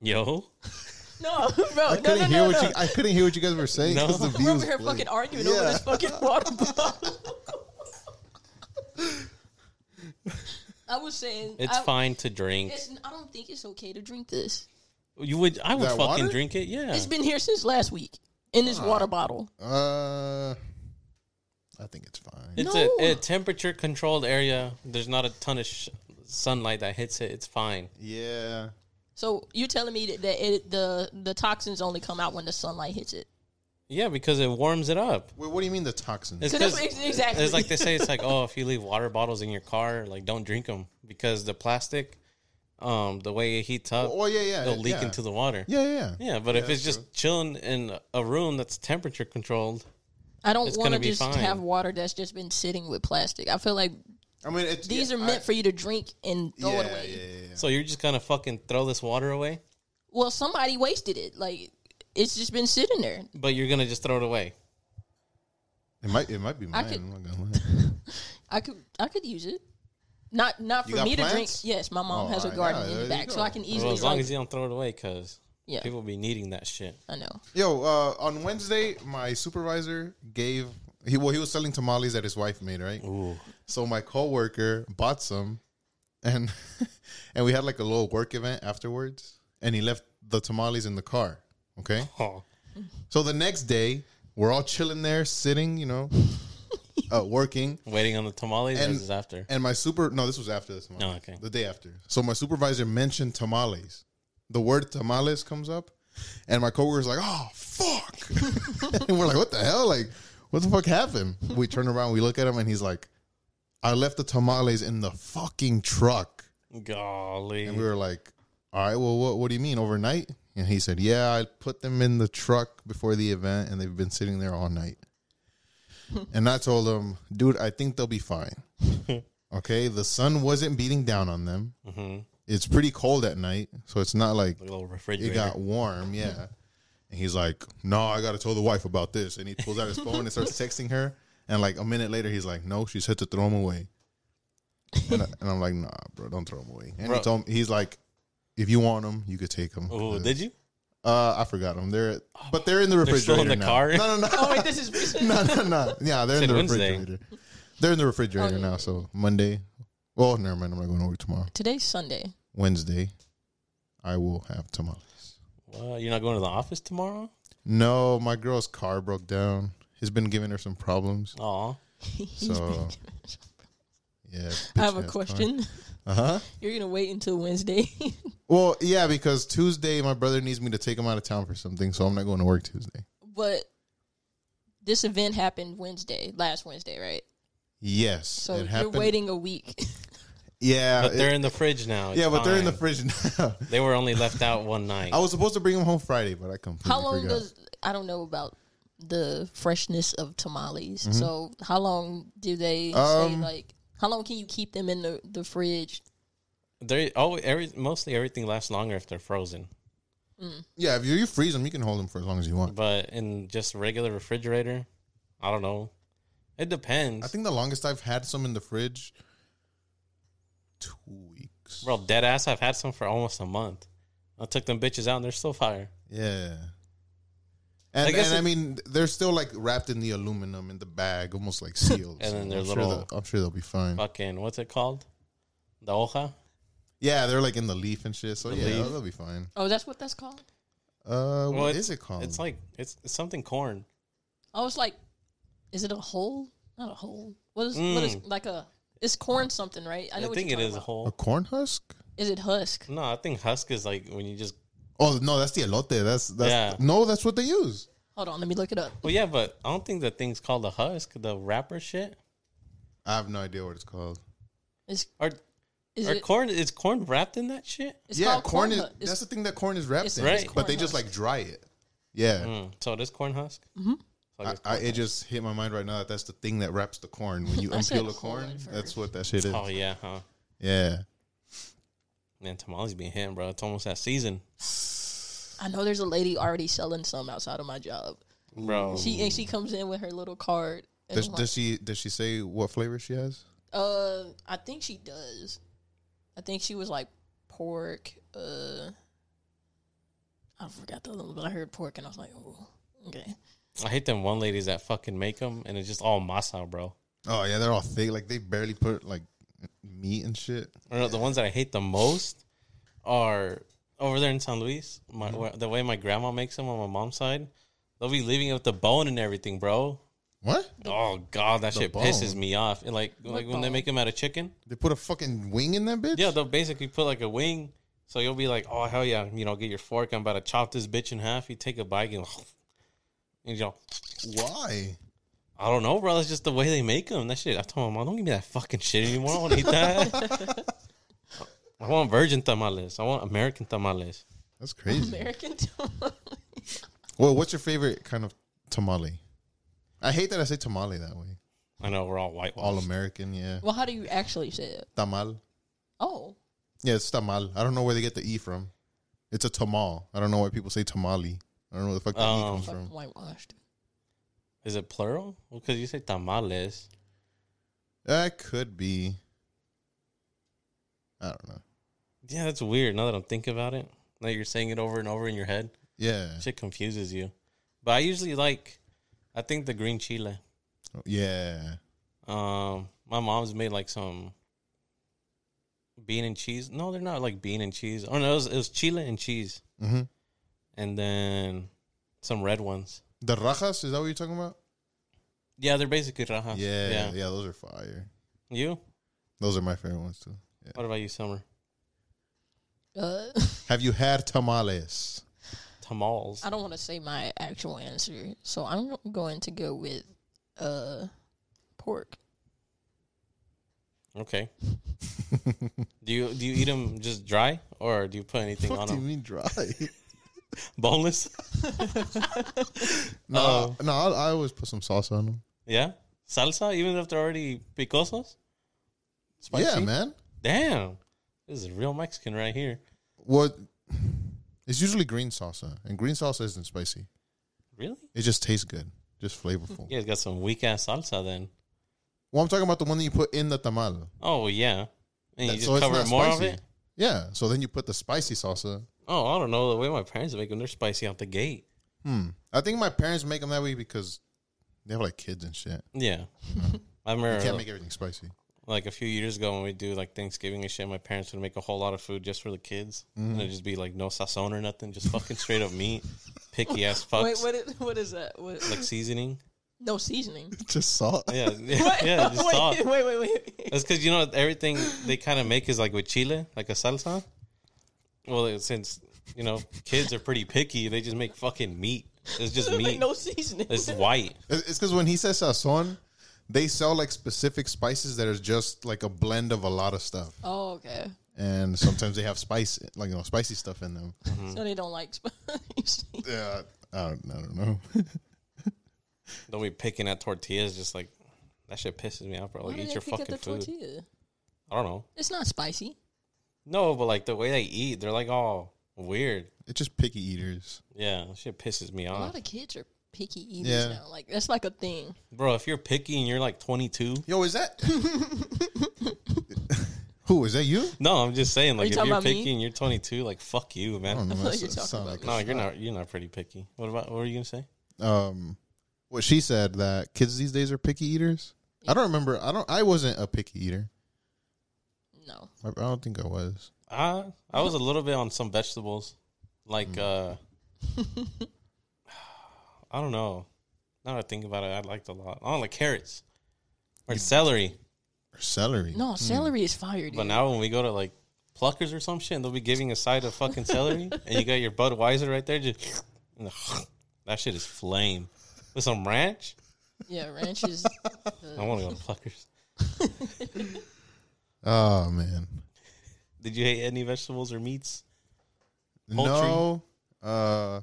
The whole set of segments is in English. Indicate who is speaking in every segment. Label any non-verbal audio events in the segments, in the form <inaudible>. Speaker 1: Yo,
Speaker 2: No, <laughs> bro.
Speaker 3: I
Speaker 2: no,
Speaker 3: couldn't
Speaker 2: no,
Speaker 3: hear
Speaker 2: no,
Speaker 3: what
Speaker 2: no.
Speaker 3: you. I couldn't hear what you guys were saying
Speaker 1: No.
Speaker 3: because the
Speaker 2: We're
Speaker 3: view
Speaker 2: over
Speaker 3: was
Speaker 2: here
Speaker 3: blank.
Speaker 2: fucking arguing over
Speaker 3: Yeah.
Speaker 2: this fucking
Speaker 3: <laughs>
Speaker 2: water bottle. I was saying
Speaker 1: it's
Speaker 2: I,
Speaker 1: fine to drink.
Speaker 2: Uh, It's, I don't think it's okay to drink this.
Speaker 1: You would, I would
Speaker 3: That
Speaker 1: fucking
Speaker 3: water?
Speaker 1: drink it. Yeah,
Speaker 2: It's been here since last week in this water bottle.
Speaker 3: Uh, I think it's fine.
Speaker 1: it's
Speaker 2: No.
Speaker 1: a, a temperature controlled area. There's not a ton of sh- sunlight that hits it. It's fine.
Speaker 3: yeah,
Speaker 2: So you're telling me that, that it, the the toxins only come out when the sunlight hits it?
Speaker 1: Yeah, because it warms it up.
Speaker 3: Wait, what do you mean the toxins?
Speaker 1: It's
Speaker 2: 'Cause that's ex- exactly.
Speaker 1: It's like they say. It's like oh, if you leave water bottles in your car, like don't drink them because the plastic, um, the way it heats up,
Speaker 3: oh yeah, yeah.
Speaker 1: it'll leak
Speaker 3: yeah.
Speaker 1: into the water.
Speaker 3: Yeah, yeah, yeah.
Speaker 1: Yeah, but if
Speaker 3: that's
Speaker 1: it's just chilling in a room that's temperature controlled,
Speaker 2: I don't
Speaker 1: It's
Speaker 2: want to
Speaker 1: gonna be
Speaker 2: just
Speaker 1: fine.
Speaker 2: have water that's just been sitting with plastic. I feel like
Speaker 3: I mean, it's,
Speaker 2: these
Speaker 3: yeah,
Speaker 2: are meant
Speaker 3: I-
Speaker 2: for you to drink and throw
Speaker 3: yeah,
Speaker 2: it away.
Speaker 3: Yeah, yeah, yeah.
Speaker 1: so you're just gonna fucking throw this water away,
Speaker 2: Well, somebody wasted it. Like it's just been sitting there.
Speaker 1: but you're gonna just throw it away.
Speaker 3: It might, it might be mine.
Speaker 2: could-
Speaker 3: I'm not gonna lie. <laughs>
Speaker 2: I could I could use it. Not not
Speaker 3: You
Speaker 2: for
Speaker 3: got
Speaker 2: me to drink.
Speaker 3: plants?
Speaker 2: Yes, my mom
Speaker 3: Oh,
Speaker 2: has a
Speaker 3: alright,
Speaker 2: garden
Speaker 3: yeah,
Speaker 2: in
Speaker 3: there
Speaker 2: the
Speaker 3: you
Speaker 2: back, so
Speaker 3: go.
Speaker 2: I can easily.
Speaker 1: Well, as long
Speaker 2: like-
Speaker 1: as you don't throw it away, cause
Speaker 2: Yeah.
Speaker 1: people be needing that shit.
Speaker 2: I know.
Speaker 3: Yo, uh, on Wednesday, my supervisor gave he well he was selling tamales that his wife made, right?
Speaker 1: Ooh,
Speaker 3: So my coworker bought some, and <laughs> and we had like a little work event afterwards, and he left the tamales in the car. Okay,
Speaker 1: oh,
Speaker 3: so the next day we're all chilling there, sitting, you know, uh, working,
Speaker 1: waiting on the tamales or
Speaker 3: And-
Speaker 1: is this after?
Speaker 3: and my super no, this was after this month.
Speaker 1: Oh, okay.
Speaker 3: The day after. So my supervisor mentioned tamales. The word tamales comes up, and my coworker's like, "Oh fuck!" <laughs> and we're like, "What the hell? Like, what the fuck happened?" We turn around, we look at him, and he's like, "I left the tamales in the fucking truck."
Speaker 1: Golly,
Speaker 3: And we were like, "All right, well, what what do you mean overnight?" And he said, "Yeah, I put them in the truck before the event, and they've been sitting there all night." and I told him, "Dude, I think they'll be fine." okay, the sun wasn't beating down on them. It's pretty cold at night, so it's not like
Speaker 1: the little
Speaker 3: it
Speaker 1: refrigerator.
Speaker 3: got warm. Yeah. And he's like, "No, I got to tell the wife about this." And he pulls
Speaker 1: <laughs>
Speaker 3: out his phone and starts texting her. And like a minute later, he's like, "No, she said to throw them away." And, I, and I'm like, "Nah, bro, don't throw them away." And
Speaker 1: Bro.
Speaker 3: he told me, he's like, "If you want them, you could take them."
Speaker 1: oh, did you?
Speaker 3: Uh, I forgot them. They're but they're in the refrigerator.
Speaker 1: still in the
Speaker 3: now.
Speaker 1: car?
Speaker 3: No, <laughs> no,
Speaker 2: Oh
Speaker 3: no,
Speaker 2: wait, this is
Speaker 3: no, no, no. Yeah, they're in
Speaker 1: Said
Speaker 3: the
Speaker 1: Wednesday.
Speaker 3: refrigerator. They're in the refrigerator now. So Monday. Well, never mind. I'm not going over tomorrow.
Speaker 2: today's Sunday. <laughs>
Speaker 3: Wednesday, I will have tamales.
Speaker 1: <laughs> Well, you're not going to the office tomorrow?
Speaker 3: No, my girl's car broke down. He's been giving her some problems.
Speaker 1: Aw.
Speaker 2: He's
Speaker 3: So,
Speaker 2: been-
Speaker 3: Yeah.
Speaker 2: <laughs> I have a question. <laughs>
Speaker 3: Uh huh.
Speaker 2: You're gonna wait until Wednesday. <laughs>
Speaker 3: Well, yeah, because Tuesday my brother needs me to take him out of town for something, so I'm not going to work Tuesday.
Speaker 2: but this event happened Wednesday, last Wednesday, right?
Speaker 3: Yes,
Speaker 2: So
Speaker 3: it
Speaker 2: you're
Speaker 3: happened.
Speaker 2: waiting a
Speaker 3: <laughs>
Speaker 2: week.
Speaker 3: Yeah,
Speaker 1: But they're
Speaker 3: it-
Speaker 1: in the fridge now. It's
Speaker 3: yeah, but they're in the
Speaker 1: fine.
Speaker 3: fridge <laughs> now.
Speaker 1: They were only left out one night.
Speaker 3: <laughs> I was supposed to bring him home Friday, but I completely
Speaker 2: how long
Speaker 3: forgot.
Speaker 2: does I don't know about the freshness of tamales. So how long do they say
Speaker 3: Mm-hmm. Um,
Speaker 2: like how long can you keep them in the, the fridge?
Speaker 1: They always every mostly everything lasts longer if they're frozen.
Speaker 3: yeah, if you, you freeze him, you can hold him for as long as you want.
Speaker 1: But in just regular refrigerator, I don't know. It depends.
Speaker 3: I think the longest I've had some in the fridge, two weeks.
Speaker 1: Bro, dead ass. I've had some for almost a month. I took them bitches out and they're still fire.
Speaker 3: Yeah. And,
Speaker 1: I guess
Speaker 3: and
Speaker 1: it-
Speaker 3: I mean, they're still like wrapped in the aluminum in the bag,
Speaker 1: <laughs>
Speaker 3: almost like sealed.
Speaker 1: And then
Speaker 3: so
Speaker 1: they're
Speaker 3: I'm
Speaker 1: little-
Speaker 3: Sure they'll- I'm sure they'll be fine.
Speaker 1: Fucking what's it called? The hoja.
Speaker 3: Yeah, they're like in the leaf and shit. So
Speaker 1: The
Speaker 3: yeah,
Speaker 1: leaf.
Speaker 3: they'll- they'll be fine.
Speaker 2: Oh, that's what that's called?
Speaker 3: Uh,
Speaker 1: Well,
Speaker 3: what
Speaker 1: it's-
Speaker 3: is it called?
Speaker 1: It's like it's, it's something corn.
Speaker 2: I was like, is it a hole? Not a hole. What is what is
Speaker 1: Mm.
Speaker 2: like a it's corn something, right?
Speaker 1: I,
Speaker 2: know what
Speaker 1: think
Speaker 2: you're
Speaker 1: it
Speaker 2: talking
Speaker 1: is a
Speaker 2: about.
Speaker 3: a
Speaker 1: whole.
Speaker 3: corn husk.
Speaker 2: Is it husk?
Speaker 1: No, I think husk is like when you just.
Speaker 3: Oh no, that's the elote. That's that's
Speaker 1: Yeah.
Speaker 3: no, that's what they use.
Speaker 2: Hold on, let me look it up.
Speaker 1: Well, yeah, but I don't think the thing's called a husk. The wrapper shit.
Speaker 3: I have no idea what it's called.
Speaker 2: Is
Speaker 1: Are
Speaker 2: is
Speaker 1: are
Speaker 2: it
Speaker 1: corn is corn wrapped in that shit?
Speaker 2: it's
Speaker 3: yeah,
Speaker 2: called corn,
Speaker 3: corn, is.
Speaker 2: husk. It's-
Speaker 3: that's the thing that corn is wrapped
Speaker 2: it's-
Speaker 3: in.
Speaker 1: Right.
Speaker 3: But they
Speaker 2: corn
Speaker 3: just
Speaker 2: husk.
Speaker 3: like dry it. Yeah.
Speaker 1: Mm, so it is corn husk.
Speaker 2: Mm-hmm.
Speaker 1: So I
Speaker 3: I,
Speaker 1: guess
Speaker 3: I,
Speaker 1: corn
Speaker 3: it just hit my mind right now that that's the thing that wraps the corn. When
Speaker 2: <laughs>
Speaker 3: you
Speaker 2: I said
Speaker 3: unpeel the
Speaker 2: corn
Speaker 3: corn,
Speaker 2: first.
Speaker 3: that's what that shit is.
Speaker 1: husk. Oh yeah, huh?
Speaker 3: Yeah.
Speaker 1: Man, tamales being hit, bro. It's almost that season,
Speaker 2: I know there's a lady already selling some outside of my job.
Speaker 1: bro.
Speaker 2: She and she comes in with her little card. And
Speaker 3: Does,
Speaker 2: I'm like,
Speaker 3: does she does she say what flavor she has?
Speaker 2: Uh, I think she does. I think she was like pork. Uh, I forgot the other one, but I heard pork and I was like, oh, okay. <laughs>
Speaker 1: I hate them one ladies that fucking make them and it's just all masa, bro.
Speaker 3: Oh yeah, they're all thick. Like they barely put like meat and shit.
Speaker 1: Or no, the ones that I hate the most are over there in San Luis. My where- the way my grandma makes them on my mom's side, they'll be leaving it with the bone and everything, bro.
Speaker 3: What?
Speaker 1: Oh god, that shit pisses
Speaker 3: bone?
Speaker 1: me off. And like like when they
Speaker 2: bone?
Speaker 1: make them out of chicken,
Speaker 3: They put a fucking wing in that bitch.
Speaker 1: yeah, they'll basically put like a wing. So you'll be like, oh hell yeah, you know, get your fork. I'm about to chop this bitch in half. You take a bite and, <laughs> and you know,
Speaker 3: Why?
Speaker 1: I don't know, bro. That's just the way they make them. That shit. I told my mom, don't give me that fucking shit anymore. I want to eat that. I want virgin tamales. I want American tamales.
Speaker 3: That's crazy.
Speaker 2: American <laughs> tamale.
Speaker 3: Well, what's your favorite kind of tamale? I hate that I say tamale that way.
Speaker 1: I know we're all white.
Speaker 3: All American, yeah.
Speaker 2: well, how do you actually say it?
Speaker 3: Tamal.
Speaker 2: Oh,
Speaker 3: Yeah, it's tamal. I don't know where they get the E from. It's a tamal. I don't know why people say tamale. I don't know where the fuck the E
Speaker 1: Oh.
Speaker 3: comes
Speaker 2: fucking
Speaker 3: from.
Speaker 2: whitewashed.
Speaker 1: Is it plural? Well, because you say tamales.
Speaker 3: That could be. I don't know.
Speaker 1: Yeah, that's weird. Now that I'm thinking about it, now you're saying it over and over in your head,
Speaker 3: Yeah.
Speaker 1: shit confuses you. But I usually like, I think the green chile.
Speaker 3: Yeah.
Speaker 1: Um, my mom's made like some bean and cheese. No, they're not like bean and cheese. Oh no, it was, it was chile and cheese.
Speaker 3: hmm
Speaker 1: and then some red ones.
Speaker 3: The rajas, is that what you're talking about?
Speaker 1: Yeah, they're basically rajas.
Speaker 3: Yeah, yeah. those are fire.
Speaker 1: You?
Speaker 3: Those are my favorite ones too.
Speaker 1: What about you, Summer?
Speaker 2: Uh, <laughs>
Speaker 3: Have you had tamales?
Speaker 1: Tamales.
Speaker 2: I don't want to say my actual answer, so I'm going to go with uh, pork.
Speaker 3: <laughs>
Speaker 1: Okay. do you do you eat them just dry or do you put anything on
Speaker 3: What do you
Speaker 1: them? <laughs>
Speaker 3: mean dry?
Speaker 1: Boneless?
Speaker 3: <laughs>
Speaker 1: <laughs>
Speaker 3: no, no, I, I always put some sauce on them.
Speaker 1: yeah. Salsa, even if they're already picosos. Spicy.
Speaker 3: Yeah, man.
Speaker 1: Damn, this is a real Mexican right here.
Speaker 3: What? It's usually green salsa, and green salsa isn't spicy.
Speaker 1: Really?
Speaker 3: It just tastes good, just flavorful.
Speaker 1: You guys got some weak ass salsa then.
Speaker 3: Well, I'm talking about the one that you put in the tamal.
Speaker 1: Oh yeah. And
Speaker 3: That-
Speaker 1: you just cover more of it.
Speaker 3: Yeah. So then you put the spicy salsa.
Speaker 1: Oh, I don't know the way my parents make them. They're spicy out the gate.
Speaker 3: Hmm. I think my parents make them that way because they have like kids and shit. <laughs>
Speaker 1: Yeah. I remember
Speaker 3: You can't make everything spicy.
Speaker 1: like a few years ago when we do like Thanksgiving and shit, my parents would make a whole lot of food just for the kids,
Speaker 2: Mm-hmm.
Speaker 1: and it'd just be like no sazon or nothing, just fucking straight up
Speaker 2: <laughs>
Speaker 1: meat, picky ass fucks,
Speaker 2: Wait, what? Is, what is that? What?
Speaker 1: like seasoning.
Speaker 2: <laughs> No seasoning.
Speaker 3: Just salt.
Speaker 1: Yeah, yeah,
Speaker 2: <laughs> What?
Speaker 1: <laughs> yeah, just salt.
Speaker 2: wait, wait, wait, wait.
Speaker 1: That's because you know everything they kind of make is like with chile, like a salsa. Well, it- since you know kids are pretty picky, they just make fucking meat. It's
Speaker 2: <laughs>
Speaker 1: just meat.
Speaker 2: no seasoning.
Speaker 1: It's white.
Speaker 3: It's because when he says sazon, they sell like specific spices that are just like a blend of a lot of stuff,
Speaker 2: Oh, okay.
Speaker 3: and sometimes they have spice, like you know, spicy stuff in them.
Speaker 1: Mm-hmm.
Speaker 2: So they don't like <laughs> spicy.
Speaker 3: Yeah, I don't, I don't know. <laughs>
Speaker 1: Don't be picking at tortillas. Just like that shit pisses me off, bro.
Speaker 2: Why
Speaker 1: Like,
Speaker 2: do
Speaker 1: eat
Speaker 2: they
Speaker 1: your
Speaker 2: pick at
Speaker 1: fucking
Speaker 2: the
Speaker 1: food.
Speaker 2: tortilla?
Speaker 1: I don't know.
Speaker 2: It's not spicy.
Speaker 1: No, but like the way they eat, they're like all weird.
Speaker 3: it's just picky eaters.
Speaker 1: Yeah, that shit pisses me
Speaker 2: A
Speaker 1: off.
Speaker 2: lot of kids are picky eaters
Speaker 3: Yeah.
Speaker 2: now. Like that's like a <laughs> thing.
Speaker 1: Bro, if you're picky and you're like 22,
Speaker 3: Yo, is that <clears throat> who? Is that
Speaker 2: <laughs>
Speaker 3: you?
Speaker 1: no, I'm just saying like
Speaker 2: you
Speaker 1: if
Speaker 2: talking
Speaker 1: you're
Speaker 2: about me?
Speaker 1: picky and you're 22, like fuck you,
Speaker 3: I don't
Speaker 1: man.
Speaker 3: know.
Speaker 2: thought
Speaker 3: That's-
Speaker 2: you were
Speaker 3: that
Speaker 2: talking
Speaker 3: sound
Speaker 2: about
Speaker 3: like
Speaker 1: No, you're not you're not pretty picky. What about what were you going to say?
Speaker 3: um, what she said that kids these days are picky eaters. I don't remember. I don't. I wasn't a picky eater.
Speaker 2: No. <laughs>
Speaker 3: I, I don't think I was.
Speaker 1: Uh, I was a little bit on some vegetables. Like uh I don't know. Now that I think about it, I liked a lot. I don't like carrots or celery.
Speaker 3: Or celery.
Speaker 2: No, celery is fire, dude.
Speaker 1: But now when we go to like Pluckers or some shit, and they'll be giving a side of fucking
Speaker 3: <laughs>
Speaker 1: celery, and you got your Budweiser right there. Just and the <sighs> that shit is flame with some ranch.
Speaker 2: Yeah, ranch
Speaker 1: <laughs>
Speaker 2: is
Speaker 1: I want to go to Pluckers.
Speaker 3: Oh man.
Speaker 1: Did you hate any vegetables or meats?
Speaker 3: No. Uh,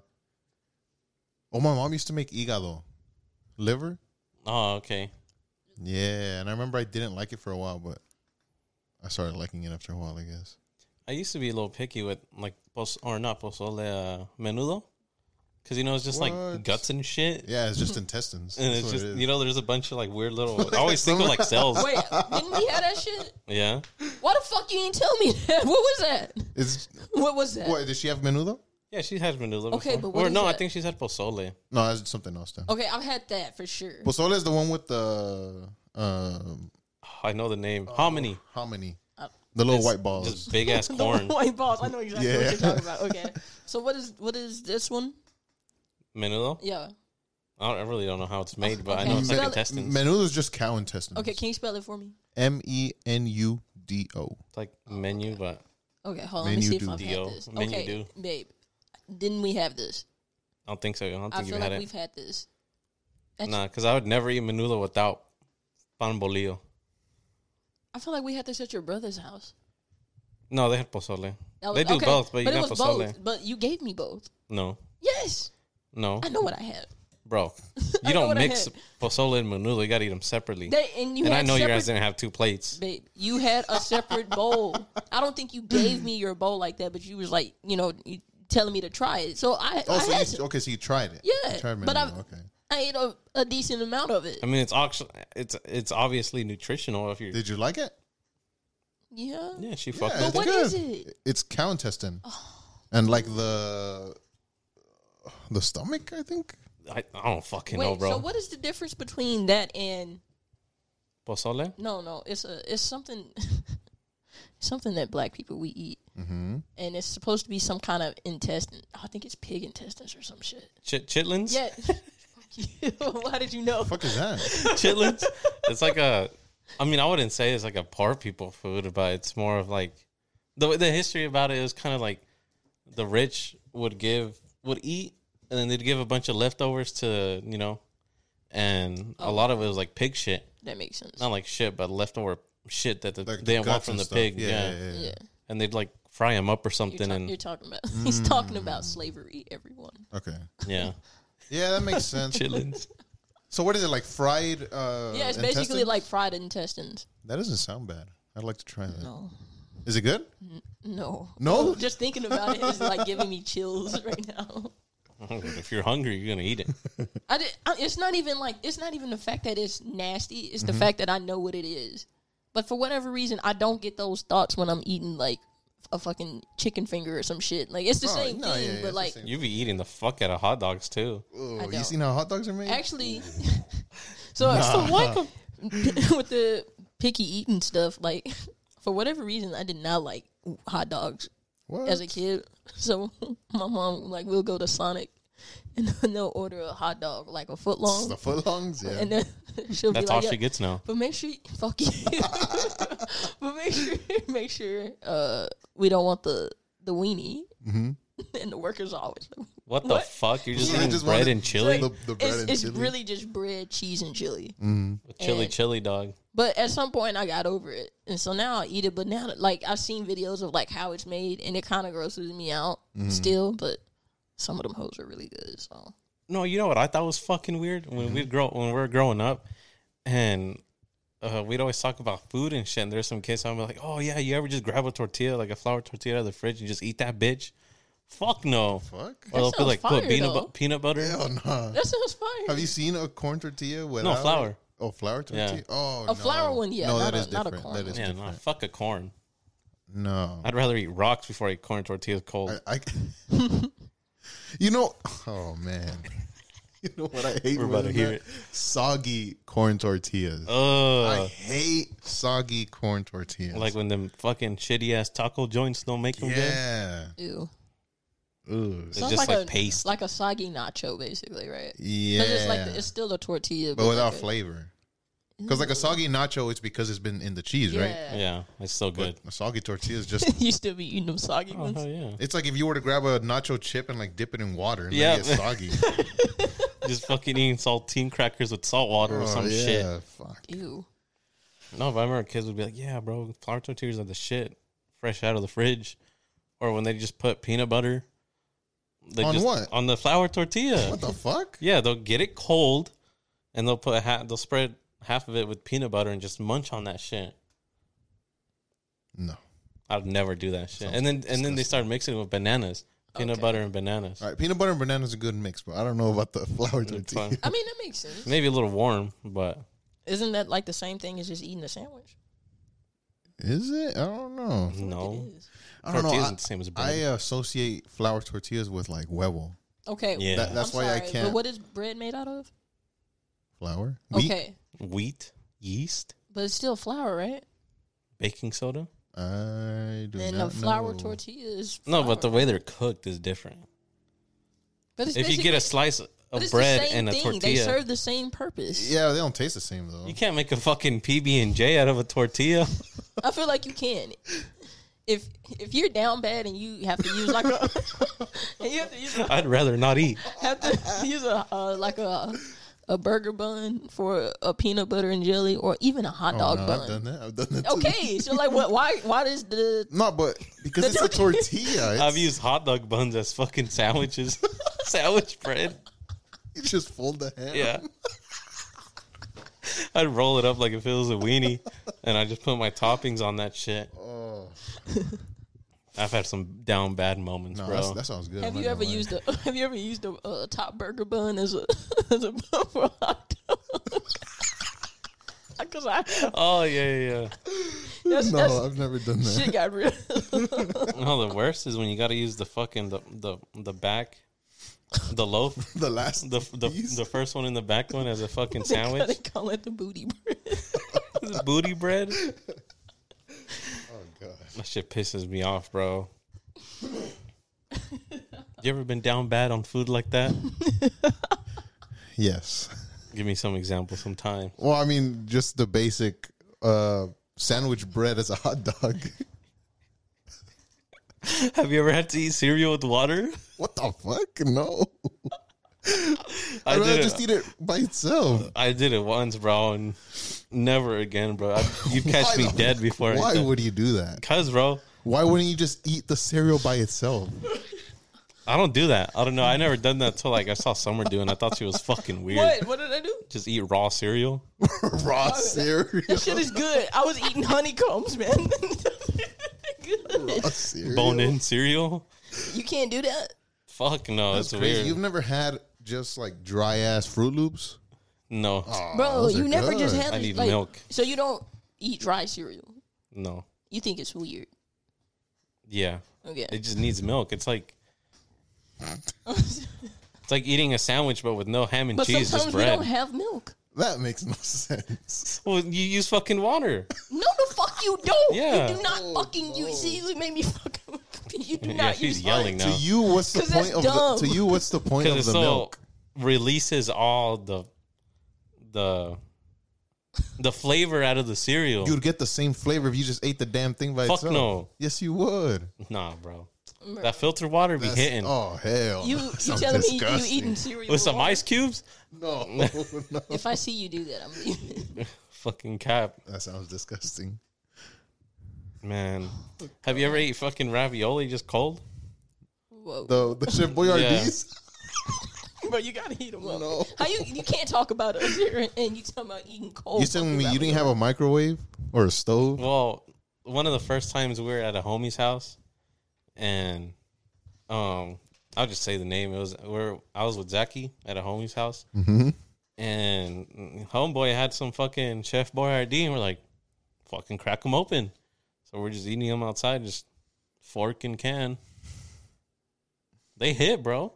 Speaker 3: oh, my mom used to make hígado, liver.
Speaker 1: Oh, okay.
Speaker 3: Yeah, and I remember I didn't like it for a while, but I started liking it after a while. I guess.
Speaker 1: I used to be a little picky with like pos or not pozole uh, menudo, because you know it's just like
Speaker 3: What?
Speaker 1: guts and shit,
Speaker 3: Yeah, it's just
Speaker 1: <laughs>
Speaker 3: intestines.
Speaker 1: and
Speaker 3: That's
Speaker 1: it's
Speaker 3: what
Speaker 1: just
Speaker 3: it is.
Speaker 1: you know there's a bunch of like weird
Speaker 3: <laughs>
Speaker 1: little. I always think of like cells.
Speaker 2: Wait, didn't we have that shit?
Speaker 1: Yeah.
Speaker 2: Why the fuck you didn't tell me that? <laughs> What was that?
Speaker 3: It's-
Speaker 2: What was that?
Speaker 3: what did she have menudo?
Speaker 1: Yeah, she has manila.
Speaker 2: Okay,
Speaker 1: before.
Speaker 2: but what
Speaker 1: or
Speaker 2: is
Speaker 1: no, I
Speaker 2: that?
Speaker 1: think she's had pozole. <sighs>
Speaker 3: No, that's something else then.
Speaker 2: Okay, I've had that for sure.
Speaker 3: Pozole is the one with the um
Speaker 1: Oh, I know the name. Hominy.
Speaker 3: how many?
Speaker 2: Uh,
Speaker 3: The little
Speaker 1: It's
Speaker 3: white balls.
Speaker 1: Just big ass
Speaker 2: <laughs> The
Speaker 1: corn.
Speaker 2: white balls. I know exactly what
Speaker 3: Yeah.
Speaker 2: you're talking about. Okay.
Speaker 3: <laughs>
Speaker 2: So what is what is this one?
Speaker 1: Menudo.
Speaker 2: Yeah.
Speaker 1: I, don't, I really don't know how it's made, but I
Speaker 2: Okay.
Speaker 1: know it's like
Speaker 2: Spell it.
Speaker 1: intestines.
Speaker 3: Menudo is just cow intestines.
Speaker 2: Okay, can you spell it for me?
Speaker 3: M E N U D O.
Speaker 1: It's like menu, but
Speaker 2: Okay, hold on. Let me
Speaker 3: Menu
Speaker 2: see if
Speaker 3: do.
Speaker 2: I've
Speaker 1: Dio.
Speaker 2: had this.
Speaker 1: Menu
Speaker 2: okay,
Speaker 1: do.
Speaker 2: babe. Didn't we have this?
Speaker 1: I don't think so. I don't
Speaker 2: I
Speaker 1: think
Speaker 2: feel
Speaker 1: you've had
Speaker 2: like
Speaker 1: it.
Speaker 2: we've had this. That's-
Speaker 1: Nah, because I would never eat menudo without pan bolillo.
Speaker 2: I feel like we had this at your brother's house.
Speaker 1: No, they had pozole.
Speaker 2: That was-
Speaker 1: they do
Speaker 2: Oh, okay,
Speaker 1: both, but you
Speaker 2: it
Speaker 1: got
Speaker 2: was
Speaker 1: pozole.
Speaker 2: both. But you gave me both.
Speaker 1: No,
Speaker 2: Yes,
Speaker 1: no,
Speaker 2: I know what I had. <laughs>
Speaker 1: bro.
Speaker 2: I
Speaker 1: You
Speaker 2: know
Speaker 1: don't
Speaker 2: what I
Speaker 1: mix
Speaker 2: had.
Speaker 1: pozole and menudo. You gotta eat them separately.
Speaker 2: They, and you
Speaker 1: and I
Speaker 2: had
Speaker 1: know
Speaker 2: separate,
Speaker 1: you guys didn't have two plates.
Speaker 2: babe. You had a separate bowl. I don't think you gave me your bowl like that, but you was like, you know, you telling me to try it. So I,
Speaker 3: Oh,
Speaker 2: I
Speaker 3: so
Speaker 2: had
Speaker 3: you,
Speaker 2: some.
Speaker 3: okay, so you tried it.
Speaker 2: Yeah,
Speaker 3: You tried
Speaker 2: but I've-
Speaker 3: menudo. Okay.
Speaker 2: I ate a, a decent amount of it.
Speaker 1: I mean, it's auction. It's it's obviously nutritional if you're.
Speaker 3: Did you like it?
Speaker 2: Yeah.
Speaker 1: yeah, she
Speaker 3: Yeah,
Speaker 1: fucked
Speaker 3: it's
Speaker 1: with
Speaker 2: But
Speaker 1: it.
Speaker 2: what is it? Oh.
Speaker 3: It's cow intestine, and like the the stomach, I think.
Speaker 1: I, I don't fucking
Speaker 2: Wait,
Speaker 1: know, bro.
Speaker 2: so what is the difference between that and
Speaker 1: Pozole?
Speaker 2: no, no, it's a it's something <laughs> something that black people we eat.
Speaker 3: Mm-hmm.
Speaker 2: And it's supposed to be some kind of intestine. I think it's pig intestines or some shit.
Speaker 1: Chit- chitlins?
Speaker 2: Yeah. <laughs> Fuck you. Why did you know?
Speaker 3: Fuck is
Speaker 1: <laughs>
Speaker 3: that?
Speaker 1: chitlins. It's like a. I mean, I wouldn't say it's like a poor people food, but it's more of like the the history about it is kind of like the rich would give would eat, and then they'd give a bunch of leftovers to you know, and a lot of it was like pig shit,
Speaker 2: That makes sense.
Speaker 1: not like shit, but leftover shit that the,
Speaker 3: Like
Speaker 1: they didn't want
Speaker 3: guts
Speaker 1: from
Speaker 3: and
Speaker 1: the
Speaker 3: stuff.
Speaker 1: pig. Yeah,
Speaker 3: yeah,
Speaker 2: yeah.
Speaker 1: and they'd like fry them up or
Speaker 2: You're,
Speaker 1: something,
Speaker 2: talk-
Speaker 1: and Mm.
Speaker 2: you're talking about <laughs> he's talking about slavery, everyone.
Speaker 3: Okay.
Speaker 1: <laughs>
Speaker 2: <laughs>
Speaker 1: yeah,
Speaker 3: Yeah,
Speaker 1: <laughs>
Speaker 3: that makes sense. <laughs>
Speaker 1: chitlins.
Speaker 3: So what is it like? Fried? Uh,
Speaker 2: yeah, it's basically
Speaker 3: intestine?
Speaker 2: like fried intestines.
Speaker 3: that. Doesn't sound bad. I'd like to try that. Is
Speaker 2: No.
Speaker 3: it good?
Speaker 2: No. <laughs>
Speaker 3: No?
Speaker 2: Just thinking about it is like giving me chills <laughs> right now.
Speaker 1: Oh, if you're hungry, you're gonna eat it.
Speaker 2: I did, I, it's not even like it's not even the fact that it's nasty. It's
Speaker 1: Mm-hmm.
Speaker 2: the fact that I know what it is. But for whatever reason, I don't get those thoughts when I'm eating like a fucking chicken finger or some shit. Like it's the
Speaker 3: Oh,
Speaker 2: same
Speaker 3: no,
Speaker 2: thing,
Speaker 3: yeah, yeah,
Speaker 2: but
Speaker 3: it's the
Speaker 2: like
Speaker 3: same.
Speaker 1: You be eating the fuck out of hot dogs too.
Speaker 3: Oh, you
Speaker 2: don't.
Speaker 3: seen how hot dogs are made?
Speaker 2: actually, <laughs> so <laughs> with the picky eating stuff, like <laughs> for whatever reason, I did not like hot dogs
Speaker 3: what?
Speaker 2: as a kid. <laughs> So my mom like we'll go to Sonic and <laughs> they'll order a hot dog like a foot long,
Speaker 3: the footlongs. Yeah.
Speaker 2: and then <laughs> she'll
Speaker 1: That's
Speaker 2: be like,
Speaker 1: all
Speaker 2: "Yeah,
Speaker 1: she gets now.
Speaker 2: But make sure, you- <laughs> fuck you. but make sure, <laughs> make sure uh, we don't want the the weenie.
Speaker 3: Mm-hmm.
Speaker 2: <laughs> And the workers are always like,
Speaker 1: What the
Speaker 2: What?
Speaker 1: fuck? You're just
Speaker 3: Yeah, I
Speaker 1: eating
Speaker 3: just
Speaker 1: bread
Speaker 3: wanted-
Speaker 1: and
Speaker 2: <laughs>
Speaker 1: chili.
Speaker 3: The- the bread
Speaker 2: it's,
Speaker 3: and
Speaker 2: it's
Speaker 3: chili.
Speaker 2: really just bread, cheese, and chili.
Speaker 1: Chili,
Speaker 2: And-
Speaker 1: chili dog.
Speaker 2: But at some point, I got over it, and so now I eat it. But now, like I've seen videos of like how it's made, and it kind of grosses me out
Speaker 3: Mm-hmm.
Speaker 2: still. But some of them hoes are really good. So
Speaker 1: No, you know what I thought was fucking weird when we'd grow when we were growing up, and uh, we'd always talk about food and shit. And there's some kids I'm like, oh yeah, you ever just grab a tortilla like a flour tortilla out of the fridge and just eat that bitch? Fuck no.
Speaker 3: Fuck.
Speaker 1: Or they'll
Speaker 2: sounds
Speaker 1: put
Speaker 2: fire,
Speaker 1: peanut
Speaker 2: though.
Speaker 1: bu- peanut butter.
Speaker 3: Hell no.
Speaker 2: that sounds fire.
Speaker 3: Have you seen a corn tortilla
Speaker 1: No
Speaker 3: without?
Speaker 1: flour.
Speaker 3: Oh, flour tortilla.
Speaker 1: Yeah.
Speaker 3: Oh,
Speaker 2: A flour one, yeah,
Speaker 3: No,
Speaker 2: not
Speaker 3: that
Speaker 2: a-
Speaker 3: is
Speaker 2: not a
Speaker 3: different.
Speaker 2: corn
Speaker 3: That
Speaker 2: one.
Speaker 3: is
Speaker 1: Yeah, nah,
Speaker 3: different.
Speaker 1: fuck a corn.
Speaker 3: No.
Speaker 1: I'd rather eat rocks before I eat corn tortillas cold.
Speaker 3: I, <laughs> I you know, oh man, <laughs> you know what I hate?
Speaker 1: We're
Speaker 3: more
Speaker 1: about to
Speaker 3: than
Speaker 1: hear
Speaker 3: that?
Speaker 1: it.
Speaker 3: Soggy corn tortillas. I
Speaker 1: Ugh.
Speaker 3: hate soggy corn tortillas.
Speaker 1: Uh. Like when them fucking shitty ass taco joints don't make them good.
Speaker 3: yeah,
Speaker 2: Ew.
Speaker 3: Ooh.
Speaker 1: It's just like,
Speaker 2: a
Speaker 1: paste.
Speaker 2: like a soggy nacho, basically, right?
Speaker 3: yeah,
Speaker 2: But it's like the, it's still a tortilla,
Speaker 3: but without
Speaker 2: like a- Mm.
Speaker 3: flavor. Because like a soggy nacho, it's because it's been in the cheese, right?
Speaker 2: Yeah.
Speaker 1: yeah, it's so good.
Speaker 3: But a soggy tortilla is just.
Speaker 2: <laughs> you still be eating them soggy
Speaker 1: Oh
Speaker 2: ones.
Speaker 1: hell yeah.
Speaker 3: It's like if you were to grab a nacho chip and like dip it in water and
Speaker 1: Yeah.
Speaker 3: yeah. it's soggy.
Speaker 1: just fucking eating saltine crackers with salt water <laughs> or
Speaker 3: Oh,
Speaker 1: some
Speaker 3: yeah,
Speaker 1: shit.
Speaker 3: Fuck.
Speaker 2: Ew.
Speaker 1: No, but I remember kids would be like, "Yeah, bro, flour tortillas are the shit, fresh out of the fridge," or when they just put peanut butter. They
Speaker 3: On
Speaker 1: just,
Speaker 3: what?
Speaker 1: On the flour tortilla.
Speaker 3: What the fuck?
Speaker 1: yeah, they'll get it cold, and they'll put a ha- they'll spread half of it with peanut butter and just munch on that shit.
Speaker 3: No.
Speaker 1: I'd never do that shit. and then and then they start mixing it with bananas, peanut
Speaker 2: Okay.
Speaker 1: butter and bananas.
Speaker 3: All right, peanut butter and banana is a good mix, but I don't know about the <laughs> flour tortilla.
Speaker 1: fine.
Speaker 2: I mean, that makes sense.
Speaker 1: Maybe a little warm, but
Speaker 2: Isn't that like the same thing as just eating a sandwich?
Speaker 3: Is it? I don't know.
Speaker 1: No,
Speaker 2: It is.
Speaker 3: I don't know.
Speaker 1: Tortillas
Speaker 3: I,
Speaker 1: the same as
Speaker 3: I
Speaker 1: bread.
Speaker 3: associate flour tortillas with like huevo.
Speaker 2: Okay.
Speaker 1: yeah,
Speaker 3: uh, That, that's
Speaker 2: I'm
Speaker 3: why I
Speaker 2: sorry,
Speaker 3: can't
Speaker 2: But what is bread made out of?
Speaker 3: flour. Wheat?
Speaker 2: Okay,
Speaker 1: wheat, yeast,
Speaker 2: but it's still flour, right?
Speaker 1: baking soda.
Speaker 3: I do
Speaker 2: And
Speaker 3: not
Speaker 2: the flour
Speaker 3: know.
Speaker 2: tortilla is
Speaker 1: No, but the
Speaker 2: flour.
Speaker 1: way they're cooked is different.
Speaker 2: but it's
Speaker 1: if you get
Speaker 2: basically-
Speaker 1: a slice of
Speaker 2: but it's the
Speaker 1: bread
Speaker 2: same
Speaker 1: and a
Speaker 2: thing. They
Speaker 1: tortilla,
Speaker 2: serve the same purpose.
Speaker 3: Yeah, they don't taste the same though.
Speaker 1: you can't make a fucking PB and J out of a tortilla. <laughs>
Speaker 2: I feel like you can. If if you're down bad and you have to use like a, <laughs> and you have to use a,
Speaker 1: I'd rather not eat.
Speaker 2: have to <laughs> use a uh, like a a burger bun for a peanut butter and jelly or even a hot
Speaker 3: Oh,
Speaker 2: dog
Speaker 3: no, I've
Speaker 2: bun.
Speaker 3: done that. I've done that. too.
Speaker 2: Okay, so like what? Why why does
Speaker 3: <laughs>
Speaker 2: the
Speaker 3: No, but because it's
Speaker 1: <laughs>
Speaker 3: a tortilla, it's,
Speaker 1: I've used hot dog buns as fucking sandwiches, <laughs> sandwich bread.
Speaker 3: you just fold the ham.
Speaker 1: Yeah. <laughs> I'd roll it up like if it was a weenie, and I just put my toppings on that shit.
Speaker 3: Oh,
Speaker 1: <laughs> I've had some down bad moments,
Speaker 3: no, that's,
Speaker 1: bro.
Speaker 3: that sounds good.
Speaker 2: have
Speaker 3: I'm
Speaker 2: you
Speaker 3: not
Speaker 2: ever
Speaker 3: gonna lie.
Speaker 2: used a <laughs> have you ever used a uh, top burger bun as a <laughs> as a bun for a hot dog? <laughs> Because I
Speaker 1: oh yeah, yeah.
Speaker 2: that's, that's,
Speaker 3: No, I've never done that.
Speaker 2: shit got real. <laughs>
Speaker 1: yeah. No, the worst is when you got to use the fucking the the the back, the loaf,
Speaker 3: <laughs> The last,
Speaker 1: the the,
Speaker 3: piece?
Speaker 1: the first one in the back one as a
Speaker 3: <laughs>
Speaker 1: fucking
Speaker 2: they
Speaker 1: sandwich,
Speaker 2: call it the booty bread.
Speaker 1: <laughs> booty bread.
Speaker 3: <laughs> oh gosh.
Speaker 1: That shit pisses me off, bro. You ever been down bad on food like that?
Speaker 3: Yes.
Speaker 1: Give me some examples sometime.
Speaker 3: Well, I mean, just the basic uh, sandwich bread as a hot dog. <laughs>
Speaker 1: Have you ever had to eat cereal with water?
Speaker 3: what the fuck? No.
Speaker 1: I
Speaker 3: I'd rather
Speaker 1: did
Speaker 3: just
Speaker 1: it.
Speaker 3: eat it by itself.
Speaker 1: I did it once, bro, and never again, bro. I, you'd catch
Speaker 3: <laughs> Why
Speaker 1: me
Speaker 3: the-
Speaker 1: dead before.
Speaker 3: Why
Speaker 1: I
Speaker 3: would you do that?
Speaker 1: Cause, bro,
Speaker 3: Why wouldn't you just eat the cereal
Speaker 1: <laughs>
Speaker 3: by itself?
Speaker 1: I don't do that. I don't know. I never done that till like I saw Summer doing. I thought she was fucking weird.
Speaker 2: What? What did I do?
Speaker 1: Just eat raw cereal.
Speaker 3: Raw
Speaker 1: <laughs>
Speaker 3: cereal.
Speaker 2: That shit is good. I was eating honeycombs, man. <laughs> good.
Speaker 3: Raw cereal.
Speaker 1: bone in cereal.
Speaker 2: You can't do that.
Speaker 1: Fuck no,
Speaker 3: That's
Speaker 1: that's,
Speaker 3: crazy.
Speaker 1: weird.
Speaker 3: You've never had just like dry ass Fruit Loops?
Speaker 1: no,
Speaker 3: Aw,
Speaker 2: Bro,
Speaker 3: those are
Speaker 2: you never just
Speaker 3: good.
Speaker 2: had
Speaker 1: I
Speaker 2: this,
Speaker 1: need
Speaker 2: like,
Speaker 1: milk.
Speaker 2: So you don't eat dry cereal.
Speaker 1: no,
Speaker 2: You think it's weird.
Speaker 1: yeah, it
Speaker 2: Okay.
Speaker 1: just needs milk. It's like it's like eating a sandwich but with no ham and
Speaker 2: but
Speaker 1: cheese, just
Speaker 2: sometimes we don't
Speaker 1: bread.
Speaker 2: have milk.
Speaker 3: That makes no <laughs> sense.
Speaker 1: well, you use fucking
Speaker 2: <laughs>
Speaker 1: water.
Speaker 2: No, the fuck you don't.
Speaker 1: Yeah.
Speaker 2: You do not
Speaker 3: Oh,
Speaker 2: fucking you see you made me fucking <laughs> you do
Speaker 1: yeah,
Speaker 2: not
Speaker 1: she's
Speaker 2: use
Speaker 1: yelling
Speaker 2: mine.
Speaker 1: now.
Speaker 3: To you, what's
Speaker 2: <laughs>
Speaker 3: the
Speaker 2: 'Cause that's
Speaker 3: point of
Speaker 2: dumb.
Speaker 3: the, to you? What's the
Speaker 1: <laughs>
Speaker 3: point of
Speaker 1: because
Speaker 3: the
Speaker 1: it so
Speaker 3: milk?
Speaker 1: releases all the the the flavor out of the cereal.
Speaker 3: You'd get the same flavor if you just ate the damn thing by
Speaker 1: Fuck
Speaker 3: itself.
Speaker 1: no.
Speaker 3: Yes, you would.
Speaker 1: Nah, bro. That filtered water be
Speaker 3: That's-
Speaker 1: hitting
Speaker 3: Oh hell! <laughs>
Speaker 2: You you
Speaker 3: That sounds
Speaker 2: telling me you
Speaker 3: disgusting.
Speaker 2: eating cereal
Speaker 1: with some
Speaker 2: water?
Speaker 1: ice cubes.
Speaker 3: No, <laughs> no,
Speaker 1: <laughs>
Speaker 2: If I see you do that, I'm leaving. <laughs>
Speaker 1: Fucking cap,
Speaker 3: that sounds disgusting.
Speaker 1: man. Have you ever ate fucking ravioli just cold?
Speaker 2: Whoa.
Speaker 3: The <laughs> the Chef <laughs> Boyardee's.
Speaker 2: Bro, you gotta eat them up.
Speaker 3: No.
Speaker 2: How you you can't talk about us here and you talking about eating cold?
Speaker 3: You telling me you didn't have a microwave or a stove?
Speaker 1: Well, one of the first times we were at a homie's house, and um, I'll just say the name. It was where I was with Zachy at a homie's house, and homeboy had some fucking Chef Boyardee, and we're like, fucking crack them open. So we're just eating them outside, just fork and can. They hit, bro.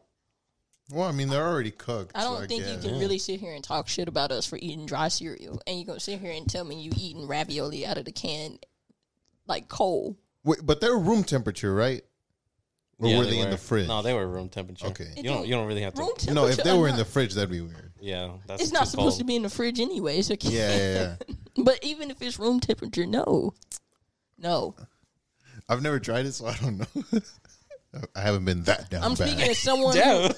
Speaker 3: Well, I mean they're already cooked.
Speaker 2: I don't
Speaker 3: so
Speaker 2: think you
Speaker 3: guess.
Speaker 2: can really sit here and talk shit about us for eating dry cereal, and you gonna sit here and tell me you eating ravioli out of the can like cold.
Speaker 3: Wait, but they're room temperature, right? Or
Speaker 1: Yeah,
Speaker 3: were they, in the fridge?
Speaker 1: No, they were room temperature.
Speaker 3: Okay.
Speaker 1: you don't you don't really have to.
Speaker 2: Room temperature.
Speaker 3: No, if they
Speaker 2: <laughs>
Speaker 3: were in
Speaker 2: I'm
Speaker 3: the
Speaker 2: not-
Speaker 3: fridge, that'd be weird.
Speaker 1: yeah, that's
Speaker 2: it's not
Speaker 1: too
Speaker 2: supposed to
Speaker 1: cold.
Speaker 2: be in the fridge anyway. So can't.
Speaker 3: Yeah, yeah, yeah.
Speaker 2: <laughs> But even if it's room temperature, no, no.
Speaker 3: <laughs> I've never tried it, so I don't know. <laughs> I haven't been that down
Speaker 2: I'm
Speaker 3: bad.
Speaker 2: speaking to someone.
Speaker 1: <laughs>
Speaker 2: who-
Speaker 1: Yeah.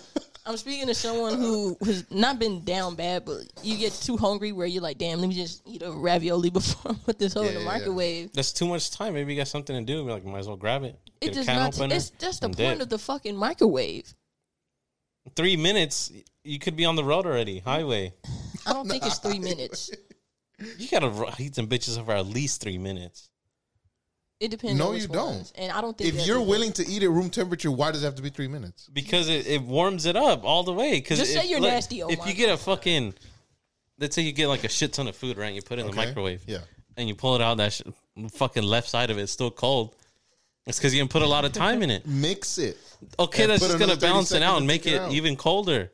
Speaker 2: I'm speaking to someone who has not been down bad, but you get too hungry where you're like, damn, let me just eat a ravioli <laughs> before I put this whole in
Speaker 3: Yeah,
Speaker 2: the
Speaker 3: yeah, yeah.
Speaker 2: microwave.
Speaker 1: That's too much time. Maybe you got something to do. Be like, might as well grab it.
Speaker 2: It
Speaker 1: Get a
Speaker 2: does
Speaker 1: can
Speaker 2: not.
Speaker 1: opener
Speaker 2: it's that's the
Speaker 1: and
Speaker 2: point
Speaker 1: dip.
Speaker 2: of the fucking microwave.
Speaker 1: three minutes. You could be on the road already. Highway.
Speaker 2: I don't think it's
Speaker 3: <laughs>
Speaker 2: three minutes.
Speaker 1: You gotta ro- heat them bitches up for at least three minutes.
Speaker 2: It depends.
Speaker 3: No,
Speaker 2: on which
Speaker 3: you don't.
Speaker 2: ones. And I don't think
Speaker 3: <laughs> if
Speaker 2: that's
Speaker 3: you're
Speaker 2: a-
Speaker 3: willing to eat at room temperature, why does it have to be three minutes?
Speaker 1: Because it, it warms it up all the way. Because
Speaker 2: Just
Speaker 1: if,
Speaker 2: say you're nasty, oh
Speaker 1: If
Speaker 2: Omar.
Speaker 1: you get a fucking, let's say you get like a shit ton of food, right? You put it in the
Speaker 3: Okay?
Speaker 1: microwave.
Speaker 3: Yeah.
Speaker 1: and you pull it out, that sh- fucking left side of it's still cold. It's because you didn't put a lot of time in it.
Speaker 3: Mix it,
Speaker 1: Okay,
Speaker 3: Yeah,
Speaker 1: that's
Speaker 3: put
Speaker 1: just
Speaker 3: another
Speaker 1: gonna
Speaker 3: 30
Speaker 1: balance it
Speaker 3: seconds
Speaker 1: out
Speaker 3: to
Speaker 1: and make
Speaker 3: figure
Speaker 1: it
Speaker 3: it out.
Speaker 1: even colder.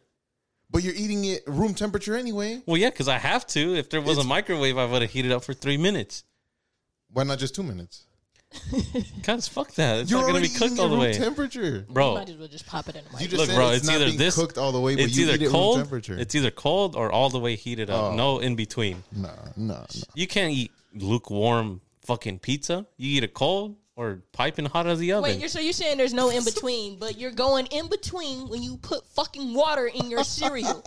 Speaker 3: but you're eating it room temperature anyway.
Speaker 1: Well, yeah, because I have to. If there was
Speaker 3: It's-
Speaker 1: a microwave, I would have heated up for three minutes.
Speaker 3: Why not just two minutes?
Speaker 1: Guys, fuck that. It's
Speaker 3: You're
Speaker 1: not gonna
Speaker 3: already
Speaker 1: be
Speaker 3: eating
Speaker 1: cooked
Speaker 3: it
Speaker 1: all the
Speaker 3: room
Speaker 1: way,
Speaker 3: temperature.
Speaker 2: You
Speaker 1: bro.
Speaker 2: might as well just pop it in the
Speaker 3: You
Speaker 2: microwave.
Speaker 3: just
Speaker 1: Look,
Speaker 3: said
Speaker 1: bro,
Speaker 3: it's,
Speaker 1: it's
Speaker 3: not
Speaker 1: either
Speaker 3: being
Speaker 1: this-
Speaker 3: cooked all the way, but
Speaker 1: It's
Speaker 3: you eat it
Speaker 1: either
Speaker 3: room
Speaker 1: cold.
Speaker 3: temperature.
Speaker 1: It's either cold or all the way heated up.
Speaker 3: Oh.
Speaker 1: No in between.
Speaker 3: no, no, no.
Speaker 1: You can't eat lukewarm fucking pizza. You eat it cold or piping hot out of the
Speaker 2: Wait,
Speaker 1: oven.
Speaker 2: you're, so you're saying there's no in between, but you're going in between when you put fucking water in your
Speaker 3: <laughs>
Speaker 2: cereal.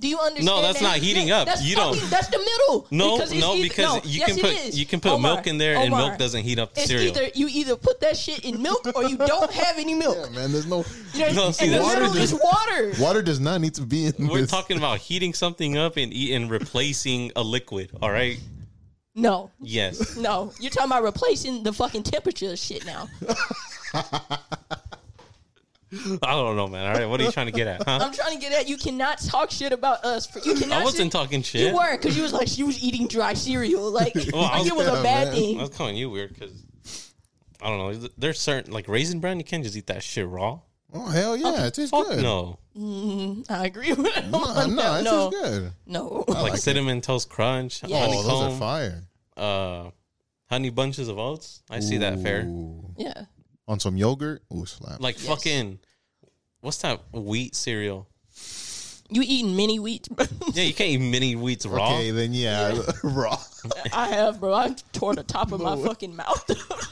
Speaker 2: Do you understand?
Speaker 1: No, that's
Speaker 2: that?
Speaker 1: not heating
Speaker 2: Yeah,
Speaker 1: up.
Speaker 2: That's
Speaker 1: You don't-
Speaker 2: fucking- That's the middle.
Speaker 1: no,
Speaker 2: it's
Speaker 1: no,
Speaker 2: either-
Speaker 1: because
Speaker 2: no,
Speaker 1: you
Speaker 2: yes,
Speaker 1: can
Speaker 2: it
Speaker 1: put
Speaker 2: is.
Speaker 1: you can put
Speaker 2: Omar,
Speaker 1: milk in there, and
Speaker 2: Omar,
Speaker 1: milk doesn't heat up the
Speaker 2: It's
Speaker 1: cereal.
Speaker 2: either you either put that shit in milk or you don't have any
Speaker 3: Yeah, <laughs>
Speaker 2: milk.
Speaker 3: man, there's no
Speaker 2: You know,
Speaker 1: No,
Speaker 2: and
Speaker 1: see,
Speaker 2: the
Speaker 1: that's-
Speaker 2: middle is water.
Speaker 3: water. Does not need to be in.
Speaker 1: <laughs> We're
Speaker 3: this.
Speaker 1: talking about heating something up and eat and replacing a liquid. All right.
Speaker 2: No,
Speaker 1: Yes.
Speaker 2: no, you're talking about replacing the fucking temperature of shit now.
Speaker 1: I don't know, man. All right. What are you trying to get at? Huh?
Speaker 2: I'm trying to get at you. Cannot talk shit about us. For, you cannot.
Speaker 1: I wasn't
Speaker 2: sit-
Speaker 1: talking
Speaker 2: You
Speaker 1: shit.
Speaker 2: were because you was like she was eating dry
Speaker 3: <laughs>
Speaker 2: cereal. Like,
Speaker 1: I
Speaker 2: like
Speaker 1: was-
Speaker 2: it was
Speaker 3: Yeah,
Speaker 2: a bad
Speaker 3: man.
Speaker 1: I
Speaker 2: thing.
Speaker 1: was calling you weird because I don't know. There's certain like raisin bran. You can't just eat that shit raw.
Speaker 3: Oh hell yeah, it tastes
Speaker 1: Fuck
Speaker 3: good. Uh,
Speaker 1: no.
Speaker 2: I agree with him.
Speaker 3: no,
Speaker 2: on
Speaker 3: no,
Speaker 2: that.
Speaker 3: it
Speaker 2: no,
Speaker 3: tastes good.
Speaker 2: no.
Speaker 1: Like, cinnamon toast crunch,
Speaker 2: Yeah.
Speaker 3: Oh, those are
Speaker 1: honeycomb,
Speaker 3: fire.
Speaker 1: uh, honey bunches of oats. I see that fair.
Speaker 3: Ooh.
Speaker 2: yeah,
Speaker 3: On some yogurt, ooh slap.
Speaker 1: Like fucking, what's that wheat cereal?
Speaker 2: you eating mini wheat? bro. <laughs>
Speaker 1: Yeah, you can't eat mini wheats raw.
Speaker 3: okay, then yeah, <laughs> raw.
Speaker 2: I have, bro. I tore the top of my fucking mouth. <laughs>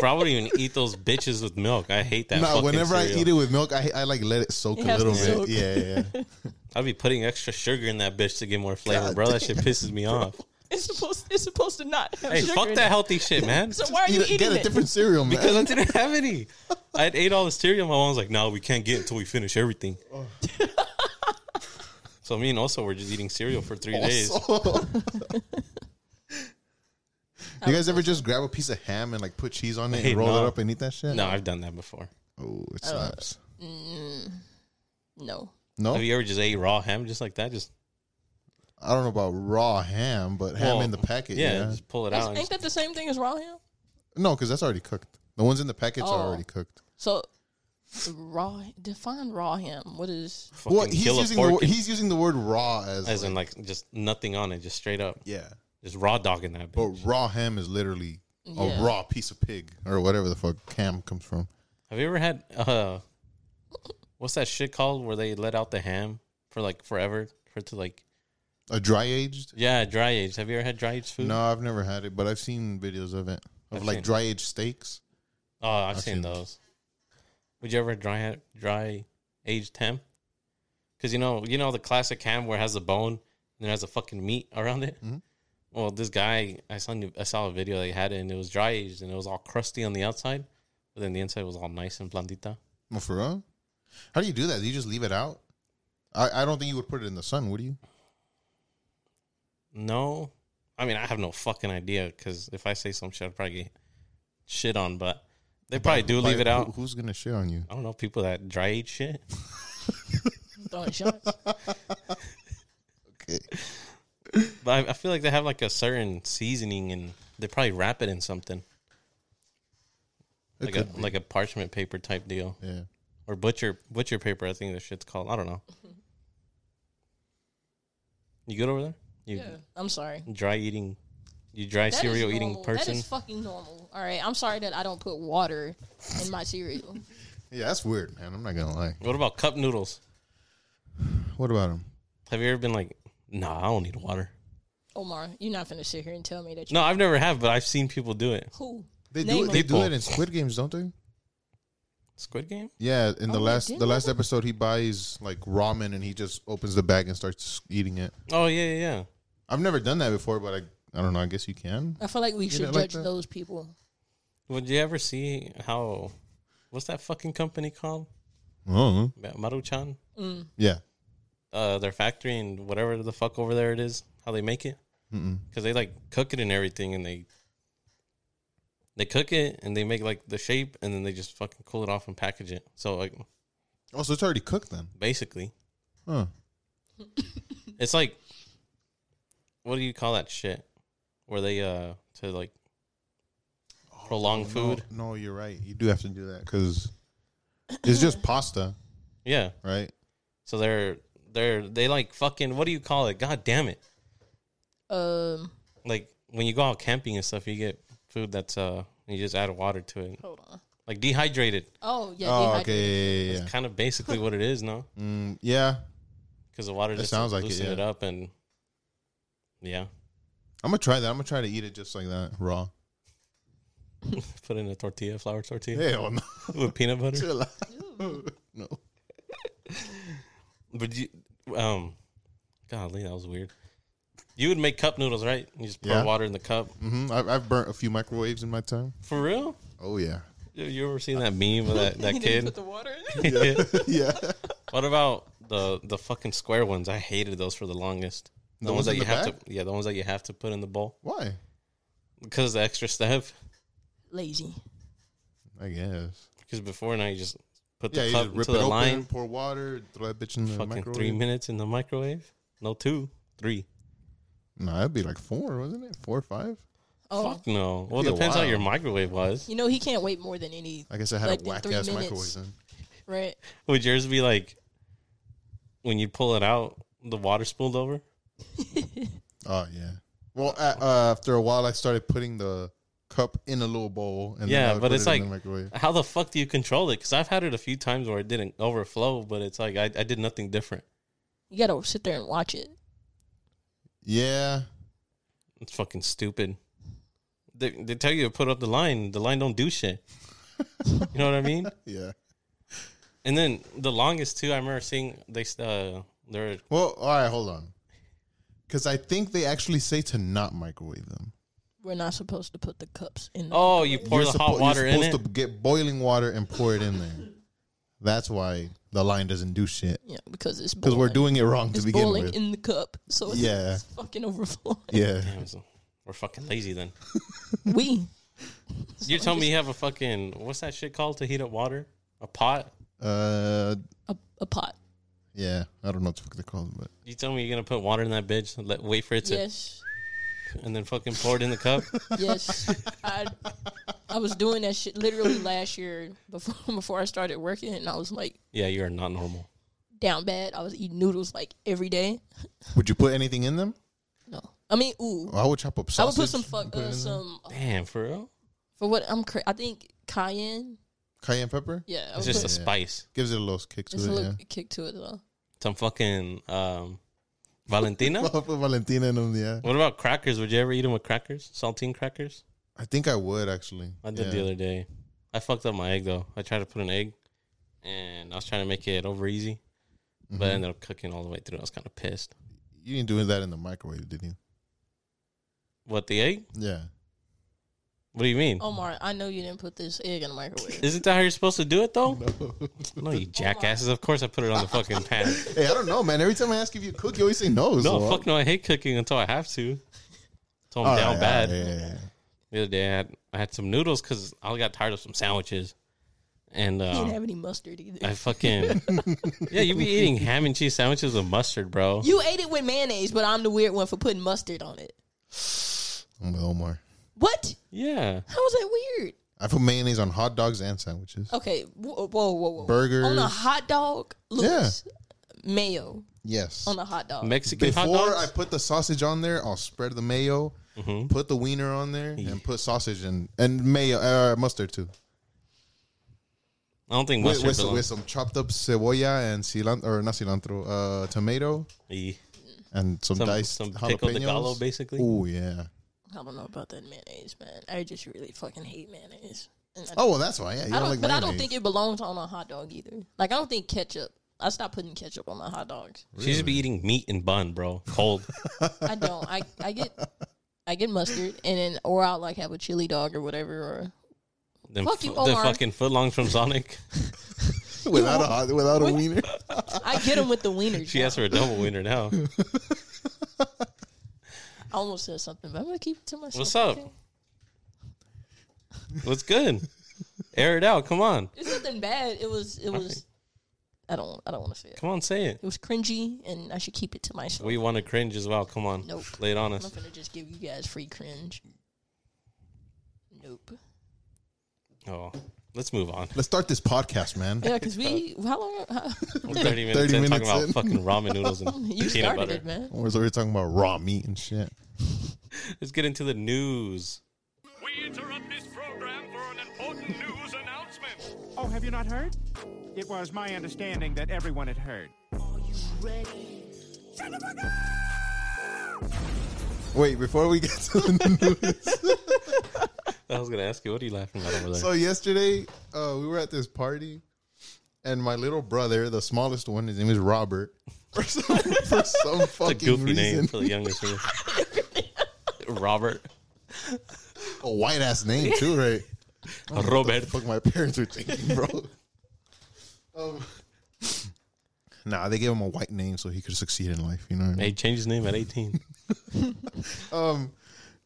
Speaker 1: Bro, I wouldn't even eat those bitches with milk. I hate
Speaker 3: <laughs>
Speaker 1: that.
Speaker 3: No,
Speaker 1: fucking
Speaker 3: whenever I
Speaker 1: cereal.
Speaker 3: eat it with milk, I, I like let it soak
Speaker 2: It
Speaker 3: a
Speaker 2: has to
Speaker 3: little
Speaker 2: soak.
Speaker 3: bit. Yeah, yeah, yeah.
Speaker 1: I'd be putting extra sugar in that bitch to get more flavor,
Speaker 3: God
Speaker 1: bro. That shit pisses me off.
Speaker 2: it's supposed. It's supposed to not. Have
Speaker 1: Hey,
Speaker 2: sugar
Speaker 1: fuck
Speaker 2: in
Speaker 1: that
Speaker 2: it.
Speaker 1: healthy shit, man.
Speaker 2: So why <laughs> are you
Speaker 3: Eat a-
Speaker 2: eating
Speaker 3: get a
Speaker 2: it?
Speaker 3: different cereal, man.
Speaker 1: <laughs> Because I didn't have any. I would ate all the cereal. My mom was like, "No, we can't get it until we finish everything." <laughs> so me and also were just eating cereal for three days.
Speaker 3: <laughs>
Speaker 2: <laughs>
Speaker 3: Also- you guys ever just grab a piece of ham and like put cheese on it
Speaker 1: Hey,
Speaker 3: and roll
Speaker 1: no.
Speaker 3: it up and eat that shit?
Speaker 1: No, I've done that before.
Speaker 3: Oh, it slaps.
Speaker 2: No.
Speaker 3: No,
Speaker 1: Have you ever just ate raw ham just like that? Just
Speaker 3: I don't know about raw ham, but ham
Speaker 1: Well,
Speaker 3: in the packet.
Speaker 1: yeah,
Speaker 3: Yeah.
Speaker 1: just pull it out.
Speaker 2: Is-
Speaker 1: and
Speaker 2: Ain't
Speaker 1: just-
Speaker 2: that the same thing as raw ham?
Speaker 3: No, because that's already cooked. The ones in the packets are
Speaker 2: Oh.
Speaker 3: already cooked.
Speaker 2: So raw define raw ham. What is
Speaker 1: fucking
Speaker 3: well, he's
Speaker 1: kill a
Speaker 3: using the
Speaker 1: pork
Speaker 3: word,
Speaker 1: and-
Speaker 3: he's using the word raw as,
Speaker 1: as
Speaker 3: like-
Speaker 1: in like just nothing on it, just straight up,
Speaker 3: yeah,
Speaker 1: just raw dogging that bitch.
Speaker 3: but raw ham is literally
Speaker 2: Yeah.
Speaker 3: a raw piece of pig or whatever the fuck ham comes from.
Speaker 1: Have you ever had uh, what's that shit called where they let out the ham for like forever for it to like
Speaker 3: A dry aged.
Speaker 1: yeah dry aged? Have you ever had dry aged food?
Speaker 3: No, I've never had it, but I've seen videos of it of
Speaker 1: I've seen
Speaker 3: like
Speaker 1: it.
Speaker 3: dry aged steaks.
Speaker 1: Oh, I've,
Speaker 3: I've
Speaker 1: seen,
Speaker 3: seen
Speaker 1: those. Would you ever dry dry aged ham? Because you know, you know the classic ham where it has a bone and then has a fucking meat around it.
Speaker 3: Mhm.
Speaker 1: Well, this guy, I saw, I saw a video they had it and it was dry aged and it was all crusty on the outside, but then the inside was all nice and blandita.
Speaker 3: Well, for real? How do you do that? Do you just leave it out? I, I don't think you would put it in the sun, would you?
Speaker 1: No, I mean I have no fucking idea because if I say some shit, I'd probably get shit on. But they probably do
Speaker 3: Like,
Speaker 1: leave it
Speaker 3: who-
Speaker 1: out.
Speaker 3: who's gonna shit on you?
Speaker 1: I don't know people that dry age shit. <laughs>
Speaker 2: throwing shots?
Speaker 3: Okay.
Speaker 1: But I, I feel like they have like a certain seasoning and they probably wrap it in something.
Speaker 3: It
Speaker 1: like a
Speaker 3: could be.
Speaker 1: like a parchment paper type deal
Speaker 3: yeah.
Speaker 1: or butcher butcher paper. I think this shit's called. I don't
Speaker 3: <laughs>
Speaker 1: know. You good over there? You
Speaker 2: yeah. I'm sorry.
Speaker 1: dry eating, you dry
Speaker 2: That is
Speaker 1: cereal eating
Speaker 2: normal. That
Speaker 1: person.
Speaker 2: is fucking normal. All right. I'm sorry that I don't put water in my cereal.
Speaker 3: Yeah, that's weird, man. I'm not gonna lie.
Speaker 1: what about cup noodles?
Speaker 3: What about him?
Speaker 1: Have you ever been like, nah, I don't need water.
Speaker 2: Omar, you're not finna sit here and tell me that you
Speaker 1: No, I've never have, but I've seen people do it.
Speaker 2: who
Speaker 3: They
Speaker 2: Name
Speaker 3: do it,
Speaker 2: 'em.
Speaker 3: they do
Speaker 1: People.
Speaker 3: it in Squid Games, don't they?
Speaker 1: Squid Game.
Speaker 3: Yeah, in the
Speaker 2: Oh, they
Speaker 3: last
Speaker 2: did
Speaker 3: the last
Speaker 2: that?
Speaker 3: episode, he buys like ramen and he just opens the bag and starts eating it.
Speaker 1: Oh yeah, yeah, yeah.
Speaker 3: I've never done that before, but I I don't know. I guess you can.
Speaker 2: I feel like we should
Speaker 3: didn't like
Speaker 2: judge
Speaker 3: that?
Speaker 2: those people.
Speaker 1: Would you ever see how? What's that fucking company called?
Speaker 3: Oh,
Speaker 1: Ma- Maruchan.
Speaker 3: yeah.
Speaker 1: uh, their factory and whatever the fuck over there it is, how they make it, because they like cook it and everything, and they they cook it and they make like the shape, and then they just fucking cool it off and package it. So like
Speaker 3: Oh, so it's already cooked then,
Speaker 1: basically,
Speaker 3: huh?
Speaker 1: it's like what do you call that shit? where they uh to like prolong
Speaker 3: No,
Speaker 1: food.
Speaker 3: No, you're right. You do have to do that because it's
Speaker 2: <coughs>
Speaker 3: just pasta,
Speaker 1: Yeah.
Speaker 3: right?
Speaker 1: So they're they're they like fucking what do you call it? God damn it.
Speaker 2: Um,
Speaker 1: Like when you go out camping and stuff, you get food that's uh you just add water to it.
Speaker 2: hold on.
Speaker 1: Like dehydrated.
Speaker 2: Oh yeah.
Speaker 3: oh,
Speaker 2: dehydrated.
Speaker 3: okay, yeah, yeah,
Speaker 1: It's kind of basically what it is, no?
Speaker 3: yeah. Mm, yeah.
Speaker 1: Because the water
Speaker 3: That
Speaker 1: just sounds
Speaker 3: sounds like it,
Speaker 1: loosens it,
Speaker 3: yeah.
Speaker 1: up and yeah, <laughs>
Speaker 3: I'm gonna try that. I'm gonna try to eat it just like that, raw.
Speaker 1: put in a tortilla, flour tortilla
Speaker 3: Hell no.
Speaker 1: <laughs>
Speaker 3: <laughs>
Speaker 1: with peanut butter.
Speaker 3: Chill out. no.
Speaker 1: But you, um, golly, that was weird. You would make cup noodles, right? You just pour
Speaker 3: Yeah.
Speaker 1: water in the cup.
Speaker 3: hmm I've, I've burnt a few microwaves in my time.
Speaker 1: For real?
Speaker 3: Oh yeah.
Speaker 1: You- You ever seen that meme of that,
Speaker 3: <laughs>
Speaker 1: that
Speaker 2: You <laughs> didn't
Speaker 1: kid?
Speaker 2: Put the water
Speaker 1: <laughs>
Speaker 2: in. it?
Speaker 1: Yeah.
Speaker 3: yeah.
Speaker 1: What about the the fucking square ones? I hated those for the longest. The,
Speaker 3: The
Speaker 1: ones,
Speaker 3: ones
Speaker 1: that
Speaker 3: in
Speaker 1: you
Speaker 3: the
Speaker 1: have
Speaker 3: back?
Speaker 1: to, yeah, the ones that you have to put in the bowl
Speaker 3: <laughs> Why?
Speaker 1: because the extra step.
Speaker 2: Lazy.
Speaker 3: I guess.
Speaker 1: Because before now you just put
Speaker 3: Yeah,
Speaker 1: the
Speaker 3: you
Speaker 1: cup
Speaker 3: just rip
Speaker 1: into
Speaker 3: it
Speaker 1: the
Speaker 3: open,
Speaker 1: line,
Speaker 3: pour water, throw that bitch in the
Speaker 1: fucking
Speaker 3: microwave.
Speaker 1: three minutes in the microwave. No, two, three.
Speaker 3: No, that'd be like four, wasn't it? Four or five.
Speaker 2: Oh,
Speaker 1: Fuck no. Well,
Speaker 3: be a
Speaker 1: depends how
Speaker 3: while.
Speaker 1: your microwave was.
Speaker 2: you know he can't wait more than any.
Speaker 3: I guess I had
Speaker 2: Like
Speaker 3: a
Speaker 2: in
Speaker 3: whack
Speaker 2: three
Speaker 3: ass
Speaker 2: minutes.
Speaker 3: microwave then.
Speaker 2: Right. <laughs>
Speaker 1: Would yours be like when you pull it out, the water spilled over?
Speaker 3: Oh yeah. Well, a uh, after a while, I started putting the cup in a little bowl, and
Speaker 1: Yeah,
Speaker 3: I would
Speaker 1: but
Speaker 3: put
Speaker 1: it's
Speaker 3: it in
Speaker 1: like-
Speaker 3: the microwave.
Speaker 1: How the fuck do you control it? Because I've had it a few times where it didn't overflow, but it's like I, I did nothing different.
Speaker 2: You gotta sit there and watch it.
Speaker 3: Yeah,
Speaker 1: It's fucking stupid. They, they tell you to put up the line. The line don't do shit. you know what I
Speaker 3: <laughs>
Speaker 1: mean?
Speaker 3: yeah.
Speaker 1: And then the longest too, I remember seeing they uh they're
Speaker 3: Well, all right, hold on, because I think they actually say to not microwave them.
Speaker 2: We're not supposed to put the cups in. The-
Speaker 1: oh you pour the
Speaker 3: suppo-
Speaker 1: hot water
Speaker 3: you're
Speaker 1: in
Speaker 3: supposed
Speaker 1: it.
Speaker 3: to get boiling water and pour it in there. That's why the line doesn't do shit
Speaker 2: yeah, because it's
Speaker 3: because we're
Speaker 2: boiling.
Speaker 3: doing it wrong to
Speaker 2: it's
Speaker 3: begin
Speaker 2: boiling
Speaker 3: with.
Speaker 2: in the cup, so it's,
Speaker 3: Yeah.
Speaker 2: it's fucking overflowing. <laughs>
Speaker 3: yeah,
Speaker 1: <laughs> Damn, so we're fucking lazy then.
Speaker 2: we
Speaker 1: You're telling me you have a fucking what's that shit called to heat up water? A pot?
Speaker 3: uh,
Speaker 2: a, a pot.
Speaker 3: yeah. I don't know what the fuck they're called, but
Speaker 1: You tell me you're gonna put water in that bitch, let wait for it to,
Speaker 2: yes,
Speaker 1: and then fucking pour it in the cup.
Speaker 2: yes. I I was doing that shit literally last year before <laughs> before I started working, and I was like
Speaker 1: yeah, you are not normal.
Speaker 2: down bad. I was eating noodles like every day.
Speaker 3: would you put anything in them?
Speaker 2: No, I mean, ooh,
Speaker 3: I would chop up
Speaker 2: I
Speaker 3: Oh, sausage.
Speaker 2: would put some fuck
Speaker 3: and it
Speaker 2: uh,
Speaker 3: in there.
Speaker 2: some
Speaker 1: Damn, for real?
Speaker 2: for what I'm. Cra- I think cayenne.
Speaker 3: cayenne pepper.
Speaker 2: Yeah, I
Speaker 1: It's
Speaker 2: would
Speaker 1: just
Speaker 2: put-
Speaker 1: a
Speaker 3: Yeah.
Speaker 1: spice.
Speaker 3: Gives it a little kick to
Speaker 2: just a
Speaker 3: it.
Speaker 2: little
Speaker 3: Yeah.
Speaker 2: kick to it though.
Speaker 1: Some fucking um
Speaker 3: <laughs>
Speaker 1: Valentina?
Speaker 3: I'll put Valentina in them. Yeah,
Speaker 1: What about crackers? Would you ever eat them with crackers? Saltine crackers?
Speaker 3: I think I would actually.
Speaker 1: I did
Speaker 3: yeah.
Speaker 1: the other day. I fucked up my egg though. I tried to put an egg, and I was trying to make it over easy, but I ended up cooking all the way through. I was kind of pissed.
Speaker 3: Mm-hmm. You didn't do that in the microwave, did you?
Speaker 1: What the egg?
Speaker 3: Yeah.
Speaker 1: What do you mean?
Speaker 2: Omar, I know you didn't put this egg in
Speaker 1: <laughs>
Speaker 2: the microwave.
Speaker 1: Isn't that how you're supposed to do it
Speaker 3: <laughs>
Speaker 1: though? No, you jackasses. Of course I put it on the fucking pan.
Speaker 3: Hey, I don't know, man. Every time I ask if you cook, you always say no.
Speaker 1: No, fuck no. I hate cooking until I have to. Until I'm down bad. The other day I had, I had some noodles because I got tired of some sandwiches, and
Speaker 2: He didn't
Speaker 1: uh,
Speaker 2: have any mustard either.
Speaker 1: I fucking yeah. You be eating ham and cheese sandwiches with mustard, bro.
Speaker 2: You ate it with mayonnaise, but I'm the weird one for putting mustard on it.
Speaker 3: I'm with Omar.
Speaker 2: What?
Speaker 1: Yeah.
Speaker 2: How was that weird?
Speaker 3: I put mayonnaise on hot dogs and sandwiches.
Speaker 2: Okay, whoa, whoa, whoa, whoa.
Speaker 3: Burgers.
Speaker 2: on a hot dog, Louis, mayo
Speaker 3: Yes.
Speaker 2: on a hot dog.
Speaker 1: Mexican hot
Speaker 3: Before I
Speaker 1: dogs. Mm-hmm.
Speaker 3: put the sausage on there, I'll spread the mayo, put the wiener on there, and put sausage and and mayo uh, mustard too.
Speaker 1: I, don't think
Speaker 3: With,
Speaker 1: mustard
Speaker 3: with, some, with
Speaker 1: belongs.
Speaker 3: some chopped up cebolla and cilantro or not cilantro, uh, tomato
Speaker 1: Eh.
Speaker 3: and some,
Speaker 1: Some,
Speaker 3: diced
Speaker 1: some pickle de gallo,
Speaker 3: jalapenos.
Speaker 1: basically.
Speaker 3: Oh yeah.
Speaker 2: I don't know about that mayonnaise, man. I just really fucking hate mayonnaise. And I,
Speaker 3: Oh well, that's why. Yeah, you
Speaker 2: I
Speaker 3: don't,
Speaker 2: don't,
Speaker 3: like
Speaker 2: but I
Speaker 3: mayonnaise.
Speaker 2: don't think it belongs on a hot dog either. Like I don't think ketchup. I stopped putting ketchup on my hot dogs.
Speaker 1: She should be eating meat and bun, bro. Cold.
Speaker 2: <laughs> I don't. I I get
Speaker 3: <laughs>
Speaker 2: I get mustard and then or I'll like have a chili dog or whatever or
Speaker 1: Them
Speaker 2: Fuck you,
Speaker 1: fu- the
Speaker 2: Omar.
Speaker 1: fucking footlongs from Sonic. <laughs>
Speaker 3: <laughs> without a hot, without a wiener.
Speaker 2: I get them with the wieners.
Speaker 1: She asked for a double winner now.
Speaker 2: I almost said something, but I'm gonna keep it to myself.
Speaker 1: What's up?
Speaker 2: okay?
Speaker 1: What's good? Air it out. Come on.
Speaker 2: It's nothing bad. It was it was I don't. I don't want to say it.
Speaker 1: Come on, say it.
Speaker 2: It was cringy, and I should keep it to myself.
Speaker 1: We want to cringe as well. Come on,
Speaker 2: Nope.
Speaker 1: lay it on
Speaker 2: I'm
Speaker 1: us.
Speaker 2: not gonna just give you guys free cringe.
Speaker 1: <laughs>
Speaker 2: Nope.
Speaker 1: Oh, let's move
Speaker 2: <laughs>
Speaker 1: on.
Speaker 3: Let's start this podcast, man.
Speaker 2: Yeah, because we
Speaker 1: Oh.
Speaker 2: how long? How, <laughs>
Speaker 1: We're Thirty minutes
Speaker 3: 30
Speaker 1: in
Speaker 3: minutes
Speaker 1: talking about
Speaker 3: in.
Speaker 1: fucking ramen noodles and
Speaker 2: you
Speaker 1: peanut
Speaker 2: started
Speaker 1: butter.
Speaker 2: it, man. <laughs>
Speaker 3: We're already talking about raw meat and shit.
Speaker 1: Let's get into the news.
Speaker 4: We interrupt this program for an important news announcement.
Speaker 5: Oh, have you not heard? It was my understanding that everyone had heard.
Speaker 3: Wait, before we get to the <laughs> news.
Speaker 1: I was gonna ask you, what are you laughing about over there?
Speaker 3: So yesterday, uh, we were at this party, and my little brother, the smallest one, his name is Robert. <laughs> For some, for some
Speaker 1: it's a
Speaker 3: fucking
Speaker 1: goofy <laughs>
Speaker 3: reason,
Speaker 1: name for the youngest one.
Speaker 2: <laughs>
Speaker 1: Robert,
Speaker 3: a white ass name too, right?
Speaker 1: Robert.
Speaker 3: Fuck, my parents were thinking, bro.
Speaker 1: <laughs>
Speaker 3: um, <laughs> nah, they gave him a white name so he could succeed in life. You know, what I mean?
Speaker 1: Hey, changed his name at eighteen.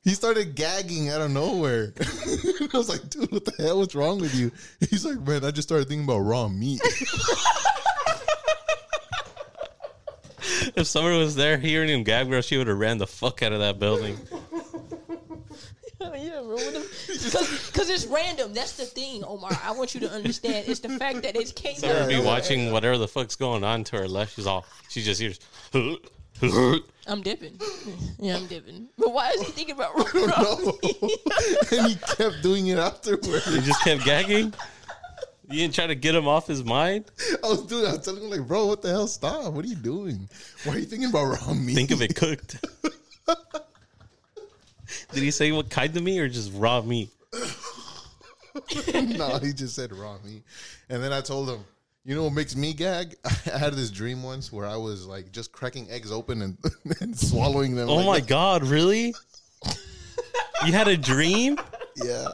Speaker 3: he started gagging out of nowhere. <laughs> I was like, dude, what the hell? What's wrong with you? He's like, man, I just started thinking about
Speaker 1: <laughs>
Speaker 3: raw
Speaker 1: <laughs>
Speaker 3: meat. <laughs>
Speaker 1: If someone was there hearing him gag, bro, she would have ran the fuck out of that building.
Speaker 3: <laughs>
Speaker 2: Oh, yeah, bro. Because it's random. That's the thing, Omar. I want you to understand. It's the fact that it came.
Speaker 1: Someone would be
Speaker 3: Yeah.
Speaker 1: watching whatever the fuck's going on to her left. She's all, she just hears, <laughs> and
Speaker 2: I'm dipping. Yeah, I'm dipping. But why is he thinking about
Speaker 1: <laughs>
Speaker 2: <laughs>
Speaker 3: no. and he kept doing it afterwards.
Speaker 1: just kept gagging. You didn't try to get him off his mind.
Speaker 3: I was doing. I was telling him like, bro, what the hell? Stop! What are you doing? Why are you thinking about <laughs> raw meat?
Speaker 1: Think of it
Speaker 3: <laughs>
Speaker 1: cooked. Did he say what kind of meat or just raw meat?
Speaker 3: no, he just said raw meat. And then I told him, you know what makes me gag? <laughs> I had this dream once where I was like just cracking eggs open and, <laughs> and swallowing them.
Speaker 1: Oh
Speaker 3: like,
Speaker 1: my god,
Speaker 3: <laughs>
Speaker 1: really? You had a dream?
Speaker 3: Yeah.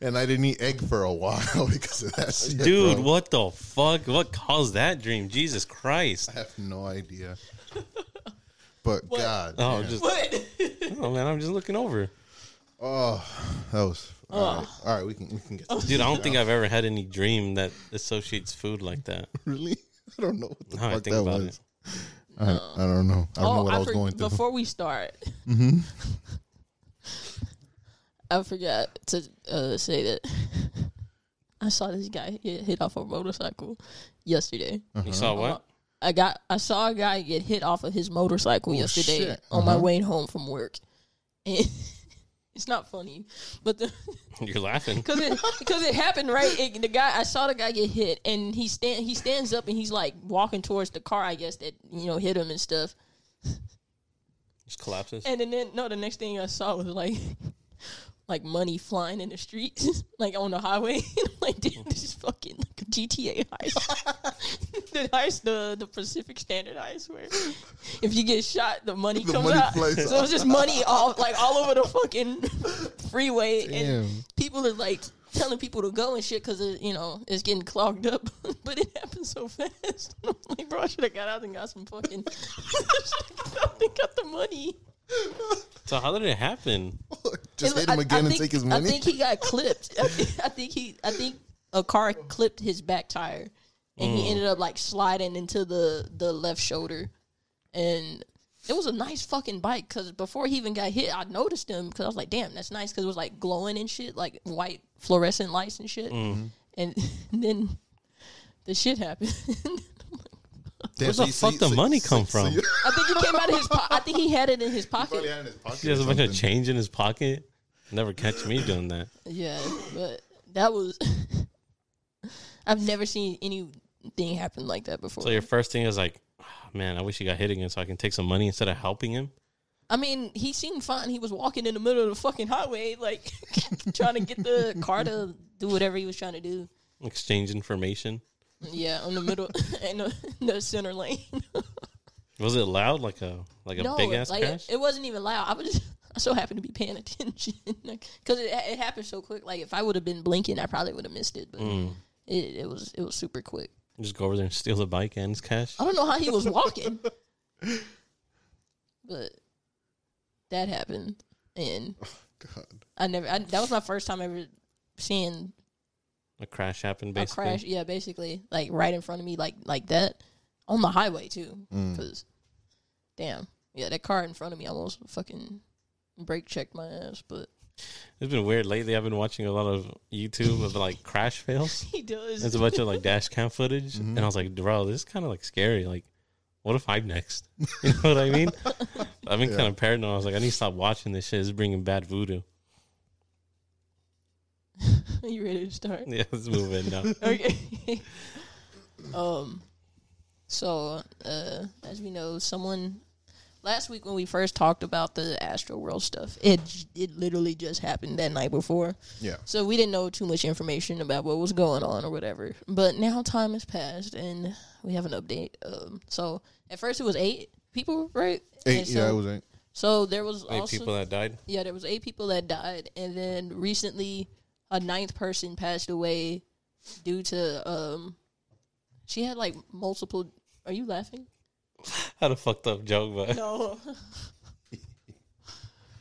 Speaker 3: And I didn't eat egg for a <laughs> while because of that shit.
Speaker 1: Dude,
Speaker 3: bro.
Speaker 1: what the fuck? What caused that dream? Jesus Christ.
Speaker 3: I have
Speaker 1: <laughs>
Speaker 3: no idea. But God,
Speaker 1: Oh,
Speaker 3: man.
Speaker 1: just
Speaker 2: What?
Speaker 1: oh man, I'm just looking over.
Speaker 3: that was all
Speaker 1: Oh.
Speaker 3: right. All right, we can we can get
Speaker 1: Dude, I don't think I've ever had any dream that associates food like that.
Speaker 3: really. <laughs> I don't know what the
Speaker 1: Now I
Speaker 3: fuck
Speaker 1: think
Speaker 3: that
Speaker 1: about Oh,
Speaker 3: was. I, I don't know. I don't know what I, was
Speaker 2: Oh, for-
Speaker 3: going through. Mm-hmm.
Speaker 2: Before we start, <laughs> I forgot to uh, say that <laughs> I saw this guy get hit off a motorcycle yesterday.
Speaker 3: Uh-huh.
Speaker 1: it. You saw what?
Speaker 2: I got I saw a guy get hit off of his motorcycle yesterday
Speaker 3: Oh, shit. Uh-huh.
Speaker 2: on my way home from work, <laughs> and it's not funny, but the.
Speaker 1: <laughs>
Speaker 2: <laughs>
Speaker 1: You're laughing.
Speaker 2: Cause it, cause it happened right. It, the guy I saw the guy get hit, and he stand he stands up and he's like walking towards the car. I guess that you know hit him and stuff.
Speaker 1: Just collapses.
Speaker 2: And then, then no, the next thing I saw was like <laughs> like money flying in the streets, <laughs> like on the highway. I'm like, dude, this is fucking like a GTA heist. <laughs> the heist, the the Pacific Standard heist, where if you get shot, the money
Speaker 3: The
Speaker 2: comes
Speaker 3: money
Speaker 2: out.
Speaker 3: flies
Speaker 2: so it's just money all like all over the
Speaker 3: <laughs>
Speaker 2: fucking freeway, and
Speaker 3: Damn.
Speaker 2: people are like telling people to go and shit because you know it's getting clogged up. <laughs> but it happened so fast. <laughs> I'm like, bro, I should have got out and got some fucking. <laughs> I should have got out and got the money.
Speaker 1: So how did it happen?
Speaker 3: <laughs> just
Speaker 2: It-
Speaker 3: hit him
Speaker 2: I-
Speaker 3: again
Speaker 2: I
Speaker 3: and
Speaker 2: think-
Speaker 3: take his
Speaker 2: I
Speaker 3: money.
Speaker 2: think he got clipped. I think, I think he. I think a car clipped his back tire, and he ended up like sliding into the the left shoulder. And it was a nice fucking bike because before he even got hit, I noticed him because I was like, "Damn, that's nice." Because it was like glowing and shit, like white fluorescent lights and shit. And, <laughs> then the shit happened. <laughs>
Speaker 3: Damn,
Speaker 1: Where
Speaker 3: so
Speaker 1: the
Speaker 3: you- so
Speaker 1: fuck
Speaker 3: you-
Speaker 1: the
Speaker 3: so-
Speaker 1: money
Speaker 3: so-
Speaker 1: come
Speaker 3: so
Speaker 1: from?
Speaker 3: you-
Speaker 2: I think it came out of his. Po- I think he had it in his pocket.
Speaker 3: Probably had it in his
Speaker 1: <laughs>
Speaker 3: pocket
Speaker 1: He has
Speaker 3: or
Speaker 1: a bunch of
Speaker 3: something.
Speaker 1: change in his pocket. Never catch me doing that.
Speaker 2: Yeah, but that was. <laughs> I've never seen anything happen like that before.
Speaker 1: So your first thing is like, "Ah, man, I wish he got hit again so I can take some money instead of helping him.
Speaker 2: I mean, he seemed fine. He was walking in the middle of the fucking highway, like <laughs> trying to get the car to do whatever he was trying to do.
Speaker 1: Exchange information.
Speaker 2: Yeah, on the middle <laughs> and the, the center lane.
Speaker 1: Was it loud like a like a
Speaker 2: no,
Speaker 1: big ass
Speaker 2: like
Speaker 1: crash?
Speaker 2: It, wasn't even loud. I was just, <laughs> I so happened to be paying <laughs> attention because it, it happened so quick. Like if I would have been blinking, I probably would have missed it. But
Speaker 1: Mm.
Speaker 2: it, it was it was super quick.
Speaker 1: Just go over there and steal the bike and his cash.
Speaker 2: I don't know how he was walking. but that happened and
Speaker 3: God.
Speaker 2: I never I, that was my first time ever seeing
Speaker 1: A crash happened
Speaker 2: a
Speaker 1: basically.
Speaker 2: crash. Yeah, basically, like right in front of me, like like that, on the highway too.
Speaker 3: Mm, Hmm.
Speaker 2: Because, damn, yeah, that car in front of me almost fucking brake checked my ass. But <laughs>
Speaker 1: It's been weird lately. I've been watching a lot of YouTube of like crash fails.
Speaker 2: he does.
Speaker 1: There's a
Speaker 2: <laughs>
Speaker 1: bunch of like dash cam footage, and I was like, bro, this is kind of like scary. Like, what if I'm next? <laughs> You know what I mean? I've been kind of paranoid. I was like, I need to stop watching this shit. It's bringing bad voodoo. <laughs>
Speaker 2: you ready to start?
Speaker 1: Yeah, let's move in now.
Speaker 2: okay. <laughs> um. So, uh, as we know, someone last week when we first talked about the Astro World stuff, it j- it literally just happened that night before.
Speaker 3: Yeah.
Speaker 2: So we didn't know too much information about what was going on or whatever. But now time has passed and we have an update. Um. So at first it was eight people, right?
Speaker 3: Eight,
Speaker 2: And so,
Speaker 3: yeah, it was eight.
Speaker 2: So there was
Speaker 1: Eight
Speaker 2: also
Speaker 1: people that died.
Speaker 2: yeah, there was eight people that died, and then recently a ninth person passed away due to um, she had like multiple. Are you laughing?
Speaker 1: Had a fucked up joke, but
Speaker 2: <laughs> No,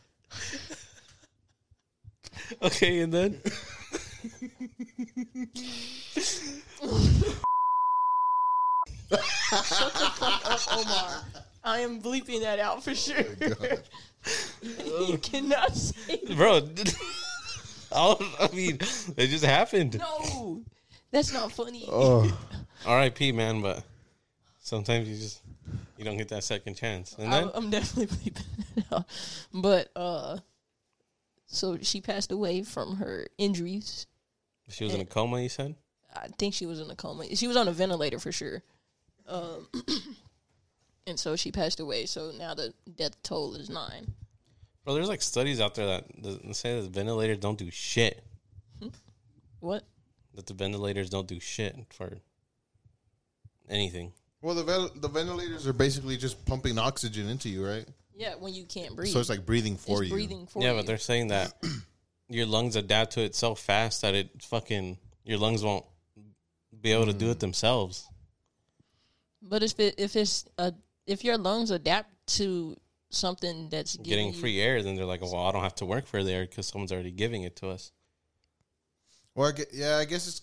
Speaker 1: <laughs> okay. And then
Speaker 2: Omar. I am bleeping that out
Speaker 1: Oh
Speaker 2: for sure. <laughs> you cannot say
Speaker 1: bro. <laughs> I'll- I mean, it just happened.
Speaker 2: no. That's not funny.
Speaker 3: Oh,
Speaker 1: R.I.P. Man, but sometimes you just you don't get that second chance. And
Speaker 2: I,
Speaker 1: then
Speaker 2: I'm definitely <laughs> bleeping that out. But uh, so she passed away from her injuries.
Speaker 1: she was in a coma. You said
Speaker 2: I think she was in a coma. She was on a ventilator for sure. Um, <coughs> and so she passed away. So now the death toll is nine.
Speaker 1: Bro, there's like studies out there that that say that ventilators don't do shit.
Speaker 2: What?
Speaker 1: That the ventilators don't do shit for anything.
Speaker 3: well, the vel- the ventilators are basically just pumping oxygen into you, right?
Speaker 2: Yeah, when you can't breathe.
Speaker 3: So it's like breathing
Speaker 2: It's
Speaker 3: for you.
Speaker 2: breathing for
Speaker 1: yeah,
Speaker 2: you.
Speaker 1: but they're saying
Speaker 2: <clears throat>
Speaker 1: that your lungs adapt to it so fast that it fucking your lungs won't be able to do
Speaker 2: Mm.
Speaker 1: it themselves.
Speaker 2: But if it, if it's uh if your lungs adapt to something that's
Speaker 1: Getting
Speaker 2: giving you-
Speaker 1: free air, then they're like, "Well, I don't have to work for the air because someone's already giving it to us."
Speaker 3: Or I gue- yeah, I guess it's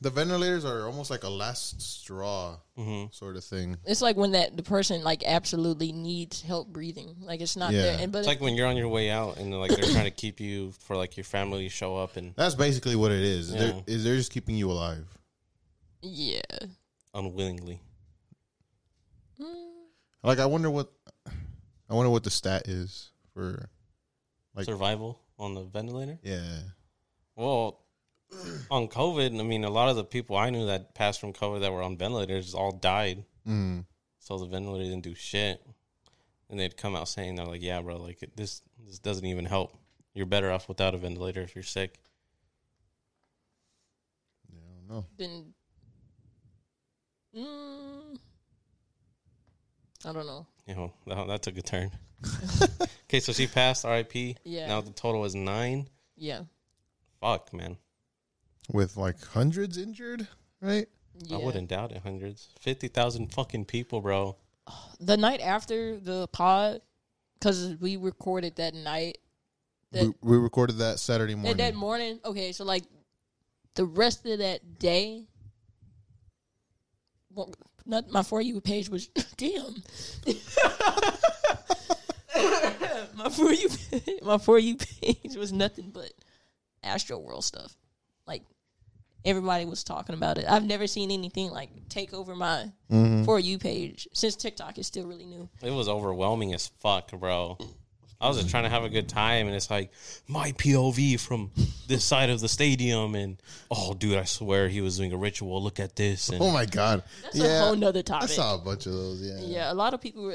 Speaker 3: the ventilators are almost like a last straw
Speaker 1: Mm-hmm.
Speaker 3: sort of thing.
Speaker 2: it's like when that the person like absolutely needs help breathing. Like it's not
Speaker 3: Yeah.
Speaker 2: there. And, but
Speaker 1: It's like when you're on your way out and like they're trying to keep you for like your family to show up and
Speaker 3: That's basically what it is. They're-
Speaker 1: Yeah.
Speaker 3: is they're just keeping you alive.
Speaker 2: yeah,
Speaker 1: unwillingly.
Speaker 3: Like I wonder what I wonder what the stat is for. Like-
Speaker 1: Survival on the ventilator?
Speaker 3: Yeah,
Speaker 1: Well, on COVID, I mean, a lot of the people I knew that passed from COVID that were on ventilators all died.
Speaker 3: mm.
Speaker 1: So the ventilator didn't do shit. And they'd come out saying, they're like, yeah, bro, like it, this, this doesn't even help. You're better off without a ventilator if you're sick.
Speaker 3: yeah, I don't know.
Speaker 2: then mm, I don't know.
Speaker 1: You know, that, that took a turn. okay, so she passed RIP.
Speaker 2: Yeah.
Speaker 1: Now the total is nine.
Speaker 2: Yeah.
Speaker 1: Fuck, man.
Speaker 3: With like hundreds injured, right?
Speaker 2: Yeah.
Speaker 1: I wouldn't doubt it. Hundreds. 50,000 fucking people, bro.
Speaker 2: The night after the pod, because we recorded that night, that,
Speaker 3: we, we recorded that Saturday morning.
Speaker 2: that that morning. Okay, so like the rest of that day, well, not my for you page was <laughs> damn. my for you, <laughs> my for you page was nothing but Astro World stuff. Like everybody was talking about it. I've never seen anything like take over my for you page since TikTok is still really new.
Speaker 1: It was overwhelming as fuck, bro. I was just trying to have a good time, and it's like my POV from this side of the stadium, and oh, dude, I swear he was doing a ritual. Look at this, and
Speaker 3: oh my god!
Speaker 2: That's a whole nother
Speaker 3: I
Speaker 2: topic.
Speaker 3: saw a bunch of those. Yeah,
Speaker 2: Yeah, a lot of people. <sighs> Were,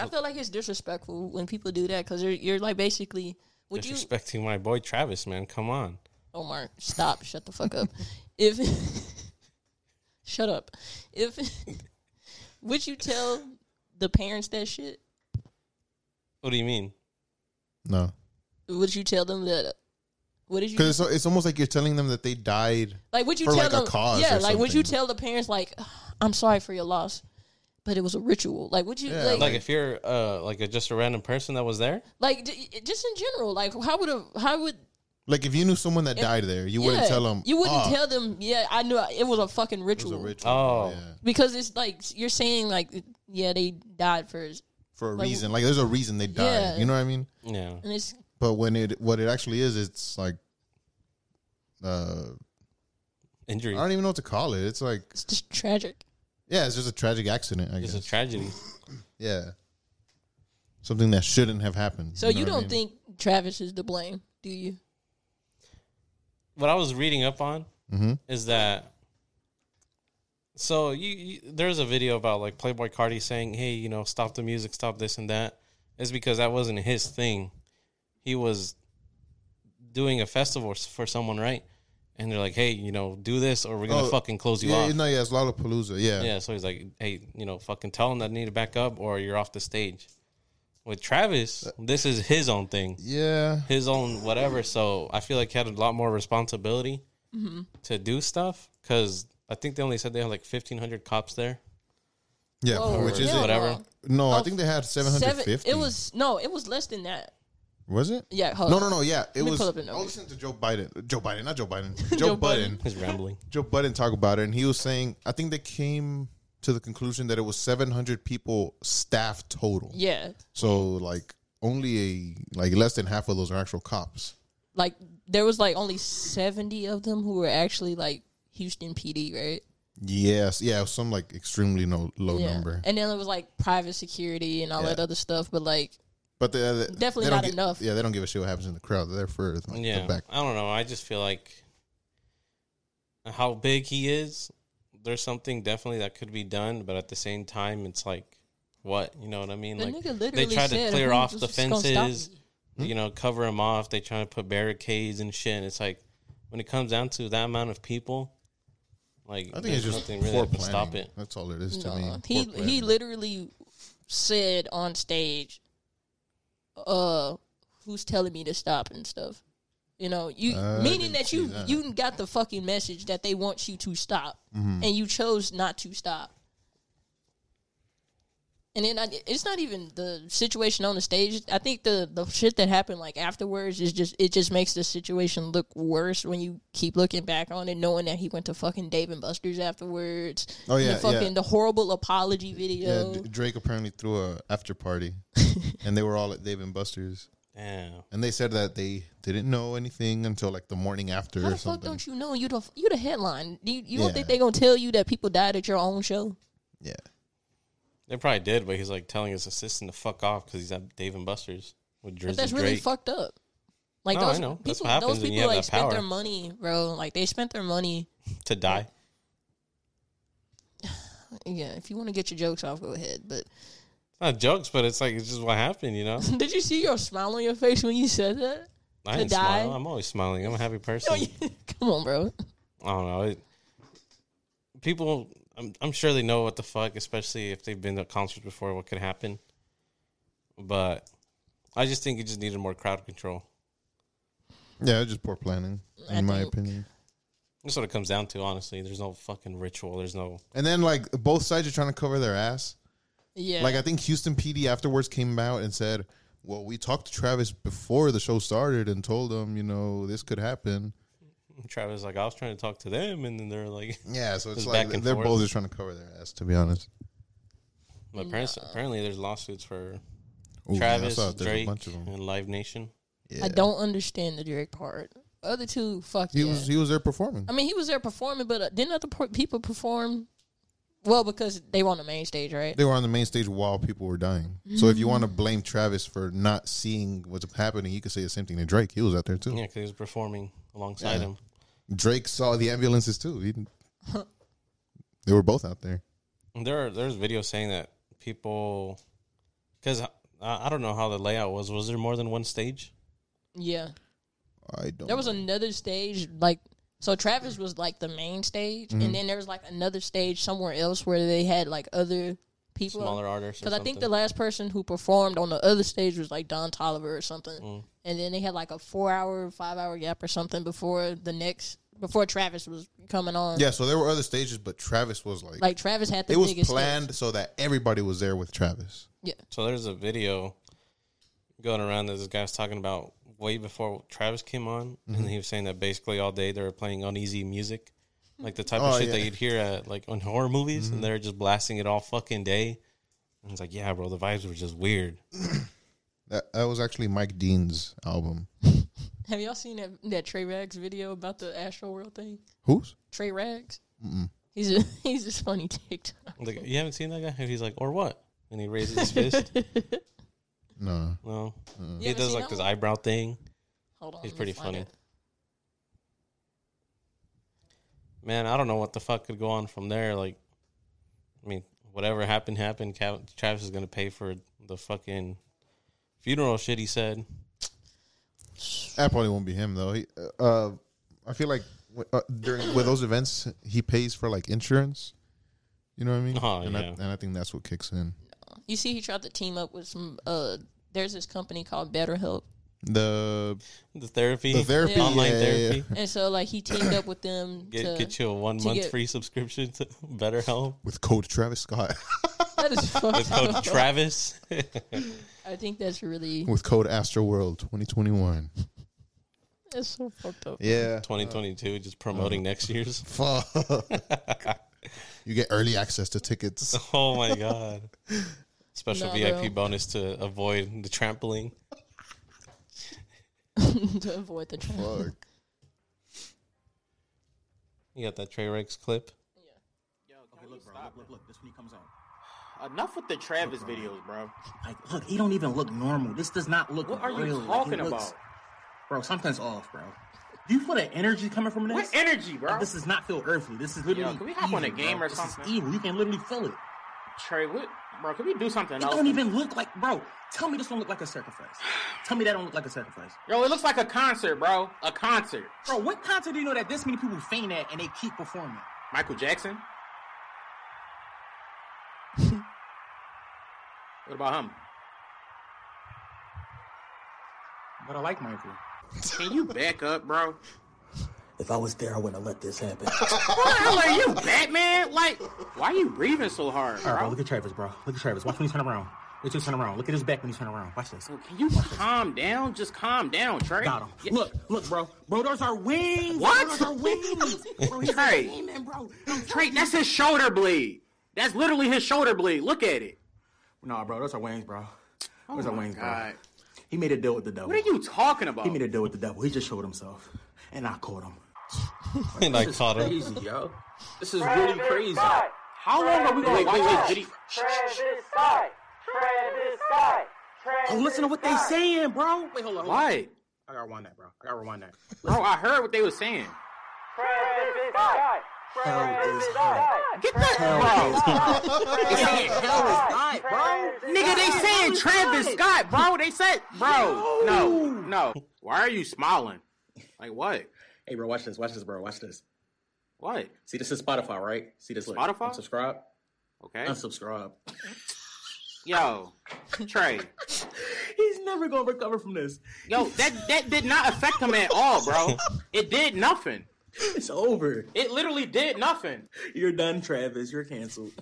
Speaker 2: I feel like it's disrespectful when people do that because you're, you're like basically. Would you,
Speaker 1: disrespecting my boy Travis, man. Come on,
Speaker 2: Omar? Stop! Shut the fuck up. <laughs> If shut up, if <laughs> would you tell the parents that shit?
Speaker 1: what do you mean?
Speaker 3: no,
Speaker 2: Would you tell them that? What did you
Speaker 3: because it's, it's almost like you're telling them that they died.
Speaker 2: like? Would you
Speaker 3: for,
Speaker 2: tell
Speaker 3: like, a
Speaker 2: them?
Speaker 3: cause
Speaker 2: yeah,
Speaker 3: or
Speaker 2: like would you
Speaker 3: something.
Speaker 2: tell the parents like, "I'm sorry for your loss, but it was a ritual." Like, would you
Speaker 3: Yeah,
Speaker 1: Like, if you're uh, like a, just a random person that was there,
Speaker 2: like d- just in general like how would a how would
Speaker 3: Like if you knew someone that died there, you wouldn't
Speaker 2: Yeah.
Speaker 3: tell them.
Speaker 2: You wouldn't
Speaker 3: "Oh,
Speaker 2: tell them. Yeah, I knew I- it was a fucking
Speaker 3: It was
Speaker 2: ritual.
Speaker 3: a ritual.
Speaker 1: Oh.
Speaker 3: yeah.
Speaker 2: Because it's like you're saying like yeah they died first,
Speaker 3: for a
Speaker 2: Like,
Speaker 3: reason. Like there's a reason they died.
Speaker 2: Yeah.
Speaker 3: You know what I mean?
Speaker 1: Yeah.
Speaker 2: and it's
Speaker 3: But when it what it actually is, it's like uh I
Speaker 1: Injury.
Speaker 3: don't even know what to call it. It's like
Speaker 2: it's just tragic.
Speaker 3: yeah, it's just a tragic accident. I
Speaker 1: It's
Speaker 3: guess
Speaker 1: a tragedy.
Speaker 3: yeah, something that shouldn't have happened.
Speaker 2: So
Speaker 3: know
Speaker 2: you,
Speaker 3: what I
Speaker 2: don't
Speaker 3: mean?
Speaker 2: think Travis is to blame, do you?
Speaker 1: what I was reading up on
Speaker 3: Mhm.
Speaker 1: is that so you, you there's a video about like Playboy Cardi saying, "Hey, you know, stop the music, stop this and that." It's because that wasn't his thing. He was doing a festival s- for someone, right? And they're like, "Hey, you know, do this or we're gonna
Speaker 3: Oh,
Speaker 1: fucking close you
Speaker 3: Yeah,
Speaker 1: off."
Speaker 3: no, yeah, it's Lollapalooza. Yeah,
Speaker 1: Yeah, so he's like, "Hey, you know, fucking tell them that they need to back up or you're off the stage." With
Speaker 3: Uh,
Speaker 1: Travis, this is his own thing
Speaker 3: yeah.
Speaker 1: his own whatever. So I feel like he had a lot more responsibility to do stuff because I think they only said they had like fifteen hundred cops there.
Speaker 3: yeah.
Speaker 2: Whoa,
Speaker 3: Which is
Speaker 2: yeah,
Speaker 3: it?
Speaker 1: whatever.
Speaker 2: well,
Speaker 3: No, I
Speaker 2: Oh,
Speaker 3: think they had seven hundred
Speaker 2: Seven.
Speaker 3: fifty.
Speaker 2: It was no, it was less than that.
Speaker 3: was it?
Speaker 2: Yeah, hold
Speaker 3: No,
Speaker 2: on.
Speaker 3: no, no. Yeah, it
Speaker 2: me
Speaker 3: was.
Speaker 2: pull up the
Speaker 3: I
Speaker 2: notes.
Speaker 3: listened to Joe Biden. Joe Biden, not Joe Biden.
Speaker 2: <laughs>
Speaker 3: Joe,
Speaker 2: Joe
Speaker 3: Budden.
Speaker 2: Budden.
Speaker 1: He's rambling.
Speaker 3: Joe Budden talk about it, and he was saying, I think they came to the conclusion that it was 700 people staff total.
Speaker 2: Yeah,
Speaker 3: So like only a like less than half of those are actual cops.
Speaker 2: like there was like only seventy of them who were actually like Houston PD, right?
Speaker 3: Yes, yeah, it was some like extremely no, low
Speaker 2: Yeah.
Speaker 3: number.
Speaker 2: And then it was like private security and all
Speaker 3: Yeah.
Speaker 2: that other stuff, but like
Speaker 3: But they, they,
Speaker 2: Definitely
Speaker 3: they don't
Speaker 2: not
Speaker 3: gi-
Speaker 2: enough.
Speaker 3: Yeah, they don't give a shit what happens in the crowd. They're there for like,
Speaker 1: Yeah,
Speaker 3: the back.
Speaker 1: I don't know. I just feel like how big he is. There's something definitely that could be done, but at the same time, it's like what you know what I mean.
Speaker 2: The
Speaker 1: like
Speaker 2: nigga
Speaker 1: they
Speaker 2: literally
Speaker 1: try to
Speaker 2: said,
Speaker 1: clear
Speaker 2: "Who's
Speaker 1: off
Speaker 2: just
Speaker 1: the
Speaker 2: gonna stop
Speaker 1: fences,
Speaker 2: me?"
Speaker 3: Hmm?
Speaker 1: you know, cover them off. They try to put barricades and shit. And it's like when it comes down to that amount of people, like
Speaker 3: I think
Speaker 1: there's
Speaker 3: it's just
Speaker 1: nothing
Speaker 3: poor
Speaker 1: really that
Speaker 3: planning.
Speaker 1: can stop it.
Speaker 3: That's all it is to me.
Speaker 2: No,
Speaker 3: Poor
Speaker 2: Uh, he he
Speaker 3: planning.
Speaker 2: literally said on stage, "Uh, who's telling me to stop and stuff." You know, you
Speaker 3: Uh, I
Speaker 2: meaning
Speaker 3: didn't
Speaker 2: that
Speaker 3: see
Speaker 2: you
Speaker 3: that.
Speaker 2: you got the fucking message that they want you to stop,
Speaker 3: Mm-hmm.
Speaker 2: and you chose not to stop. And then I, it's not even the situation on the stage. I think the the shit that happened like afterwards is just it just makes the situation look worse when you keep looking back on it, knowing that he went to fucking Dave and Buster's afterwards.
Speaker 3: Oh,
Speaker 2: And
Speaker 3: yeah,
Speaker 2: the fucking
Speaker 3: yeah.
Speaker 2: the horrible apology video.
Speaker 3: yeah, D- Drake apparently threw a after party,
Speaker 2: <laughs>
Speaker 3: and they were all at Dave and Buster's,
Speaker 1: Damn.
Speaker 3: and they said that they didn't know anything until like the morning after
Speaker 2: How
Speaker 3: or
Speaker 2: the fuck
Speaker 3: something.
Speaker 2: don't you know? You the you the headline. You, you
Speaker 3: Yeah.
Speaker 2: don't think they gonna tell you that people died at your own show?
Speaker 3: yeah,
Speaker 1: They probably did, but he's like telling his assistant to fuck off because he's at Dave and Buster's with Drizzy
Speaker 2: But that's really
Speaker 1: Drake.
Speaker 2: fucked up. Like
Speaker 1: No, I
Speaker 2: those
Speaker 1: know.
Speaker 2: people,
Speaker 1: That's what happens
Speaker 2: those
Speaker 1: when you
Speaker 2: people
Speaker 1: have
Speaker 2: like
Speaker 1: that
Speaker 2: spent
Speaker 1: power.
Speaker 2: their money, bro. Like they spent their money.
Speaker 1: to die.
Speaker 2: Yeah, if you want to get your jokes off, go ahead. But <laughs>
Speaker 1: It's not jokes, but it's like it's just what happened, you know.
Speaker 2: did you see your smile on your face when you said that?
Speaker 1: I
Speaker 2: To
Speaker 1: didn't
Speaker 2: die?
Speaker 1: smile. I'm always smiling. I'm a happy person.
Speaker 2: <laughs> Come on, bro.
Speaker 1: I don't know. It, people, I'm, I'm sure they know what the fuck, especially if they've been to concerts before, what could happen. But I just think it just needed more crowd control.
Speaker 3: yeah, it's just poor planning, in
Speaker 2: I
Speaker 3: my
Speaker 2: think-
Speaker 3: opinion.
Speaker 1: That's what it comes down to, honestly. There's no fucking ritual. There's no.
Speaker 3: And then like both sides are trying to cover their ass.
Speaker 2: Yeah,
Speaker 3: Like I think Houston PD afterwards came out and said, "Well, we talked to Travis before the show started and told him, you know, this could happen."
Speaker 1: Travis, like, I was trying to talk to them, and then they're like, <laughs>
Speaker 3: Yeah, so it's,
Speaker 1: It's
Speaker 3: like
Speaker 1: back and
Speaker 3: they're
Speaker 1: forth.
Speaker 3: both just trying to cover their ass, to be honest.
Speaker 1: my parents, apparently, there's lawsuits for
Speaker 3: Ooh, yeah, I
Speaker 1: Travis,
Speaker 3: saw it. There's a
Speaker 1: Drake,
Speaker 3: bunch of 'em.
Speaker 1: and Live Nation.
Speaker 3: Yeah.
Speaker 2: I don't understand the Drake part. Other two, fuck
Speaker 3: He
Speaker 2: yeah.
Speaker 3: was he was there performing.
Speaker 2: I mean, he was there performing, but uh, didn't other per- people perform? Well, because they were on the main stage, right?
Speaker 3: They were on the main stage while people were dying. So
Speaker 2: Mm-hmm.
Speaker 3: if you want to blame Travis for not seeing what's happening, you could say the same thing to Drake. He was out there too.
Speaker 1: Yeah, because he was performing alongside
Speaker 3: Yeah.
Speaker 1: him.
Speaker 3: Drake saw the ambulances too. He didn't- they were both out there.
Speaker 1: And There, are, there's videos saying that people, because I, I don't know how the layout was. Was there more than one stage?
Speaker 2: Yeah.
Speaker 3: I don't.
Speaker 2: There was another stage, like so. Travis was like the main stage,
Speaker 1: Mm-hmm.
Speaker 2: and then there was like another stage somewhere else where they had like other people.
Speaker 1: Smaller artists. or
Speaker 2: Because I think the
Speaker 1: something?
Speaker 2: last person who performed on the other stage was like Don Tolliver or something,
Speaker 1: Mm.
Speaker 2: and then they had like a four-hour, five-hour gap or something before the next before Travis was coming on.
Speaker 3: yeah, so there were other stages, but Travis was like,
Speaker 2: Like Travis had the
Speaker 3: it was
Speaker 2: biggest.
Speaker 3: planned so that everybody was there with Travis.
Speaker 2: stage. Yeah.
Speaker 1: So there's a video going around that this guy's talking about way before Travis came on,
Speaker 2: Mm-hmm.
Speaker 1: and he was saying that basically all day they were playing uneasy music, like the type
Speaker 3: Oh,
Speaker 1: of shit that
Speaker 3: yeah.
Speaker 1: you'd hear at like on horror movies,
Speaker 2: Mm-hmm.
Speaker 1: and they're just blasting it all fucking day. And it's like, yeah, bro, the vibes were just weird.
Speaker 3: That, that was actually Mike Dean's album.
Speaker 2: Have y'all seen that, that Trey Rags video about the Astro World thing?
Speaker 3: Who's?
Speaker 2: Trey Rags. He's a, <laughs> he's this funny TikTok. <laughs>
Speaker 1: Like, you haven't seen that guy? And he's like, or what? And he raises his
Speaker 2: <laughs>
Speaker 1: fist.
Speaker 3: No.
Speaker 1: No,
Speaker 2: You
Speaker 1: he
Speaker 2: ever
Speaker 1: does
Speaker 2: seen
Speaker 1: like
Speaker 2: that
Speaker 1: his
Speaker 2: one?
Speaker 1: eyebrow thing.
Speaker 2: Hold on,
Speaker 1: He's
Speaker 2: let me
Speaker 1: pretty
Speaker 2: find
Speaker 1: funny.
Speaker 2: it.
Speaker 1: Man, I don't know what the fuck could go on from there. Like, I mean, whatever happened happened. Cav- Travis is gonna pay for the fucking funeral shit he said.
Speaker 3: That probably won't be him though. He, uh, I feel like w- uh, during with those events, he pays for like insurance. You know what I mean?
Speaker 1: Oh,
Speaker 3: and, I,
Speaker 1: yeah.
Speaker 3: and I think that's what kicks in
Speaker 2: You see, he tried to team up with some. Uh, there's this company called BetterHelp,
Speaker 3: the
Speaker 1: The therapy,
Speaker 3: the therapy.
Speaker 1: online
Speaker 3: yeah, yeah, yeah.
Speaker 1: therapy.
Speaker 2: and so like he teamed up with them
Speaker 1: <coughs> Get
Speaker 2: to.
Speaker 1: get you a one
Speaker 2: to
Speaker 1: month
Speaker 2: get-
Speaker 1: free subscription to <laughs>
Speaker 2: <laughs>
Speaker 1: BetterHelp
Speaker 3: with code Travis Scott, <laughs>
Speaker 1: <laughs>
Speaker 2: that is
Speaker 1: with
Speaker 2: fucked
Speaker 1: code
Speaker 2: up.
Speaker 1: Travis. <laughs>
Speaker 2: I think that's really
Speaker 3: with code Astroworld 2021.
Speaker 2: <laughs> that's so fucked up.
Speaker 3: Yeah.
Speaker 1: Twenty twenty two, just promoting next year's. <laughs>
Speaker 3: Fuck. you get early access
Speaker 1: <laughs>
Speaker 3: to tickets.
Speaker 1: Oh my god! Special
Speaker 2: Nah,
Speaker 1: VIP
Speaker 2: bro.
Speaker 1: bonus to avoid the trampling.
Speaker 2: <laughs> to avoid the trap.
Speaker 3: Fuck.
Speaker 1: You got that Trey Rex clip. <laughs>
Speaker 6: Okay, look, bro. Look, look, look. This when he comes on. Enough with the Travis videos, bro.
Speaker 7: Like, look, he don't even look normal. This does not look
Speaker 6: What are you
Speaker 7: real. Like, it
Speaker 6: talking
Speaker 7: looks-
Speaker 6: about?
Speaker 7: Bro, something's off, bro. Do you feel the energy coming from this?
Speaker 6: What energy, bro?
Speaker 7: Like, this does not feel earthly. This is literally
Speaker 6: can we hop
Speaker 7: evil,
Speaker 6: on a game
Speaker 7: bro.
Speaker 6: or
Speaker 7: This
Speaker 6: something?
Speaker 7: is evil. You can literally feel it.
Speaker 6: Trey, what, bro? Can we do something
Speaker 7: It
Speaker 6: else?
Speaker 7: don't even look like, bro. Tell me this don't look like a sacrifice. Tell me that don't look like a sacrifice,
Speaker 6: Yo, it looks like a concert, bro. A concert.
Speaker 7: bro. What concert do you know that this many people feign at and they keep performing? <laughs>
Speaker 6: Michael Jackson. what about him?
Speaker 7: But I like Michael.
Speaker 6: Can you back up, bro? What
Speaker 7: If I was there, I wouldn't have let this happen. <laughs>
Speaker 6: the hell are you, Batman? Like, why are you breathing so hard,
Speaker 7: All right, bro.
Speaker 6: bro?
Speaker 7: Look at Travis, bro. Look at Travis. Watch when he turn around. Watch him turn around. Look at his back when he turn around. Watch this.
Speaker 6: Can you calm down? Just calm down, Trey.
Speaker 7: Got him.
Speaker 6: Yeah.
Speaker 7: Look, look, bro. Bro, those are wings.
Speaker 6: What?
Speaker 7: Bro, those are
Speaker 6: <laughs>
Speaker 7: wings. Bro, he's
Speaker 6: Trey.
Speaker 7: a demon, bro. I'm
Speaker 6: Trey,
Speaker 7: telling you.
Speaker 6: that's his shoulder blade. That's literally his shoulder blade. Look at it.
Speaker 7: Nah, bro, those are wings, bro. Those
Speaker 6: Oh
Speaker 7: are
Speaker 6: my
Speaker 7: wings,
Speaker 6: God.
Speaker 7: bro. He made a deal with the devil.
Speaker 6: What are you talking about?
Speaker 7: He made a deal with the devil. He just showed himself. And I caught him.
Speaker 1: And
Speaker 2: <laughs>
Speaker 1: I caught him.
Speaker 7: yo. This is really crazy.
Speaker 6: How long are we going to watch this video?
Speaker 8: Travis Scott. Travis Scott. Travis
Speaker 7: Oh, listen to what they saying, bro. Wait, hold on. hold on.
Speaker 6: Why?
Speaker 7: I gotta rewind that, bro. I gotta rewind that.
Speaker 6: Bro, I heard what they were saying.
Speaker 8: Travis Scott.
Speaker 7: Hell is
Speaker 8: Travis
Speaker 7: hot.
Speaker 8: Scott.
Speaker 6: Get that,
Speaker 8: <laughs>
Speaker 7: They saying hell is hot, bro.
Speaker 6: bro. Nigga, they saying Travis Scott, bro. They said, bro, no, no. Why are you smiling? Like what?
Speaker 7: Hey, bro, watch this. Watch this, bro. Watch this.
Speaker 6: What?
Speaker 7: See, this is Spotify, right? See this. Look.
Speaker 6: Spotify?
Speaker 7: Unsubscribe.
Speaker 6: Okay. <laughs>
Speaker 7: Unsubscribe.
Speaker 6: Yo, Trey.
Speaker 7: He's never gonna recover from this.
Speaker 6: Yo, that that did not affect him at all, bro. It did nothing.
Speaker 7: It's over.
Speaker 6: It literally did nothing.
Speaker 7: You're done, Travis. You're canceled.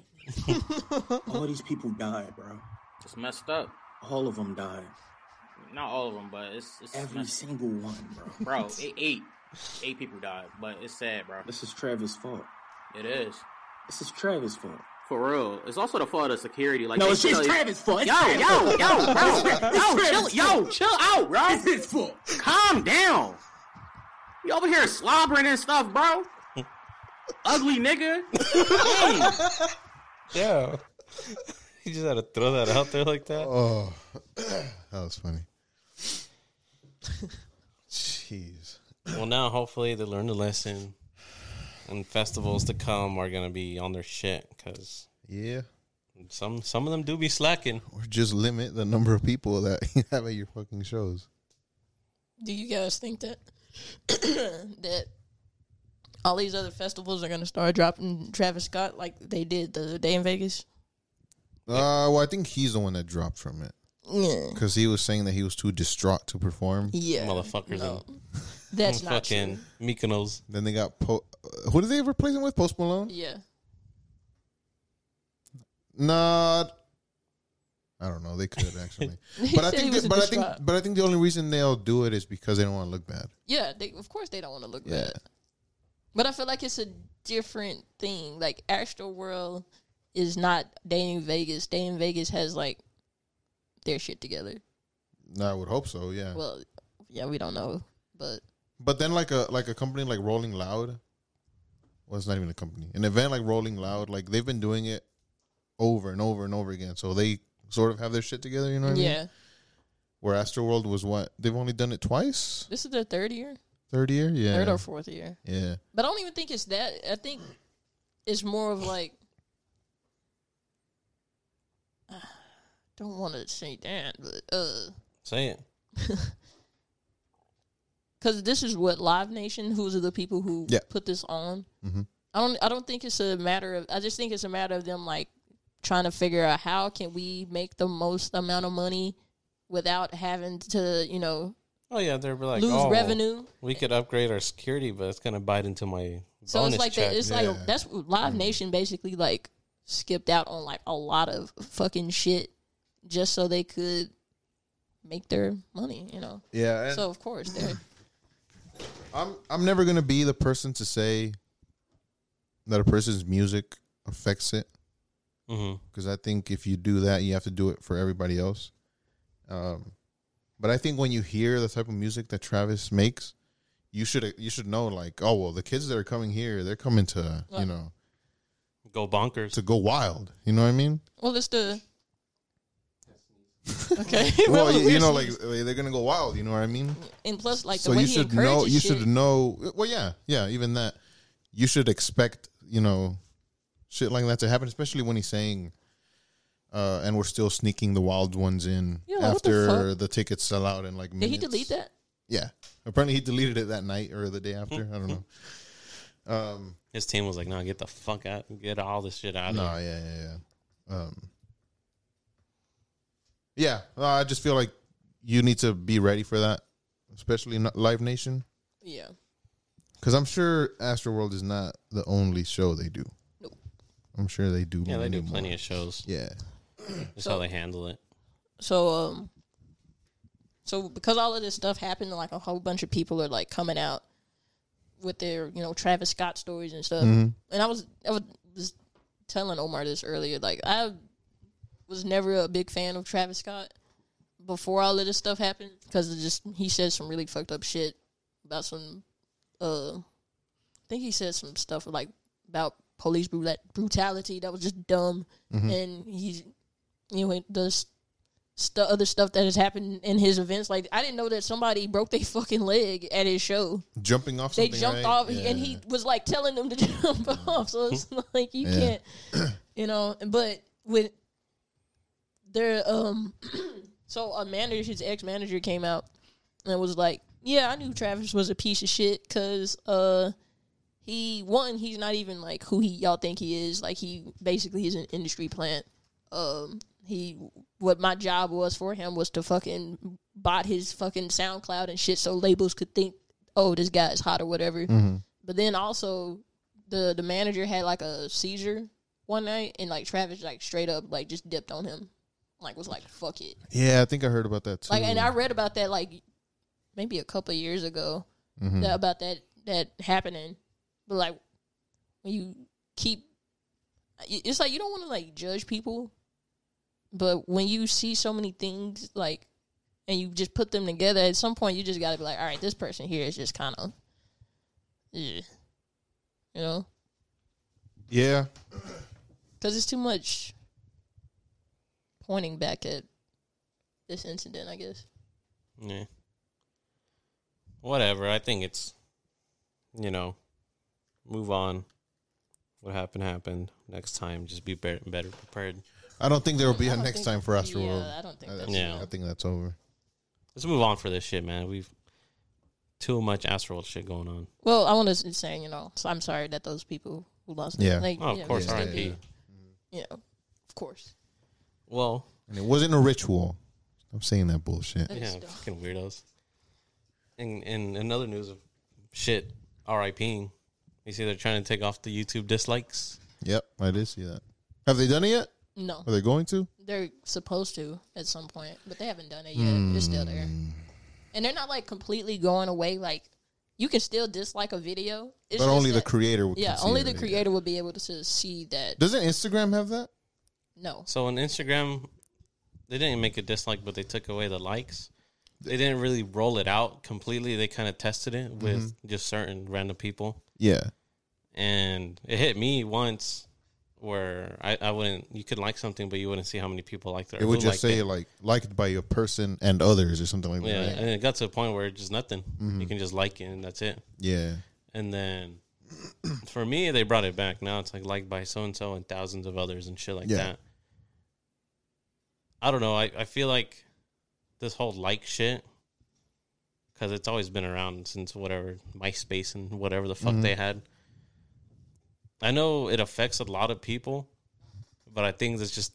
Speaker 7: All these people died, bro.
Speaker 6: It's messed up.
Speaker 7: All of them died.
Speaker 6: Not all of them, but it's it's
Speaker 7: Every
Speaker 6: messed-
Speaker 7: single one, bro.
Speaker 6: bro. Eight, eight eight people died, but it's sad, bro.
Speaker 7: This is Travis' fault.
Speaker 6: It is.
Speaker 7: This is Travis' fault.
Speaker 6: For real, it's also the fault of security. Like
Speaker 7: No,
Speaker 6: they
Speaker 7: it's just
Speaker 6: tell you-
Speaker 7: Travis' fault. It's
Speaker 6: Yo,
Speaker 7: Travis'
Speaker 6: yo,
Speaker 7: fault.
Speaker 6: yo,
Speaker 7: It's
Speaker 6: bro,
Speaker 7: Travis-
Speaker 6: yo,
Speaker 7: it's
Speaker 6: chill,
Speaker 7: Travis'
Speaker 6: yo,
Speaker 7: fault.
Speaker 6: chill out, bro.
Speaker 7: It's his fault.
Speaker 6: Calm down. You over here slobbering and stuff, bro. Ugly nigga. Hey,
Speaker 1: <laughs> Yeah. You just had to throw that out there like that.
Speaker 3: Oh, <clears throat> that was funny. <laughs> Jeez.
Speaker 1: Well, now hopefully they learned a lesson, and festivals to come are gonna be on their shit because
Speaker 3: Yeah.
Speaker 1: some some of them do be slacking.
Speaker 3: Or just limit the number of people that <laughs> you have at your fucking shows.
Speaker 2: Do you guys think that <coughs> that all these other festivals are gonna start dropping Travis Scott like they did the other day in Vegas?
Speaker 3: Uh, well, I think he's the one that dropped from it
Speaker 2: Yeah,
Speaker 3: because he was saying that he was too distraught to perform.
Speaker 2: yeah,
Speaker 1: Motherfuckers
Speaker 2: No, that's
Speaker 1: and
Speaker 2: not
Speaker 1: fucking
Speaker 2: true.
Speaker 1: Mykonos.
Speaker 3: Then they got po- uh, who did they replace him with? Post Malone?
Speaker 2: Yeah,
Speaker 3: Nah, I don't know. They could actually,
Speaker 2: <laughs> He
Speaker 3: but I
Speaker 2: said he
Speaker 3: think,
Speaker 2: was
Speaker 3: that,
Speaker 2: a
Speaker 3: but I think,
Speaker 2: distract.
Speaker 3: but I think the only reason they'll do it is because they don't want to look bad.
Speaker 2: Yeah, they, of course they don't want to look
Speaker 3: Yeah.
Speaker 2: bad. But I feel like it's a different thing. Like Astral World is not Day in Vegas. Day in Vegas has like their shit together.
Speaker 3: No, I would hope so. Yeah,
Speaker 2: Well, yeah, we don't know, but
Speaker 3: but then like a like a company like Rolling Loud, well, it's not even a company. An event like Rolling Loud, like they've been doing it over and over and over again, so they sort of have their shit together. You know what I mean?
Speaker 2: yeah,
Speaker 3: Where Astroworld was what they've only done it twice,
Speaker 2: this is their third year,
Speaker 3: third year. Yeah,
Speaker 2: third or fourth year.
Speaker 3: yeah.
Speaker 2: But I don't even think it's that. I think it's more of like <sighs> don't want to say that, but uh,
Speaker 1: Say it.
Speaker 2: because this is what Live Nation, who's the people who
Speaker 3: Yeah.
Speaker 2: put this on.
Speaker 3: Mhm.
Speaker 2: I don't. I don't think it's a matter of. I just think it's a matter of them like trying to figure out how can we make the most amount of money without having to, you know,
Speaker 1: Oh yeah, they're like
Speaker 2: lose
Speaker 1: oh,
Speaker 2: revenue.
Speaker 1: We could upgrade our security, but it's gonna bite into my
Speaker 2: So
Speaker 1: bonus
Speaker 2: it's like
Speaker 1: check.
Speaker 2: that, it's
Speaker 3: Yeah. Mm-hmm.
Speaker 2: like that's what Live Nation basically like skipped out on like a lot of fucking shit just so they could make their money, you know.
Speaker 3: Yeah, and
Speaker 2: So of course they're
Speaker 3: I'm I'm never gonna be the person to say that a person's music affects it
Speaker 1: Mhm.
Speaker 3: because I think if you do that, you have to do it for everybody else. Um, but I think when you hear the type of music that Travis makes, you should you should know like, oh well, the kids that are coming here, they're coming to you know
Speaker 1: Go bonkers.
Speaker 3: to go wild. You know what I mean?
Speaker 2: well it's the <laughs> Okay.
Speaker 3: Well, you, you
Speaker 2: we're-
Speaker 3: know, like they're gonna go wild. You know what I mean?
Speaker 2: and plus like the
Speaker 3: so
Speaker 2: way
Speaker 3: you
Speaker 2: he
Speaker 3: should know.
Speaker 2: encourages
Speaker 3: You
Speaker 2: shit,
Speaker 3: should know. Well, yeah, yeah. Even that, you should expect. You know, shit like that to happen, especially when he's saying. Uh, and we're still sneaking the wild ones in
Speaker 2: Yeah, what the
Speaker 3: after the,
Speaker 2: fuck?
Speaker 3: tickets sell out in like.
Speaker 2: Did he
Speaker 3: minutes.
Speaker 2: delete that?
Speaker 3: Yeah, apparently he deleted it that night or the day after. I don't know. Um.
Speaker 1: His team was like, "No, get the fuck out, get all this shit out."
Speaker 3: No.
Speaker 1: of
Speaker 3: Yeah. Yeah. Yeah. Um. Yeah. uh, I just feel like you need to be ready for that, especially not Live Nation.
Speaker 2: Yeah.
Speaker 3: Because I'm sure Astroworld is not the only show they do.
Speaker 2: Nope.
Speaker 3: I'm sure they do.
Speaker 1: Yeah, they
Speaker 3: many
Speaker 1: do
Speaker 3: more.
Speaker 1: plenty of shows.
Speaker 3: Yeah.
Speaker 1: That's how they handle it.
Speaker 2: So um so because all of this stuff happened like a whole bunch of people are like coming out with their, you know, Travis Scott stories and stuff. And I was I was just telling Omar this earlier like I was never a big fan of Travis Scott before all of this stuff happened cuz it just he said some really fucked up shit about some uh I think he said some stuff like about police brula- brutality that was just dumb and he's you know does st- other stuff that has happened in his events. Like I didn't know that somebody broke their fucking leg at his show.
Speaker 3: Jumping off.
Speaker 2: They
Speaker 3: something,
Speaker 2: jumped
Speaker 3: right?
Speaker 2: off,
Speaker 3: Yeah.
Speaker 2: and he was like telling them to <laughs> jump off. So
Speaker 3: <laughs>
Speaker 2: it's like you
Speaker 3: Yeah.
Speaker 2: can't, you know. But with their um, <clears throat> so a manager, his ex manager came out and was like, "Yeah, I knew Travis was a piece of shit because uh." He one, he's not even like who he y'all think he is. Like he basically is an industry plant um he what my job was for him was to fucking bot his fucking SoundCloud and shit so labels could think, oh, this guy is hot or whatever.
Speaker 3: Mm-hmm.
Speaker 2: But then also the the manager had like a seizure one night and like Travis like straight up like just dipped on him. Like was like fuck it.
Speaker 3: Yeah, I think I heard about that too.
Speaker 2: Like and I read about that like maybe a couple of years ago that, about that that happening. But like when you keep it's like you don't want to like judge people but when you see so many things like and you just put them together at some point you just got to be like all right this person here is just kind of yeah you know
Speaker 3: yeah.
Speaker 2: cuz it's too much pointing back at this incident i guess
Speaker 1: Yeah. Whatever. I think it's, you know, move on. What happened happened. Next time, just be better, better prepared.
Speaker 3: I don't think there will be
Speaker 2: I
Speaker 3: a
Speaker 2: don't
Speaker 3: next
Speaker 2: think-
Speaker 3: time for uh, Astro
Speaker 2: yeah,
Speaker 3: World.
Speaker 2: I don't think
Speaker 3: I-
Speaker 2: that's
Speaker 1: Yeah.
Speaker 3: I think that's over.
Speaker 1: Let's move on for this shit, man. We've too much Astroworld shit going on.
Speaker 2: well i want to say you know so i'm sorry that those people who lost
Speaker 3: Yeah.
Speaker 2: like,
Speaker 1: Oh, of
Speaker 2: yeah,
Speaker 1: course,
Speaker 2: just-
Speaker 1: R.I.P.
Speaker 3: yeah.
Speaker 2: you know of course
Speaker 1: Well,
Speaker 3: And it wasn't a ritual. I'm saying that bullshit.
Speaker 1: yeah,
Speaker 2: Still.
Speaker 1: fucking weirdos. And and another news of shit, R.I.P. You see, they're trying to take off the YouTube dislikes.
Speaker 3: Yep, I did see that. Have they done it yet?
Speaker 2: No,
Speaker 3: Are they going to?
Speaker 2: they're supposed to at some point, but they haven't done it yet. It's still there,
Speaker 3: Hmm.
Speaker 2: and they're not like completely going away. Like you can still dislike a video, It's
Speaker 3: but
Speaker 2: just
Speaker 3: only the
Speaker 2: that-
Speaker 3: creator. Would
Speaker 2: Yeah,
Speaker 3: can see
Speaker 2: only
Speaker 3: it
Speaker 2: the
Speaker 3: later.
Speaker 2: creator would be able to see that.
Speaker 3: Doesn't Instagram have that?
Speaker 2: No,
Speaker 1: So on Instagram, they didn't make a dislike, but they took away the likes. They didn't really roll it out completely. They kind of tested
Speaker 3: Mm-hmm.
Speaker 1: it with just certain random people,
Speaker 3: Yeah.
Speaker 1: and it hit me once where I, I wouldn't. You could like something, but you wouldn't see how many people liked it. or
Speaker 3: It would
Speaker 1: who
Speaker 3: just
Speaker 1: liked
Speaker 3: say
Speaker 1: it.
Speaker 3: like liked by a person and others or something like Mm-hmm.
Speaker 1: yeah,
Speaker 3: that. right?
Speaker 1: and it got to a point where it's just nothing. You can just like it, and that's it.
Speaker 3: Yeah.
Speaker 1: And then for me, they brought it back. Now it's like liked by so and so and thousands of others and shit like
Speaker 3: Yeah.
Speaker 1: that. I don't know. I, I feel like this whole like shit, because it's always been around since whatever MySpace and whatever the fuck they had. I know it affects a lot of people, but I think that's just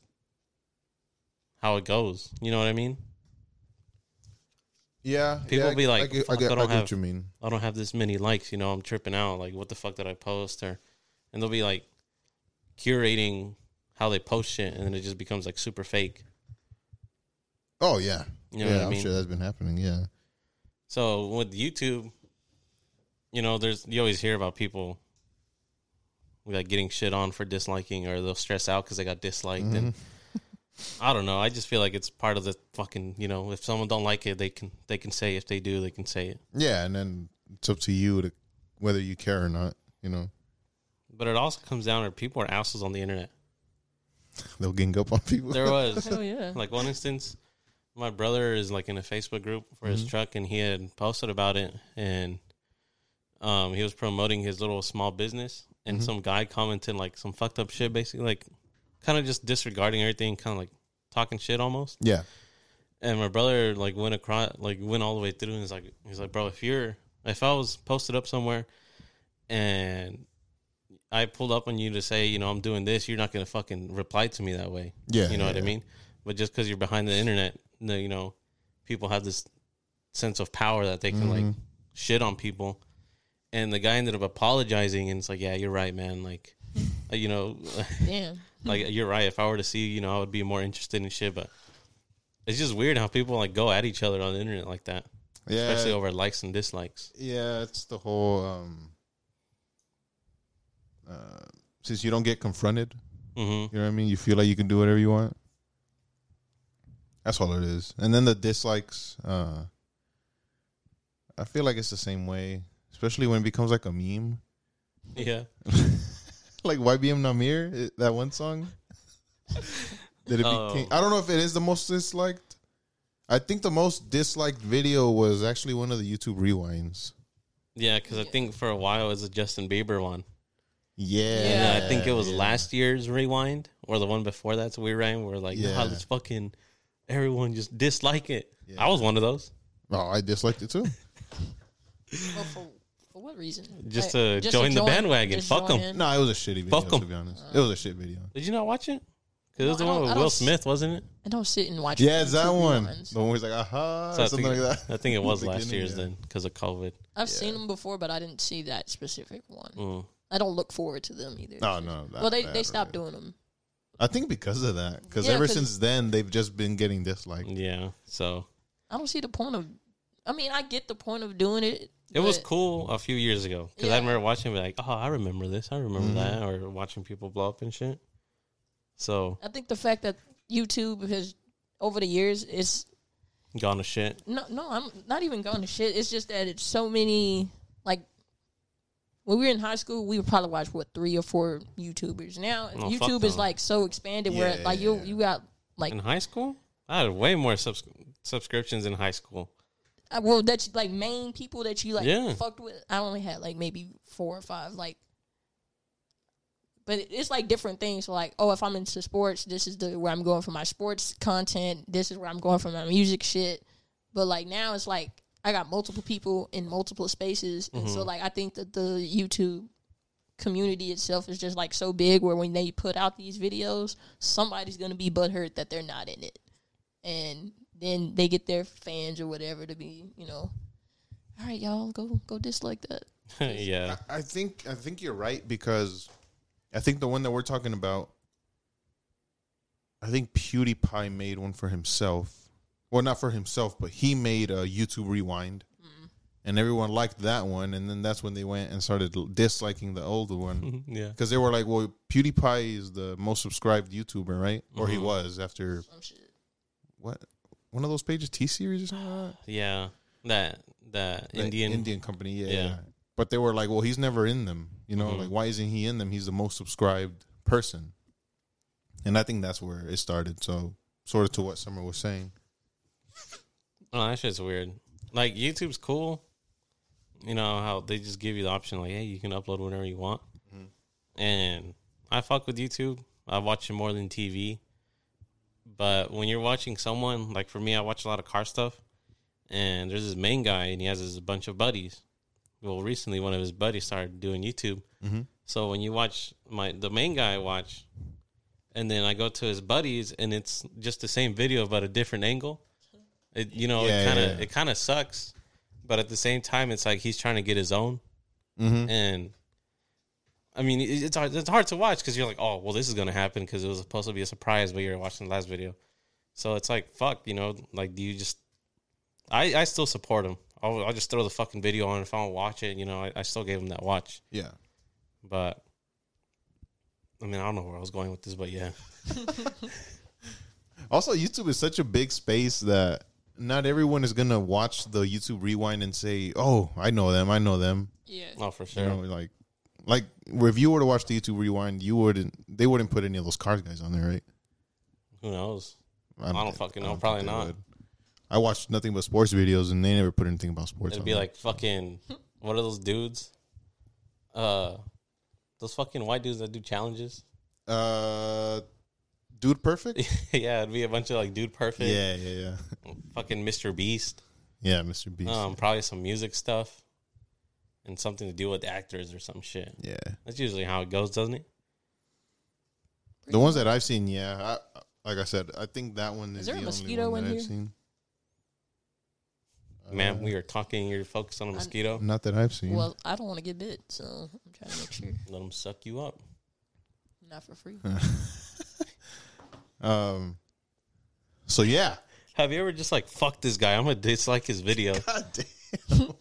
Speaker 1: how it goes. You know what I mean?
Speaker 3: Yeah.
Speaker 1: People
Speaker 3: yeah,
Speaker 1: be like,
Speaker 3: I, get, I,
Speaker 1: "Fuck,
Speaker 3: get,
Speaker 1: I
Speaker 3: I
Speaker 1: don't
Speaker 3: get
Speaker 1: have-
Speaker 3: what you mean.
Speaker 1: I don't have this many likes, you know, I'm tripping out. Like, what the fuck did I post? Or, and they'll be like curating how they post shit, and then it just becomes like super fake.
Speaker 3: Oh yeah.
Speaker 1: You know what
Speaker 3: yeah,
Speaker 1: I
Speaker 3: I'm
Speaker 1: mean?
Speaker 3: sure that's been happening. Yeah.
Speaker 1: So with YouTube, you know, there's you always hear about people like getting shit on for disliking, or they'll stress out because they got disliked, and <laughs> I don't know. I just feel like it's part of the fucking. You know, if someone don't like it, they can they can say. If they do, they can say it.
Speaker 3: Yeah, and then it's up to you to whether you care or not. You know, <laughs>
Speaker 1: But it also comes down to people are assholes on the internet.
Speaker 3: they'll gang up on people.
Speaker 1: There was.
Speaker 2: oh <laughs> yeah,
Speaker 1: Like one instance, my brother is like in a Facebook group for his truck, and he had posted about it, and um, he was promoting his little small business, and some guy commented like some fucked up shit, basically like kind of just disregarding everything, kind of like talking shit almost.
Speaker 3: <laughs> yeah.
Speaker 1: And my brother like went across, like went all the way through, and he's like, he's like, bro, if you're, if I was posted up somewhere, and I pulled up on you to say, you know, I'm doing this, you're not gonna fucking reply to me that way.
Speaker 3: Yeah,
Speaker 1: you know
Speaker 3: yeah,
Speaker 1: what I
Speaker 3: yeah.
Speaker 1: mean. But just because you're behind the internet, no, you know, people have this sense of power that they can like
Speaker 3: Mm-hmm.
Speaker 1: shit on people. And the guy ended up apologizing, and it's like, yeah, you're right, man. Like, uh, you know, <laughs>
Speaker 2: damn.
Speaker 1: like you're right. If I were to see, you know, I would be more interested in shit. But it's just weird how people like go at each other on the internet like that,
Speaker 3: Yeah.
Speaker 1: especially over likes and dislikes.
Speaker 3: yeah, it's the whole um uh since you don't get confronted,
Speaker 1: hmm
Speaker 3: you know what I mean? You feel like you can do whatever you want. That's all it is. And then the dislikes uh I feel like it's the same way, especially when it becomes like a meme.
Speaker 1: Yeah,
Speaker 3: <laughs> like YBM Namir, it- that
Speaker 1: <laughs>
Speaker 3: one song. Did it
Speaker 1: Oh.
Speaker 3: became, I don't know if it is the most disliked. I think the most disliked video was actually one of the YouTube rewinds.
Speaker 1: yeah. Because I think for a while it was a Justin Bieber one.
Speaker 3: Yeah,
Speaker 1: Yeah, I think it was last year's rewind or the one before that. So we ran. We're like, yeah,
Speaker 3: Yeah.
Speaker 1: let's fucking everyone just dislike it.
Speaker 3: Yeah.
Speaker 1: I was one of those.
Speaker 3: Oh, I disliked <laughs> it too.
Speaker 2: Well, for, for what reason?
Speaker 1: Just
Speaker 2: Like,
Speaker 1: to join the bandwagon.
Speaker 2: just
Speaker 1: Fuck 'em.
Speaker 2: join in.
Speaker 3: no, it was a shitty video.
Speaker 1: Fuck 'em.
Speaker 3: to be honest, it was a shit video.
Speaker 1: Did you not watch it? Because it was
Speaker 2: No,
Speaker 1: the
Speaker 2: I
Speaker 1: one
Speaker 2: don't- I
Speaker 1: with
Speaker 2: don't
Speaker 1: Will
Speaker 2: s-
Speaker 1: Smith, wasn't it?
Speaker 2: I don't sit and watch.
Speaker 3: Yeah, it's that
Speaker 2: YouTube
Speaker 3: one.
Speaker 2: reruns.
Speaker 3: The one where he's like, aha,
Speaker 1: So
Speaker 3: or
Speaker 1: I, think,
Speaker 3: Oh, something like that.
Speaker 1: I
Speaker 3: <laughs>
Speaker 1: think it was
Speaker 3: The
Speaker 1: last
Speaker 3: beginning,
Speaker 1: year's
Speaker 3: yeah.
Speaker 1: then because of COVID.
Speaker 2: I've seen them before, but I didn't see that specific one.
Speaker 1: Mm.
Speaker 2: I don't look forward to them either.
Speaker 3: No, no. that-
Speaker 2: well, they they
Speaker 3: that already-
Speaker 2: stopped doing them.
Speaker 3: I think because of that, because
Speaker 2: Yeah,
Speaker 3: ever
Speaker 2: 'cause-
Speaker 3: since then they've just been getting disliked.
Speaker 1: Yeah. So
Speaker 2: I don't see the point of. I mean, I get the point of doing it.
Speaker 1: it was
Speaker 2: but-
Speaker 1: cool a few years ago because
Speaker 2: Yeah. Mm-hmm.
Speaker 1: I remember watching it like, oh, I remember this. I remember that. Or watching people blow up and shit. So
Speaker 2: I think the fact that YouTube has over the years is
Speaker 1: gone to shit.
Speaker 2: no, no, I'm not even going to shit. It's just that it's so many like. When we were in high school, we would probably watch what three or four YouTubers. Now
Speaker 1: Oh, fuck
Speaker 2: YouTube is
Speaker 1: them.
Speaker 2: like so expanded where
Speaker 3: Yeah,
Speaker 2: like you you got like
Speaker 1: In high school, I had way more subs- subscriptions in high school. <laughs>
Speaker 2: I, Uh, well, that's like main people that you like
Speaker 1: Yeah.
Speaker 2: fucked with. I only had like maybe four or five, like. But it- it's like different things. So like, oh, if I'm into sports, this is the where I'm going for my sports content. This is where I'm going for my music shit. But like now, it's like I got multiple people in multiple spaces, and so like I think that the YouTube community itself is just like so big where when they put out these videos, somebody's gonna be butthurt that they're not in it and then they get their fans or whatever to be, you know, all right, y'all go go dislike that.
Speaker 1: yeah.
Speaker 2: <laughs>
Speaker 1: <laughs>
Speaker 3: I- I think I think you're right because I think the one that we're talking about I think PewDiePie made one for himself. Well, not for himself, but he made a YouTube Rewind, and everyone liked that one. And then that's when they went and started l- disliking the old one
Speaker 1: Yeah.
Speaker 3: because they were like, "Well, PewDiePie is the most subscribed YouTuber, right?" Or he was after
Speaker 2: Some shit.
Speaker 3: what one of those pages, T series or something. Like that?
Speaker 1: Yeah. That that
Speaker 3: Like,
Speaker 1: Indian
Speaker 3: Indian company, yeah,
Speaker 1: Yeah.
Speaker 3: yeah. But they were like, "Well, he's never in them, you know.
Speaker 1: Mhm.
Speaker 3: Like, why isn't he in them? He's the most subscribed person." And I think that's where it started. So, sort of to what Summer was saying.
Speaker 1: Oh, that shit's weird. Like YouTube's cool. You know how they just give you the option, like, hey, you can upload whatever you want. And I fuck with YouTube. I watch it more than TV. But when you're watching someone, like for me, I watch a lot of car stuff. And there's this main guy, and he has his bunch of buddies. Well, recently, one of his buddies started doing YouTube.
Speaker 3: Mm-hmm.
Speaker 1: So when you watch my the main guy I watch, and then I go to his buddies, and it's just the same video but a different angle. It, you know,
Speaker 3: Yeah,
Speaker 1: it kind of
Speaker 3: yeah.
Speaker 1: it kind of sucks, but at the same time, it's like he's trying to get his own,
Speaker 3: Mm-hmm.
Speaker 1: and I mean, it- it's hard, it's hard to watch because you're like, oh, well, this is gonna happen because it was supposed to be a surprise, but you're watching the last video, so it's like, fuck, you know, like do you just? I I still support him. I'll, I'll just throw the fucking video on if I don't watch it. You know, I, I still gave him that watch,
Speaker 3: Yeah.
Speaker 1: but I mean, I don't know where I was going with this, but yeah,
Speaker 3: Also, YouTube is such a big space that not everyone is gonna watch the YouTube Rewind and say, "Oh, I know them. I know them."
Speaker 2: Yeah.
Speaker 1: oh for sure.
Speaker 3: You know, like, like if you were to watch the YouTube Rewind, you wouldn't. They wouldn't put any of those cars guys on there, right?
Speaker 1: Who knows?
Speaker 3: don't,
Speaker 1: I don't
Speaker 3: think-
Speaker 1: fucking know.
Speaker 3: think
Speaker 1: Probably
Speaker 3: they
Speaker 1: not.
Speaker 3: I watched nothing but sports videos, and they never put anything about sports.
Speaker 1: It'd
Speaker 3: on
Speaker 1: be
Speaker 3: there.
Speaker 1: like fucking what are those dudes? Uh, those fucking white dudes that do challenges. <laughs>
Speaker 3: uh, Dude Perfect.
Speaker 1: yeah, it'd be a bunch of like dude perfect.
Speaker 3: yeah, yeah, yeah,
Speaker 1: Fucking Mr. Beast.
Speaker 3: yeah. Mr. Beast.
Speaker 1: Um, probably some music stuff and something to do with actors or some shit.
Speaker 3: yeah,
Speaker 1: That's usually how it goes, doesn't it?
Speaker 3: the ones that I've seen. Yeah, I, like I said, I think that one is,
Speaker 2: Is there a
Speaker 3: the only
Speaker 2: mosquito
Speaker 3: one
Speaker 2: in
Speaker 3: that I've
Speaker 2: here?
Speaker 3: seen. Uh,
Speaker 1: Man, we are talking. You're focused on a mosquito.
Speaker 3: Not that I've seen.
Speaker 2: Well, I don't want to get bit, so I'm trying to make sure.
Speaker 1: Let them suck you up.
Speaker 2: Not for free.
Speaker 3: um. So yeah.
Speaker 1: Have you ever just like fuck this guy? I'm gonna dislike his
Speaker 3: <laughs>
Speaker 1: video.
Speaker 3: God damn.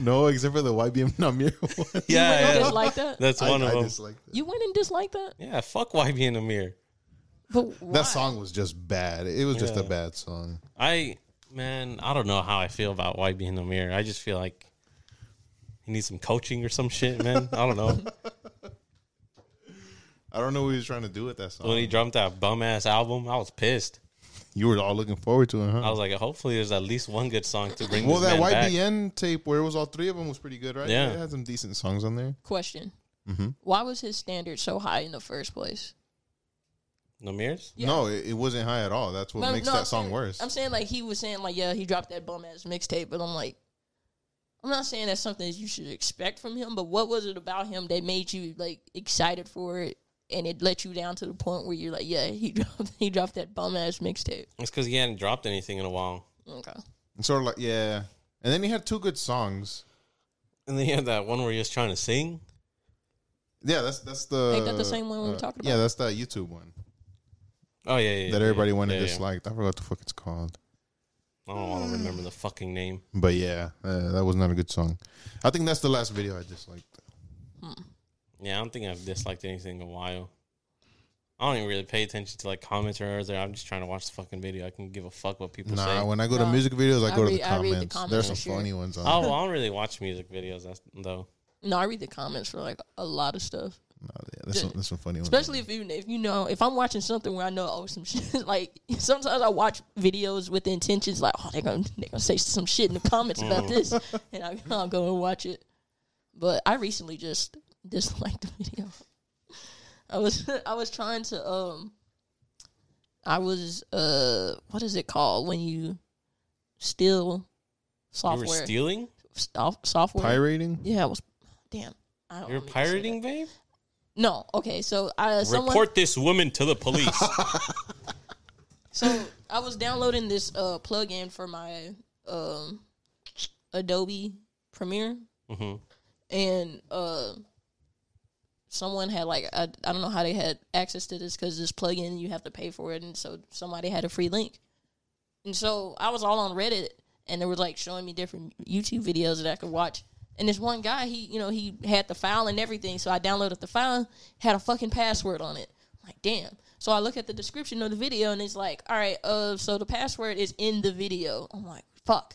Speaker 3: no, except for the YBM <laughs> Namir one.
Speaker 2: You
Speaker 1: <laughs> yeah, yeah.
Speaker 2: dislike that?
Speaker 1: that's
Speaker 3: I,
Speaker 1: one of
Speaker 3: I
Speaker 1: them.
Speaker 3: dislike that.
Speaker 2: You went and disliked that?
Speaker 1: Yeah, fuck YB and Amir.
Speaker 2: But why?
Speaker 3: That song was just bad. It was just a
Speaker 1: Yeah.
Speaker 3: bad song.
Speaker 1: I man, I don't know how I feel about YB and Amir. I just feel like he needs some coaching or some shit, man. I don't
Speaker 3: <laughs>
Speaker 1: know.
Speaker 3: I don't know what he was trying to do with that song.
Speaker 1: when he dropped that bum ass album, I was pissed.
Speaker 3: you were all looking forward to it, huh?
Speaker 1: I was like, hopefully there's at least one good song to bring.
Speaker 3: well,
Speaker 1: this
Speaker 3: that
Speaker 1: man back.
Speaker 3: YBN tape where it was all three of them was pretty good, right?
Speaker 1: Yeah.
Speaker 3: it had some decent songs on there.
Speaker 2: Question. Why was his standard so high in the first place?
Speaker 1: Namir's?
Speaker 2: Yeah.
Speaker 3: No, it, it wasn't high at all. That's what
Speaker 2: But
Speaker 3: makes
Speaker 2: no, I'm
Speaker 3: that song
Speaker 2: saying-
Speaker 3: worse.
Speaker 2: I'm saying like he was saying like yeah he dropped that bum ass mixtape, but I'm like, I'm not saying that's something that you should expect from him. But what was it about him that made you like excited for it, and it let you down to the point where you're like, yeah, he <laughs> dropped he dropped that bum ass mixtape.
Speaker 1: It's because he hadn't dropped anything in a while.
Speaker 2: Okay,
Speaker 3: It's sort of like yeah, and then he had two good songs.
Speaker 1: And then he had that one where he was trying to sing.
Speaker 3: Yeah, that's that's the uh,
Speaker 2: Ain't that the same one we were talking
Speaker 3: Yeah,
Speaker 2: about?
Speaker 3: that's that YouTube one
Speaker 1: Oh yeah, yeah
Speaker 3: that everybody
Speaker 1: yeah,
Speaker 3: wanted
Speaker 1: yeah, yeah.
Speaker 3: disliked. I forgot what the fuck it's called.
Speaker 1: I don't want to remember the fucking name.
Speaker 3: But yeah, uh, that was not a good song. I think that's the last video I disliked.
Speaker 1: Yeah, I don't think I've disliked anything in a while. I don't even really pay attention to like comments or anything. I'm just trying to watch the fucking video. I can give a fuck what people say.
Speaker 3: Nah, when I go to
Speaker 2: No.
Speaker 3: music videos, I,
Speaker 2: I
Speaker 3: go
Speaker 2: read-
Speaker 3: to the
Speaker 2: I read the
Speaker 3: comments. There's
Speaker 2: comments
Speaker 3: some
Speaker 2: for sure.
Speaker 3: funny ones on.
Speaker 1: Oh,
Speaker 3: there.
Speaker 1: well, I don't really watch music videos. That's though.
Speaker 2: no, I read the comments for like a lot of stuff,
Speaker 3: Nah, yeah, there's, some, there's some funny ones. on
Speaker 2: especially if even if you know if I'm watching something where I know oh some shit <laughs> like sometimes I watch videos with the intentions like oh they're gonna they're gonna say some shit in the comments
Speaker 1: Mm.
Speaker 2: about
Speaker 1: <laughs>
Speaker 2: this, and I, I'll go and watch it. But I recently just disliked the video. I was <laughs> I was trying to um I was uh what is it called when you steal
Speaker 1: You were
Speaker 2: software
Speaker 1: stealing?
Speaker 2: Sof- software
Speaker 3: Pirating?
Speaker 2: Yeah, I was. Damn. I don't
Speaker 1: You were
Speaker 2: mean to say
Speaker 1: pirating, babe?
Speaker 2: Oh, that. No. Okay. So I someone.
Speaker 1: Report this woman to the police. <laughs>
Speaker 2: So I was downloading this uh plugin for my um Adobe Premiere,
Speaker 1: Mhm.
Speaker 2: and uh someone had like I, I don't know how they had access to this because this plugin you have to pay for it, and so somebody had a free link, and so I was all on Reddit, and they were like showing me different YouTube videos that I could watch. And this one guy, he you know he had the file and everything, so I downloaded the file, had a fucking password on it. Like damn. So I look at the description of the video, and it's like, all right, uh, so the password is in the video. I'm like, fuck.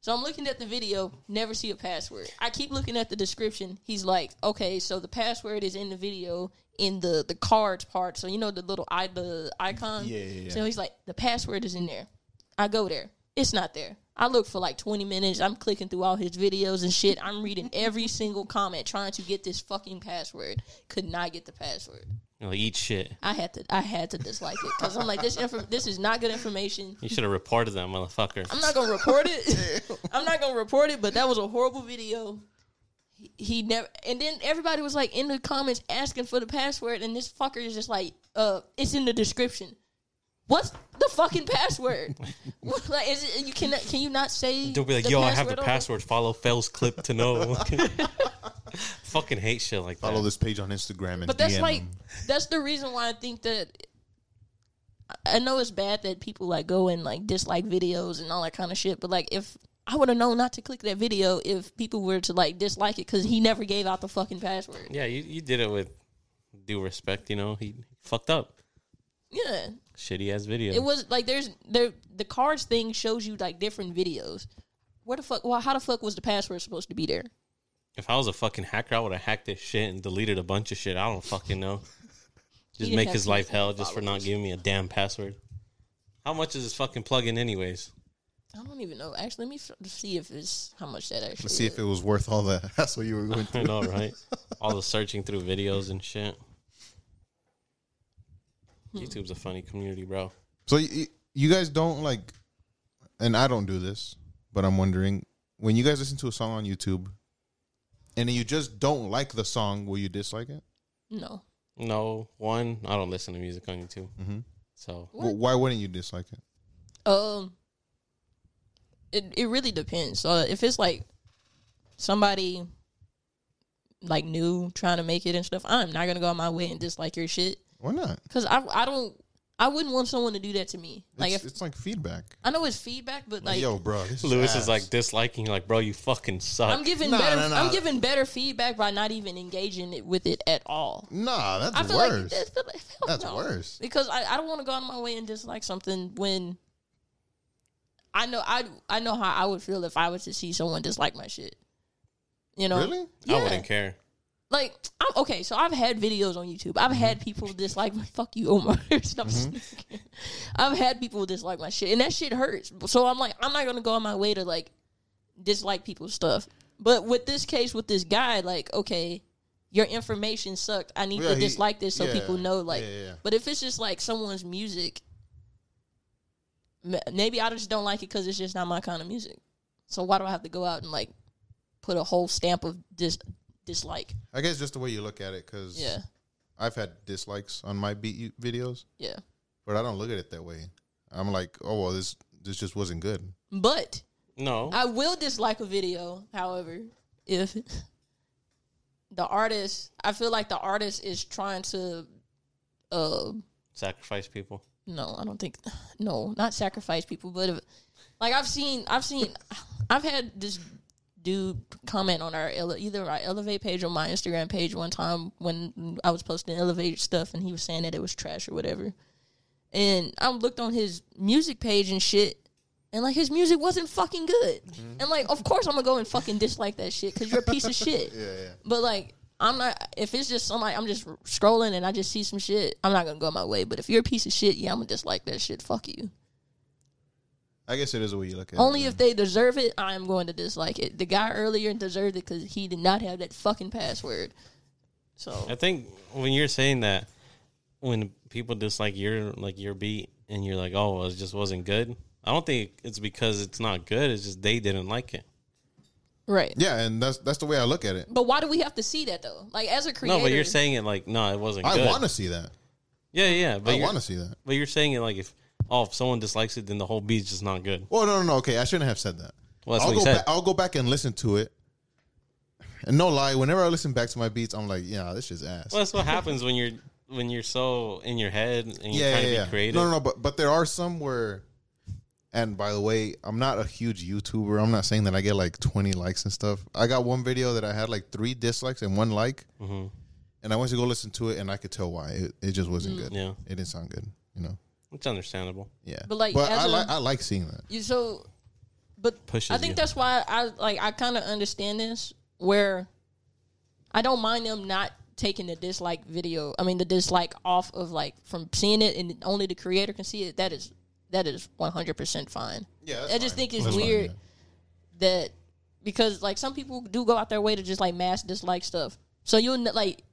Speaker 2: So I'm looking at the video, never see a password. I keep looking at the description. He's like, okay, so the password is in the video in the the cards part. So you know the little i the icon.
Speaker 3: Yeah, yeah, yeah.
Speaker 2: So he's like, the password is in there. I go there. It's not there. I look for like 20 minutes. I'm clicking through all his videos and shit. I'm reading every single comment trying to get this fucking password. Could not get the password.
Speaker 1: You know, eat shit.
Speaker 2: I had to I had to dislike it because I'm like this inf- this is not good information.
Speaker 1: You should have reported that motherfucker.
Speaker 2: I'm not gonna report it. <laughs> I'm not gonna report it. But that was a horrible video. He, he never. And then everybody was like in the comments asking for the password, and this fucker is just like, "Uh, it's in the description." What's the fucking password? <laughs> what, like, is it, you cannot? Can you not say?
Speaker 1: They'll be like,
Speaker 2: the
Speaker 1: yo, I have the
Speaker 2: over-
Speaker 1: password. Follow Fail's clip to
Speaker 2: <laughs>
Speaker 1: know. <laughs> Fucking hate shit like that.
Speaker 3: Follow this page on Instagram and
Speaker 2: But that's
Speaker 3: DM
Speaker 2: like
Speaker 3: them.
Speaker 2: that's the reason why I think that I- I know it's bad that people like go and like dislike videos and all that kind of shit. But like, if I would have known not to click that video, if people were to like dislike it because he never gave out the fucking password.
Speaker 1: Yeah, you, you did it with due respect, you know. He fucked up.
Speaker 2: Yeah,
Speaker 1: Shitty ass video.
Speaker 2: it was like there's there the cards thing shows you like different videos. Where the fuck? Well, how the fuck was the password supposed to be there?
Speaker 1: if I was a fucking hacker, I would have hacked this shit and deleted a bunch of shit. I don't fucking
Speaker 2: <laughs>
Speaker 1: know. Just
Speaker 2: didn't
Speaker 1: make
Speaker 2: have
Speaker 1: his life
Speaker 2: 2,000
Speaker 1: hell just for not
Speaker 2: followers.
Speaker 1: giving me a damn password. How much is this fucking plug-in anyways? <laughs>
Speaker 2: I don't even know. Actually, let me f- see if it's how much that actually.
Speaker 3: Let's see if
Speaker 2: is.
Speaker 3: it was worth all <laughs> the hassle you
Speaker 2: <laughs>
Speaker 3: were going
Speaker 1: I
Speaker 3: through.
Speaker 1: know, right? All the searching through videos and shit.
Speaker 2: Hmm.
Speaker 1: YouTube's a funny community, bro.
Speaker 3: So you, you guys don't like, and I don't do this, but I'm wondering when you guys listen to a song on YouTube, and you just don't like the song, will you dislike it?
Speaker 2: no.
Speaker 1: No, one, I don't listen to music on YouTube.
Speaker 3: Mm-hmm.
Speaker 1: So
Speaker 2: What?
Speaker 3: Wh- why wouldn't you dislike it?
Speaker 2: Um, it it really depends. So if it's like somebody like new trying to make it and stuff, I'm not gonna go out my way and dislike your shit
Speaker 3: Why not?
Speaker 2: because I I don't I wouldn't want someone to do that to me. Like
Speaker 3: it's,
Speaker 2: if
Speaker 3: it's like feedback.
Speaker 2: I know it's feedback, but
Speaker 3: Like,
Speaker 2: like
Speaker 3: yo, bro, this
Speaker 1: Lewis
Speaker 3: ass.
Speaker 1: is like disliking, like, bro, you fucking suck.
Speaker 2: I'm giving
Speaker 3: Nah,
Speaker 2: better
Speaker 3: nah, nah.
Speaker 2: I'm giving better feedback by not even engaging it with it at all.
Speaker 3: nah, that's
Speaker 2: I feel
Speaker 3: worse.
Speaker 2: like that's, feel like- hell
Speaker 3: That's
Speaker 2: no.
Speaker 3: worse.
Speaker 2: because I, I don't want to go out of my way and dislike something when I know I I know how I would feel if I was to see someone dislike my shit. You know,
Speaker 3: Really?
Speaker 2: Yeah.
Speaker 1: I wouldn't care.
Speaker 2: Like I'm okay, so I've had videos on YouTube. I've had
Speaker 3: Mm-hmm.
Speaker 2: people dislike my <laughs> fuck you, Omar. Stop sneaking. I've had people dislike my shit, and that shit hurts. So I'm like, I'm not gonna go on my way to like dislike people's stuff. But with this case, with this guy, like, okay, your information sucked. I need
Speaker 3: Yeah,
Speaker 2: to
Speaker 3: he-
Speaker 2: dislike this so
Speaker 3: yeah,
Speaker 2: people know. Like,
Speaker 3: yeah, yeah.
Speaker 2: but if it's just like someone's music, m- maybe I just don't like it because it's just not my kind of music. So why do I have to go out and like put a whole stamp of dis dislike?
Speaker 3: I guess just the way you look at it, because
Speaker 2: Yeah,
Speaker 3: I've had dislikes on my beat videos,
Speaker 2: yeah.
Speaker 3: but I don't look at it that way. I'm like, oh well, this this just wasn't good.
Speaker 2: But
Speaker 1: No.
Speaker 2: I will dislike a video, however, if the artist, I feel like the artist is trying to, uh,
Speaker 1: Sacrifice people.
Speaker 2: no, I don't think, <sighs> no, not sacrifice people, but if, like I've seen, I've seen, <sighs> I've had this dude comment on our ele- either our elevate page or my Instagram page one time when I was posting elevate stuff, and he was saying that it was trash or whatever. And I looked on his music page and shit, and like his music wasn't fucking good. And like, of course I'm gonna go and fucking dislike that shit because you're a piece of shit. But like, I'm not. If it's just somebody, I'm just scrolling and I just see some shit. I'm not gonna go my way. But if you're a piece of shit, yeah, I'm gonna dislike that shit. Fuck you.
Speaker 3: I guess it is the way you look at it.
Speaker 2: Only if they deserve it, I am going to dislike it. The guy earlier deserved it because he did not have that fucking password. So
Speaker 1: I think when you're saying that, when people dislike your like your beat and you're like, oh, well, it just wasn't good. I don't think it's because it's not good. It's just they didn't like it.
Speaker 2: right.
Speaker 3: Yeah, and that's that's the way I look at it.
Speaker 2: But why do we have to see that though? Like as a creator,
Speaker 1: No, but you're saying it like, no, it wasn't.
Speaker 3: I
Speaker 1: good.
Speaker 3: want to see that.
Speaker 1: Yeah, yeah. But
Speaker 3: I
Speaker 1: you're,
Speaker 3: want to see that.
Speaker 1: But you're saying it like if oh, if someone dislikes it, then the whole beat's just not good.
Speaker 3: Well, no, no, no. Okay, I shouldn't have said that.
Speaker 1: Well, that's
Speaker 3: I'll
Speaker 1: what you
Speaker 3: go
Speaker 1: said.
Speaker 3: back. I'll go back and listen to it, And no lie, whenever I listen back to my beats, I'm like, yeah, this shit's ass.
Speaker 1: Well, that's what happens when you're when you're so in your head and you're
Speaker 3: yeah,
Speaker 1: trying
Speaker 3: yeah,
Speaker 1: to
Speaker 3: yeah.
Speaker 1: be creative.
Speaker 3: No, no, no. But but there are some where, and by the way, I'm not a huge YouTuber. I'm not saying that I get like 20 likes and stuff. I got one video that I had like three dislikes and one like,
Speaker 1: Mm-hmm.
Speaker 3: and I went to go listen to it, and I could tell why it, it just
Speaker 2: Mm.
Speaker 3: wasn't good.
Speaker 1: Yeah.
Speaker 3: it didn't sound good. You know.
Speaker 1: It's understandable.
Speaker 3: Yeah.
Speaker 2: But, like,
Speaker 3: but
Speaker 2: as
Speaker 3: I
Speaker 2: a-
Speaker 3: like I like seeing that.
Speaker 2: You so, but
Speaker 1: Pushes
Speaker 2: I think
Speaker 1: you.
Speaker 2: that's why I like I kind of understand this where I don't mind them not taking the dislike video. I mean the dislike off of like from seeing it and only the creator can see it. That is that is one hundred percent fine.
Speaker 3: Yeah,
Speaker 2: I
Speaker 3: that's
Speaker 2: just
Speaker 3: fine.
Speaker 2: think it's
Speaker 3: That's fine,
Speaker 2: weird
Speaker 3: yeah.
Speaker 2: that because like some people do go out their way to just like mass dislike stuff. So you'll n- like.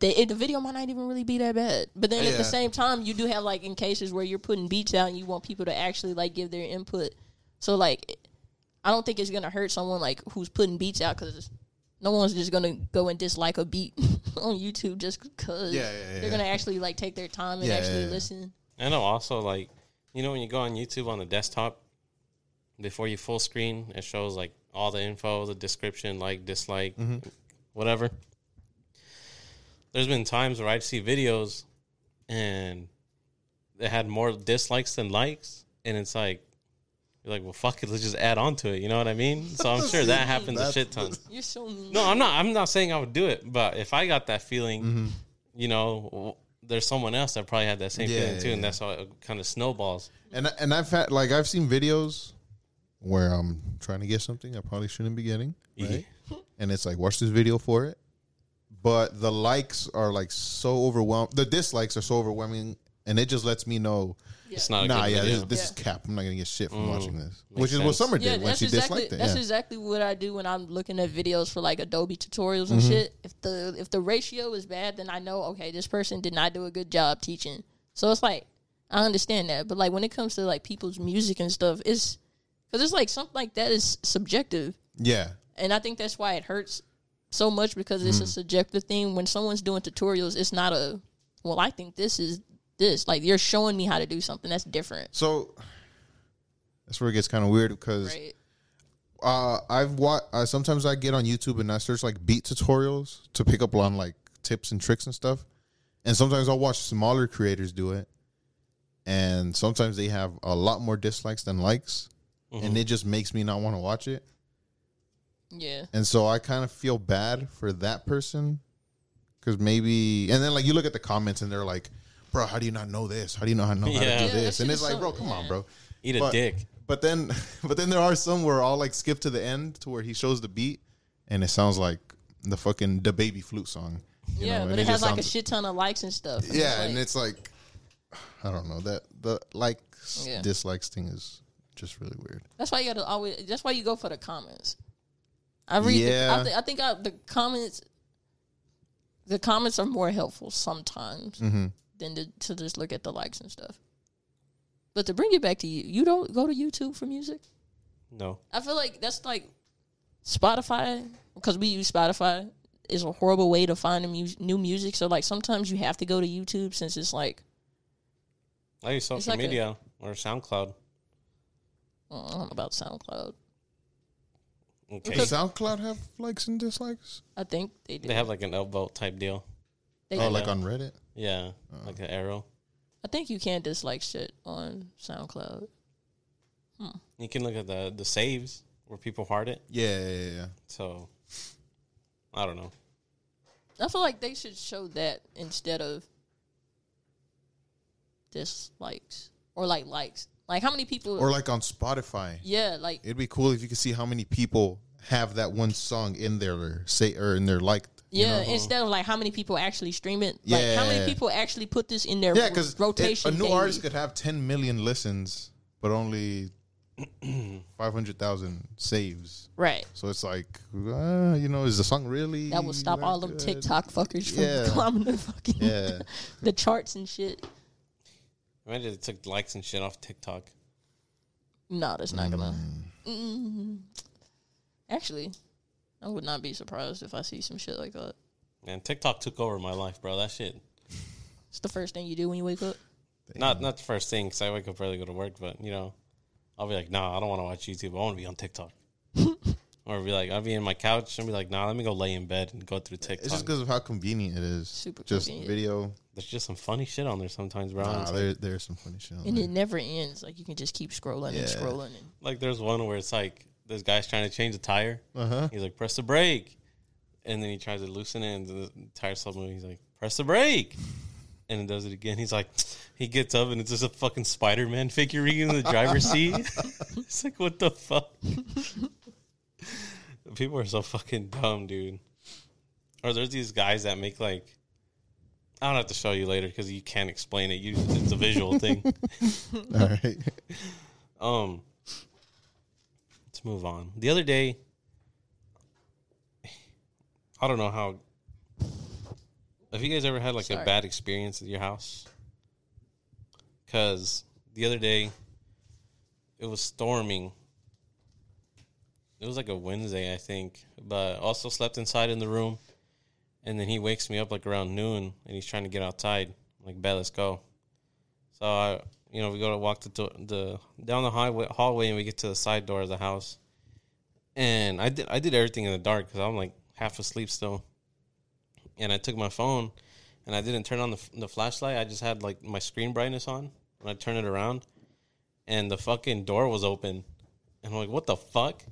Speaker 2: The, the video might not even really be that bad, but then at
Speaker 3: Yeah.
Speaker 2: the same time, you do have like in cases where you're putting beats out and you want people to actually like give their input. So like, I don't think it's gonna hurt someone like who's putting beats out because no one's just gonna go and dislike a beat <laughs> on YouTube just because
Speaker 3: Yeah, yeah, yeah,
Speaker 2: they're gonna actually like take their time and
Speaker 3: Yeah,
Speaker 2: actually
Speaker 3: yeah, yeah.
Speaker 2: listen.
Speaker 1: I know. Also, like you know, when you go on YouTube on the desktop, before you full screen, it shows like all the info, the description, like dislike, whatever. There's been times where I'd see videos, and it had more dislikes than likes, and it's like. You're like, well, fuck it. Let's just add on to it. You know what I mean? So I'm sure that happens a
Speaker 3: That's-
Speaker 1: shit ton.
Speaker 2: You're so mean.
Speaker 1: No, I'm not. I'm not saying I would do it, but if I got that feeling,
Speaker 3: Mm-hmm.
Speaker 1: you know, w- there's someone else that probably had that same
Speaker 3: Yeah,
Speaker 1: feeling too,
Speaker 3: yeah,
Speaker 1: and
Speaker 3: yeah.
Speaker 1: that's how it kind of snowballs.
Speaker 3: And and I've had like I've seen videos where I'm trying to get something I probably shouldn't be getting, right? and it's like watch this video for it, but the likes are like so overwhelming. The dislikes are so overwhelming, and it just lets me know,
Speaker 1: It's not. A
Speaker 3: nah,
Speaker 1: good
Speaker 3: yeah, this,
Speaker 1: video.
Speaker 3: this is cap. I'm not gonna get shit from watching this,
Speaker 1: makes
Speaker 3: which is what
Speaker 1: sense.
Speaker 3: Summer did
Speaker 2: yeah,
Speaker 3: when
Speaker 2: that's
Speaker 3: she
Speaker 2: exactly
Speaker 3: disliked it.
Speaker 2: that's
Speaker 3: yeah.
Speaker 2: exactly what I do when I'm looking at videos for like Adobe tutorials and shit. If the if the ratio is bad, then I know okay, this person did not do a good job teaching. So it's like I understand that, but like when it comes to like people's music and stuff, it's because it's like something like that is subjective,
Speaker 3: yeah,
Speaker 2: and I think that's why it hurts so much because it's a subjective thing. When someone's doing tutorials, it's not a well. I think this is this like you're showing me how to do something that's different,
Speaker 3: so that's where it gets kind of weird because
Speaker 2: right?
Speaker 3: uh, I've watched. Uh, sometimes I get on YouTube and I search like beat tutorials to pick up on like tips and tricks and stuff. And sometimes I'll watch smaller creators do it, and sometimes they have a lot more dislikes than likes, and it just makes me not want to watch it.
Speaker 2: Yeah.
Speaker 3: And so I kind of feel bad for that person because maybe. And then like you look at the comments and they're like, "Bro, how do you not know this? How do you not know how
Speaker 1: Yeah.
Speaker 3: to
Speaker 1: Yeah,
Speaker 3: do
Speaker 1: that
Speaker 3: this?" And
Speaker 2: shit
Speaker 3: it's
Speaker 2: is
Speaker 3: like,
Speaker 2: so-
Speaker 3: "Bro, come on,
Speaker 2: yeah.
Speaker 3: bro."
Speaker 1: Eat a
Speaker 3: but-
Speaker 1: dick.
Speaker 3: But then, <laughs> but then there are some where I'll like skip to the end to where he shows the beat, and it sounds like the fucking the baby flute song. you
Speaker 2: yeah,
Speaker 3: know,
Speaker 2: but
Speaker 3: and
Speaker 2: it, has
Speaker 3: just
Speaker 2: like a
Speaker 3: sounds-
Speaker 2: shit ton of likes and stuff. And
Speaker 3: Yeah, and
Speaker 2: like-
Speaker 3: it's like, <sighs> I don't know that the likes
Speaker 2: Yeah.
Speaker 3: dislikes thing is just really weird.
Speaker 2: that's why you gotta always. That's why you go for the comments. I read. The,
Speaker 3: Yeah.
Speaker 2: I, thi- I think I, the comments. The comments are more helpful sometimes
Speaker 3: Mm-hmm.
Speaker 2: than to, to just look at the likes and stuff. But to bring it back to you, you don't go to YouTube for music.
Speaker 1: No,
Speaker 2: I feel like that's like Spotify because we use Spotify is a horrible way to find a mu- new music. So like sometimes you have to go to YouTube since it's like
Speaker 1: I use social
Speaker 2: like a-
Speaker 1: media or SoundCloud.
Speaker 2: uh, I don't know about SoundCloud.
Speaker 1: Okay,
Speaker 3: Does SoundCloud have likes and dislikes?
Speaker 2: I think they do.
Speaker 1: they have like an upvote type deal.
Speaker 2: They
Speaker 3: Oh,
Speaker 2: do.
Speaker 3: like on Reddit?
Speaker 1: Yeah,
Speaker 3: Oh.
Speaker 1: like an arrow.
Speaker 2: I think you can dislike shit on SoundCloud.
Speaker 1: You can look at the the saves where people heart it.
Speaker 3: Yeah, yeah, yeah, yeah.
Speaker 1: So I don't know.
Speaker 2: I feel like they should show that instead of dislikes or like likes. Like how many people?
Speaker 3: Or like on Spotify,
Speaker 2: yeah, like
Speaker 3: it'd be cool if you could see how many people have that one song in their say or in their liked. you
Speaker 2: yeah.
Speaker 3: know? uh-huh.
Speaker 2: Instead of like how many people actually stream it. Like how
Speaker 3: Yeah.
Speaker 2: many people actually put this in their
Speaker 3: Yeah, because
Speaker 2: rotation?
Speaker 3: a new
Speaker 2: daily?
Speaker 3: artist could have 10 million listens, but only <clears throat> 500,000 saves.
Speaker 2: right.
Speaker 3: So it's like, uh, you know, is the song really
Speaker 2: That will stop all them
Speaker 3: good?
Speaker 2: TikTok fuckers from
Speaker 3: Yeah.
Speaker 2: climbing the fucking
Speaker 3: Yeah,
Speaker 2: <laughs> the charts and shit.
Speaker 1: Imagine it took likes and shit off TikTok.
Speaker 2: No, that's not gonna.
Speaker 1: Mm-hmm.
Speaker 2: Mm. Actually, I would not be surprised if I see some shit like that.
Speaker 1: Man, TikTok took over my life, bro. That shit.
Speaker 2: It's the first thing you do when you wake up.
Speaker 1: Not not the first thing because I wake
Speaker 3: <laughs>
Speaker 1: up early, go to work, but you know, I'll be like, nah, I don't want to watch YouTube. I want to be on TikTok. Or be like, I'll be in my couch and be like, nah, let me go lay in bed and go through
Speaker 2: <laughs>
Speaker 1: TikTok.
Speaker 3: It's just because of how convenient it is.
Speaker 2: Super
Speaker 3: just
Speaker 2: convenient.
Speaker 3: video.
Speaker 1: There's just some funny shit on there sometimes, bro.
Speaker 3: Nah,
Speaker 1: It's
Speaker 3: there, there's some funny shit. On
Speaker 2: And
Speaker 3: there.
Speaker 2: it never ends. Like you can just keep scrolling
Speaker 3: Yeah.
Speaker 2: and scrolling. And
Speaker 1: Like there's one where it's like this guy's trying to change the tire.
Speaker 2: <laughs>
Speaker 3: Uh-huh.
Speaker 1: He's like, press the brake, and then he tries to loosen it, and the tire stops moving. He's like, press the brake, and it does it again. He's like, he gets up, and it's just a fucking Spider Man figurine in the driver's seat. it's like, what the fuck? People are so fucking dumb, dude. Or there's these guys that make like. I don't have to show you later because you can't explain it. You, it's a visual thing.
Speaker 3: All right.
Speaker 1: Um, let's move on. The other day, I don't know how. Have you guys ever had like a
Speaker 2: Sorry.
Speaker 1: bad experience at your house? Because the other day, it was storming. It was like a Wednesday, I think, but I also slept inside in the room. And then he wakes me up like around noon, and he's trying to get outside. I'm like, bet let's go. So I, you know, we go to walk the do- the down the highway hallway, and we get to the side door of the house. And I did I did everything in the dark because I'm like half asleep still. And I took my phone, and I didn't turn on the f- the flashlight. I just had like my screen brightness on, and I turned it around, and the fucking door was open, and I'm like, what the fuck?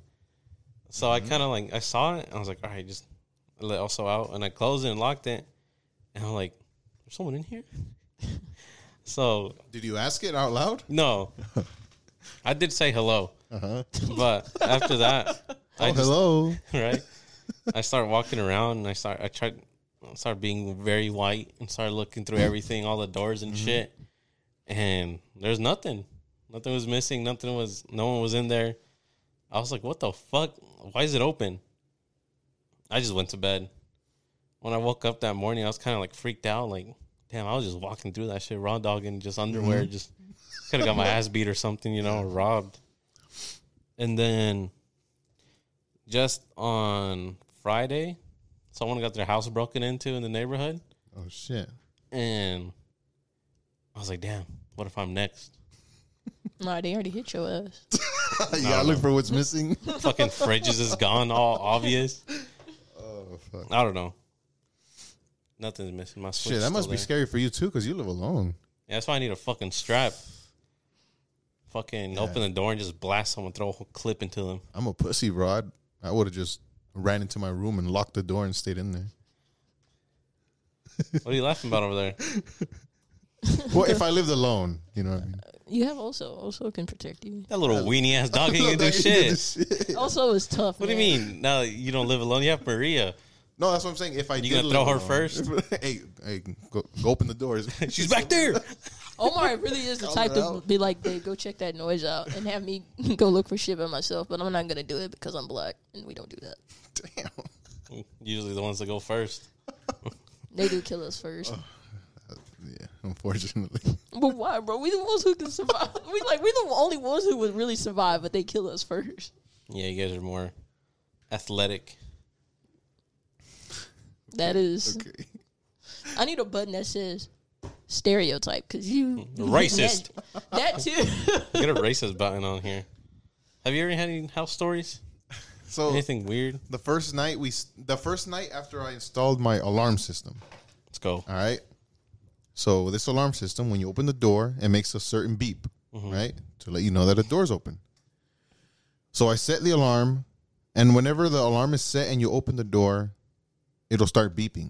Speaker 1: So I kind of like I saw it, and I was like, all right, just let also out, and I closed it and locked it, and I'm like, there's someone in here. <laughs> so
Speaker 3: Did you ask it out loud? <laughs>
Speaker 1: no, I did say hello,
Speaker 3: Uh-huh.
Speaker 1: but after that, I
Speaker 3: Oh,
Speaker 1: just,
Speaker 3: hello. <laughs>
Speaker 1: <laughs> right? I start walking around and I start I tried I start being very white and start looking through everything, all the doors and shit. And there's nothing. Nothing was missing, nothing was no one was in there. I was like, what the fuck? Why is it open? I just went to bed. When I woke up that morning, I was kinda like freaked out, like, damn, I was just walking through that shit, raw dogging just underwear, just could have got my ass beat or something, you know, or robbed. And then just on Friday, someone got their house broken into in the neighborhood,
Speaker 3: Oh shit.
Speaker 1: and I was like, "Damn, what if I'm next?"
Speaker 2: nah, they already hit your ass.
Speaker 3: you gotta look for what's missing.
Speaker 1: Fucking fridges is gone, all obvious.
Speaker 3: oh fuck.
Speaker 1: I don't know. Nothing's missing. My switch
Speaker 3: Shit, that
Speaker 1: still
Speaker 3: must be
Speaker 1: there.
Speaker 3: scary for you too, because you live alone.
Speaker 1: Yeah, that's why I need a fucking strap. Fucking open the door and just blast someone, throw a whole clip into them.
Speaker 3: I'm a pussy, bro. I'd, I would have just ran into my room and locked the door and stayed in there.
Speaker 1: What are you laughing about over <laughs> there?
Speaker 3: Well, if I lived alone, you know what I mean.
Speaker 2: You have also also can protect you.
Speaker 1: That little weenie ass <laughs> dog ain't gonna do shit.
Speaker 2: Also is tough.
Speaker 1: What do you
Speaker 2: man.
Speaker 1: mean? Now that you don't live alone. You have Maria.
Speaker 3: No, that's what I'm saying. If I
Speaker 1: You
Speaker 3: did
Speaker 1: gonna
Speaker 3: live
Speaker 1: throw her
Speaker 3: alone-
Speaker 1: first?
Speaker 3: <laughs> hey, hey, go, go open the doors. <laughs>
Speaker 1: She's back there.
Speaker 2: Omar really is
Speaker 1: <laughs>
Speaker 2: the
Speaker 3: Call
Speaker 2: type
Speaker 3: her
Speaker 2: to
Speaker 3: out.
Speaker 2: be like, "Babe, go check that noise out," and have me <laughs> go look for shit by myself. But I'm not gonna do it because I'm black and we don't do that.
Speaker 3: Damn.
Speaker 1: Usually the ones that go first.
Speaker 2: They do kill us first.
Speaker 3: Yeah, unfortunately. <laughs>
Speaker 2: But why, bro? We the ones who can survive. <laughs> we like we the only ones who would really survive, but they kill us first.
Speaker 1: Yeah, you guys are more athletic.
Speaker 2: That is.
Speaker 3: Okay.
Speaker 2: I need a button that says stereotype because you
Speaker 1: Racist.
Speaker 2: That, that too. <laughs>
Speaker 1: Get a racist <laughs> button on here. Have you ever had any house stories?
Speaker 3: So
Speaker 1: Anything weird?
Speaker 3: the first night we, s- the first night after I installed my alarm system.
Speaker 1: Let's go.
Speaker 3: All right. So this alarm system, when you open the door, it makes a certain beep, right, to let you know that the door's open. So I set the alarm, and whenever the alarm is set and you open the door, it'll start beeping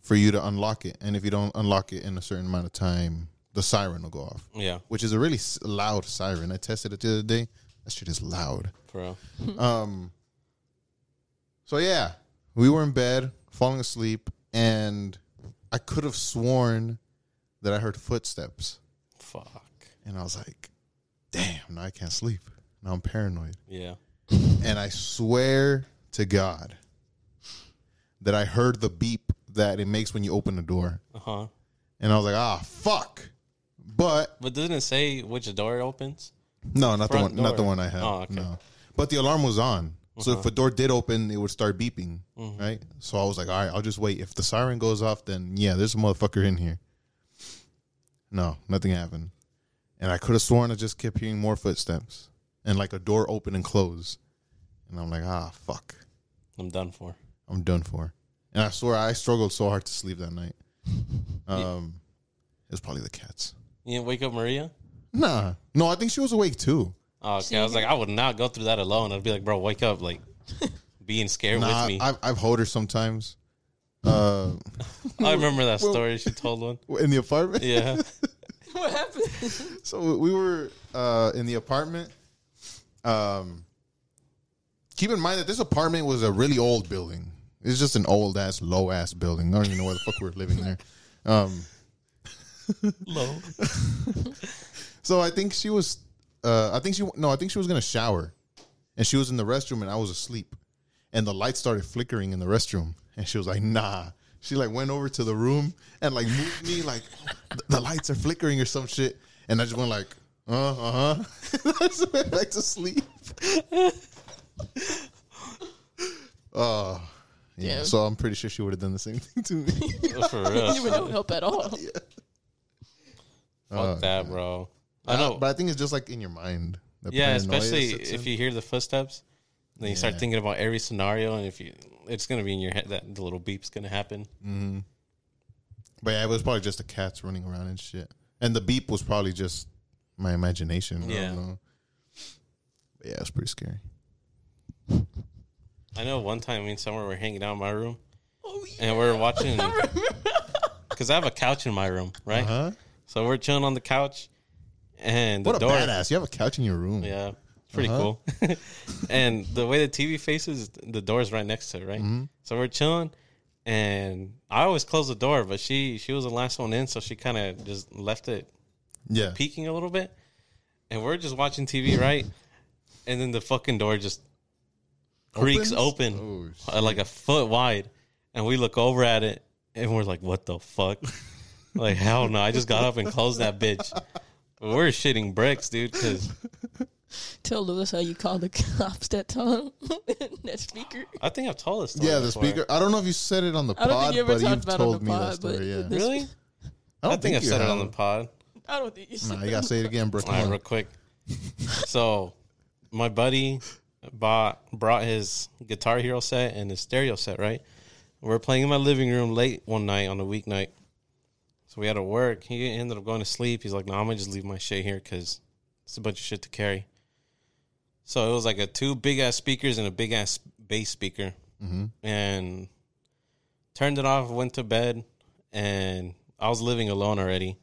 Speaker 3: for you to unlock it. And if you don't unlock it in a certain amount of time, the siren will go off,
Speaker 1: Yeah,
Speaker 3: which is a really s- loud siren. I tested it the other day. That shit is loud.
Speaker 1: for real.
Speaker 3: Um. So yeah, we were in bed, falling asleep, and I could have sworn that I heard footsteps,
Speaker 1: Fuck.
Speaker 3: and I was like, "Damn, now I can't sleep. Now I'm paranoid."
Speaker 1: Yeah.
Speaker 3: And I swear to God that I heard the beep that it makes when you open the door,
Speaker 1: Uh huh.
Speaker 3: and I was like, "Ah, fuck." But
Speaker 1: But doesn't it say which door it opens?
Speaker 3: no, not the
Speaker 1: Front
Speaker 3: one. Not the
Speaker 1: door.
Speaker 3: one I have.
Speaker 1: Oh, okay. Uh-huh.
Speaker 3: No, but the alarm was on. So if a door did open, it would start beeping,
Speaker 1: Mm-hmm.
Speaker 3: right? So I was like, all right, I'll just wait. If the siren goes off, then yeah, there's a motherfucker in here. No, nothing happened, and I could have sworn I just kept hearing more footsteps and like a door open and close, and I'm like, ah, fuck,
Speaker 1: I'm done for.
Speaker 3: I'm done for. And I swear, I struggled so hard to sleep
Speaker 1: <laughs>
Speaker 3: that night. Um, it was probably the cats.
Speaker 1: You didn't wake up Maria?
Speaker 3: Nah, no, I think she was awake too.
Speaker 1: Oh, okay. I was like, I would not go through that alone. I'd be like, bro, wake up. Like, being scared
Speaker 3: Nah,
Speaker 1: with me. I,
Speaker 3: I've, I've hold her sometimes. Uh,
Speaker 1: remember that story she told one.
Speaker 3: in the apartment.
Speaker 1: Yeah.
Speaker 2: What happened?
Speaker 3: <laughs>
Speaker 1: <laughs>
Speaker 3: So we were uh, in the apartment. Um, keep in mind that this apartment was a really old building. It's just an old ass, low ass building. I don't even know why the fuck we were living there. Um,
Speaker 1: Low.
Speaker 3: so I think she was, uh, I think she no, I think she was gonna shower, and she was in the restroom, and I was asleep, and the light started flickering in the restroom, and she was like, nah. She like went over to the room and like moved me like oh, "The- the lights are flickering or some shit, and I just went like, uh huh, <laughs> I just went back to sleep. <laughs> Oh. Yeah,
Speaker 2: Damn.
Speaker 3: so I'm pretty sure she would have done the same thing to me.
Speaker 1: For real.
Speaker 2: You were no help at all.
Speaker 1: Fuck that, bro. I know.
Speaker 3: Uh, but I think it's just like in your mind. that
Speaker 1: yeah,
Speaker 3: paranoia
Speaker 1: especially
Speaker 3: sits
Speaker 1: if
Speaker 3: in.
Speaker 1: you hear the footsteps, then you
Speaker 3: Yeah.
Speaker 1: start thinking about every scenario, and if you, it's gonna be in your head that the little beep's gonna happen.
Speaker 3: But yeah, it was probably just the cats running around and shit. And the beep was probably just my imagination. I
Speaker 1: Yeah.
Speaker 3: don't know. But yeah, it was pretty scary.
Speaker 1: I know one time me and Summer were hanging out in my room,
Speaker 3: Oh,
Speaker 1: and we were watching
Speaker 3: <laughs>
Speaker 1: because I have a couch in my room, right?
Speaker 3: Huh?
Speaker 1: So we're chilling on the couch, and the
Speaker 3: Uh-huh. What
Speaker 1: door,
Speaker 3: a badass. Uh-huh. You have a couch in your room.
Speaker 1: yeah, it's pretty cool. <laughs> and the way the TV faces, the door's right next to it, right?
Speaker 3: Mm-hmm.
Speaker 1: So we're chilling, and I always close the door, but she she was the last one in, so she kind of just left it
Speaker 3: Yeah.
Speaker 1: peeking a little bit, and we're just watching TV, right? And then the fucking door just creaks
Speaker 3: Opens?
Speaker 1: open
Speaker 3: Oh,
Speaker 1: uh, like a foot wide, and we look over at it, and we're like, "What the
Speaker 3: <laughs>
Speaker 1: fuck?" like hell no! I just got up and closed that bitch. We're shitting bricks, dude. Because
Speaker 2: Tell Lewis how you called the cops that time. <laughs> that speaker.
Speaker 1: I think I've told this. Story
Speaker 3: Yeah, the
Speaker 1: before.
Speaker 3: speaker. I don't know if you said it on the
Speaker 2: I don't think
Speaker 3: pod,
Speaker 2: you ever
Speaker 3: but
Speaker 2: talked
Speaker 3: you've
Speaker 2: about it on
Speaker 3: told
Speaker 2: the
Speaker 3: me that
Speaker 2: pod, but <laughs>
Speaker 3: story. Yeah.
Speaker 2: this-
Speaker 1: Really?
Speaker 3: I
Speaker 1: I
Speaker 3: don't
Speaker 1: think, I've
Speaker 3: you
Speaker 1: said it on the
Speaker 3: have.
Speaker 1: pod.
Speaker 2: I don't think you said
Speaker 3: Nah, you gotta say it
Speaker 1: <laughs>
Speaker 3: again, bro.
Speaker 1: All right, real quick. So, my buddy bought brought his Guitar Hero set and his stereo set. Right, we're playing in my living room late one night on a weeknight. So we had to work. He ended up going to sleep. He's like, "No, I'm gonna just leave my shit here because it's a bunch of shit to carry." So it was like a two big ass speakers and a big ass bass speaker, and turned it off. Went to bed, and I was living alone already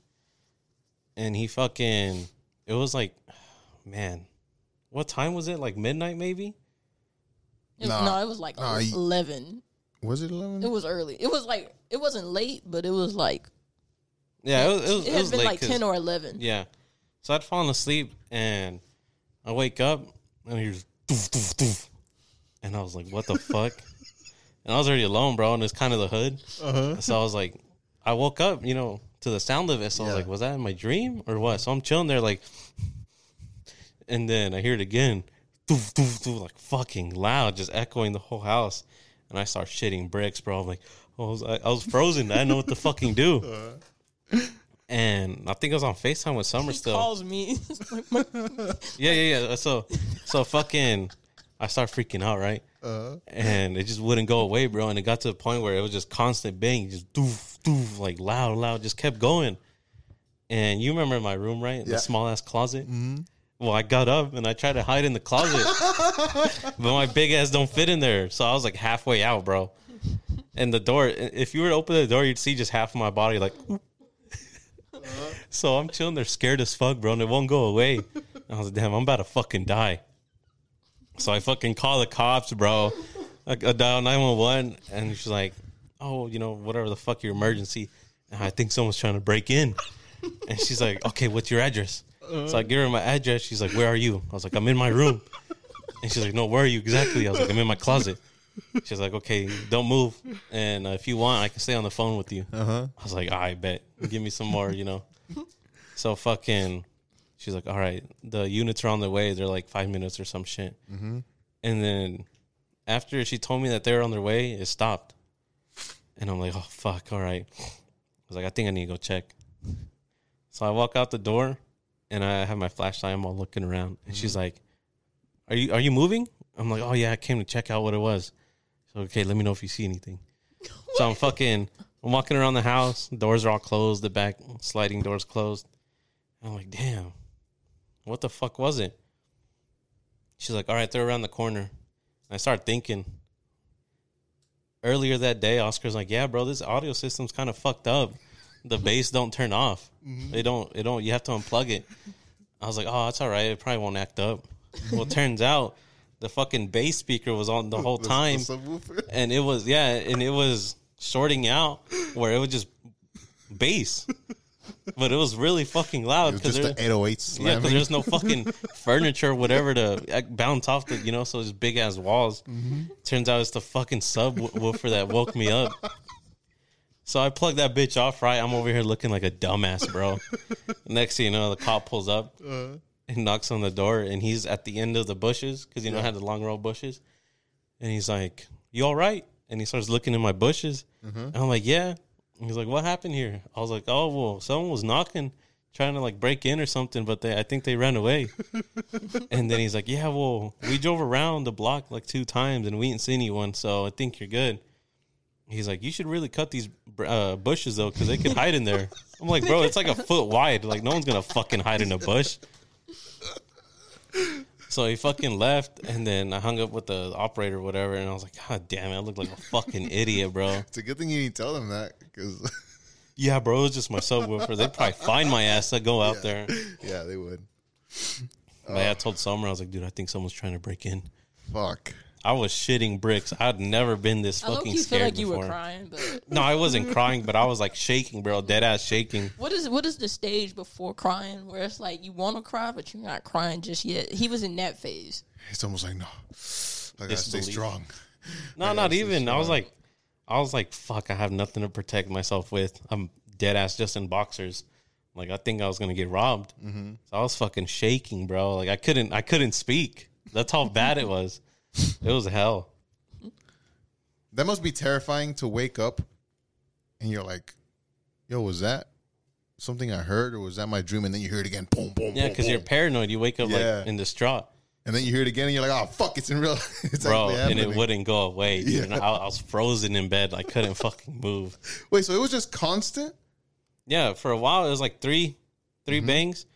Speaker 1: and he fucking it was like <sighs> man what time was it like midnight maybe
Speaker 2: It was,
Speaker 3: Nah.
Speaker 2: No, it was like
Speaker 3: Nah, you-
Speaker 2: eleven.
Speaker 3: Was it
Speaker 2: It
Speaker 3: 11?
Speaker 2: was early. It was like it wasn't late, but it was like
Speaker 1: yeah it was it was,
Speaker 2: it
Speaker 1: it
Speaker 2: had
Speaker 1: was
Speaker 2: been
Speaker 1: late
Speaker 2: like
Speaker 1: 'cause-
Speaker 2: ten or eleven.
Speaker 1: yeah so i'd fallen asleep and i wake up and he was doof, doof, doof. and i was like what the fuck and i was already alone bro and it's kind of the hood so i was like i woke up you know to the sound of it so i was
Speaker 3: Yeah.
Speaker 1: like was that in my dream or what so i'm chilling there like and then i hear it again doof, doof, doof, like fucking loud just echoing the whole house and i start shitting bricks bro i'm like i was, I, I was frozen i didn't know what to fucking do and i think i was on facetime with summer
Speaker 2: He
Speaker 1: still
Speaker 2: calls me. <laughs> It's like my-
Speaker 1: yeah, yeah, yeah. So, so fucking, I start freaking out, right? And it just wouldn't go away, bro. And it got to the point where it was just constant bang, just doof, doof, like loud, loud, just kept going. And you remember my room, right?
Speaker 3: Yeah.
Speaker 1: The small ass closet. Well, I got up and I tried to hide in the closet, but my big ass don't fit in there. So I was like halfway out, bro. And the door, if you were to open the door, you'd see just half of my body, like. <laughs> So I'm chilling there, scared as fuck, bro, and it won't go away. I was like, damn, I'm about to fucking die. So I fucking call the cops, bro. I, I dial 911, and she's like, oh, you know, whatever the fuck your emergency. And I think someone's trying to break in. And she's like, okay, what's your address? So I give her my address. She's like, where are you? I was like, I'm in my room. And she's like, no, where are you exactly? I was like, I'm in my closet. She's like, okay, don't move. And uh, if you want, I can stay on the phone with you. Uh-huh. I was like, I bet. Give me some more, you know. So fucking, she's like, all right, the units are on their way. They're like five minutes or some shit. And then after she told me that they were on their way, it stopped. And I'm like, oh, fuck, all right. I was like, I think I need to go check. So I walk out the door and I have my flashlight. I'm all looking around. And she's like, are you, are you moving? I'm like, oh yeah, I came to check out what it was. So okay, let me know if you see anything. So I'm fucking, I'm walking around the house. Doors are all closed. The back sliding doors closed. I'm like, damn, what the fuck was it? She's like, all right, they're around the corner. And I start thinking. Earlier that day, Oscar's like, yeah, bro, this audio system's kind of fucked up. The bass don't turn off. They don't. It don't. You have to unplug it. I was like, oh, that's all right. It probably won't act up. well, turns out the fucking bass speaker was on the whole
Speaker 3: The- the
Speaker 1: time
Speaker 3: subwoofer.
Speaker 1: and it was yeah, and it was shorting out where it was just bass, but it was really fucking loud
Speaker 3: It was just
Speaker 1: there-
Speaker 3: the 808
Speaker 1: yeah, because
Speaker 3: slamming.
Speaker 1: there's no fucking furniture, whatever to like, bounce off the, you know, so it's big ass walls.
Speaker 3: Mm-hmm.
Speaker 1: Turns out it's the fucking subwoofer that woke me up. So I plug that bitch off, right? I'm over here looking like a dumbass, bro. Next thing you know, the cop pulls up
Speaker 3: Uh-huh.
Speaker 1: and knocks on the door, and he's at the end of the bushes because you know I had the long row of bushes, and he's like, "You all right?" And he starts looking in my bushes, and I'm like, "Yeah." And he's like, "What happened here?" I was like, "Oh well, someone was knocking, trying to like break in or something, but they I think they ran away." and then he's like, "Yeah, well, we drove around the block like two times and we didn't see anyone, so I think you're good." He's like, "You should really cut these uh, bushes though, because they could hide in there." I'm like, "Bro, it's like a foot wide. Like no one's gonna fucking hide in a bush." So he fucking left, and then I hung up with the operator, or whatever, and I was like, "God damn it, I look like a fucking idiot, bro."
Speaker 3: It's a good thing you didn't tell them that because,
Speaker 1: Yeah, bro, it's just my subwoofer. They'd probably find my ass. I go out there.
Speaker 3: <laughs> yeah, they would.
Speaker 1: Like, I told Summer, I was like, "Dude, I think someone's trying to break in."
Speaker 3: Fuck.
Speaker 1: I was shitting bricks. I'd never been this
Speaker 2: I look
Speaker 1: fucking
Speaker 2: you feel
Speaker 1: scared
Speaker 2: like you
Speaker 1: before.
Speaker 2: were crying, but
Speaker 1: No, I wasn't crying, but I was like shaking, bro, dead ass shaking.
Speaker 2: what is what is the stage before crying where it's like you want to cry but you're not crying just yet? He was in that phase.
Speaker 3: It's almost like, no, I gotta stay
Speaker 1: Disbelief.
Speaker 3: strong.
Speaker 1: No, not even. I was like, I was like, fuck, I have nothing to protect myself with. I'm dead ass just in boxers. Like I think I was gonna get robbed.
Speaker 3: Mm-hmm.
Speaker 1: So I was fucking shaking, bro. Like I couldn't, I couldn't speak. That's how bad it was. It was hell.
Speaker 3: That must be terrifying to wake up and you're like, yo, was that something I heard or was that my dream? And then you hear it again, boom, boom,
Speaker 1: Yeah,
Speaker 3: boom,
Speaker 1: because you're
Speaker 3: boom.
Speaker 1: paranoid. You wake up
Speaker 3: Yeah.
Speaker 1: like in distraught,
Speaker 3: and then you hear it again and you're like, oh, fuck, it's in real <laughs> It's
Speaker 1: bro,
Speaker 3: actually
Speaker 1: and it
Speaker 3: happening.
Speaker 1: wouldn't go away. dude.
Speaker 3: <laughs> Yeah.
Speaker 1: And I, I was frozen in bed. I couldn't fucking move.
Speaker 3: Wait, so it was just constant?
Speaker 1: Yeah, for a while it was like three, three
Speaker 3: Mm-hmm.
Speaker 1: bangs,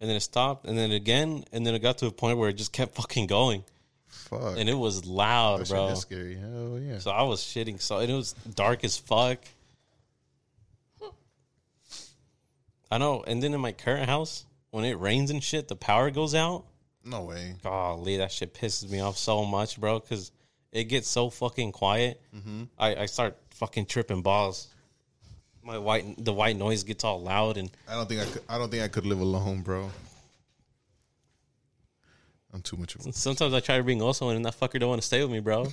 Speaker 1: and then it stopped, and then again, and then it got to a point where it just kept fucking going,
Speaker 3: Fuck.
Speaker 1: and it was loud,
Speaker 3: That shit
Speaker 1: bro.
Speaker 3: is scary. Hell yeah.
Speaker 1: So I was shitting. So and it was dark as fuck. I know. And then in my current house, when it rains and shit, the power goes out.
Speaker 3: no way.
Speaker 1: Golly, that shit pisses me off so much, bro. Because it gets so fucking quiet.
Speaker 3: Mm-hmm.
Speaker 1: I, I start fucking tripping balls. My white, the white noise gets all loud, and
Speaker 3: I don't think I could. I don't think I could live alone, bro. I'm too much of. a
Speaker 1: sometimes I try to bring also, and that fucker don't want to stay with me,
Speaker 2: <laughs>
Speaker 1: bro.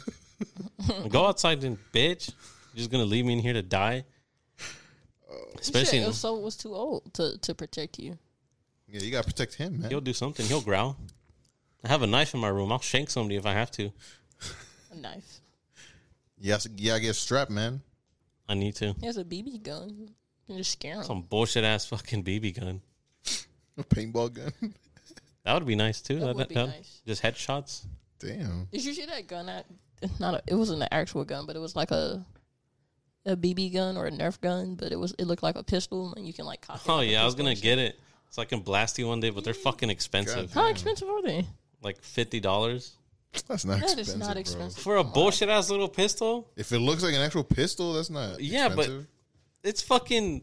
Speaker 1: Go outside, then, bitch. You're just gonna leave me in here to die.
Speaker 2: You
Speaker 1: Especially,
Speaker 2: said
Speaker 1: in-
Speaker 2: El Sol was too old to, to protect you.
Speaker 3: Yeah, you gotta protect him, man.
Speaker 1: He'll do something. He'll growl. I have a knife in my room. I'll shank somebody if I have to.
Speaker 2: A knife.
Speaker 3: Yes, yeah, I get strapped, man.
Speaker 1: I need to.
Speaker 2: He has a BB gun. You can just scare him.
Speaker 1: Some bullshit ass fucking BB gun.
Speaker 3: A paintball gun. <laughs>
Speaker 1: That would be nice too.
Speaker 2: That would be nice.
Speaker 1: Just headshots.
Speaker 3: Damn.
Speaker 2: Did you see that gun? At, not a, it wasn't an actual gun, but it was like a a BB gun or a Nerf gun, but it was it looked like a pistol, and you can like cock. it
Speaker 1: Oh
Speaker 2: like a
Speaker 1: yeah, I was
Speaker 2: pistol
Speaker 1: gonna
Speaker 2: and shit.
Speaker 1: get it so I can blast you one day, but they're fucking expensive.
Speaker 2: How expensive are they?
Speaker 1: Like fifty dollars
Speaker 3: That's not
Speaker 2: That
Speaker 3: expensive.
Speaker 2: is not
Speaker 3: bro.
Speaker 2: expensive.
Speaker 1: for a bullshit ass little pistol.
Speaker 3: If it looks like an actual pistol, that's not.
Speaker 1: Yeah, but
Speaker 3: expensive.
Speaker 1: It's fucking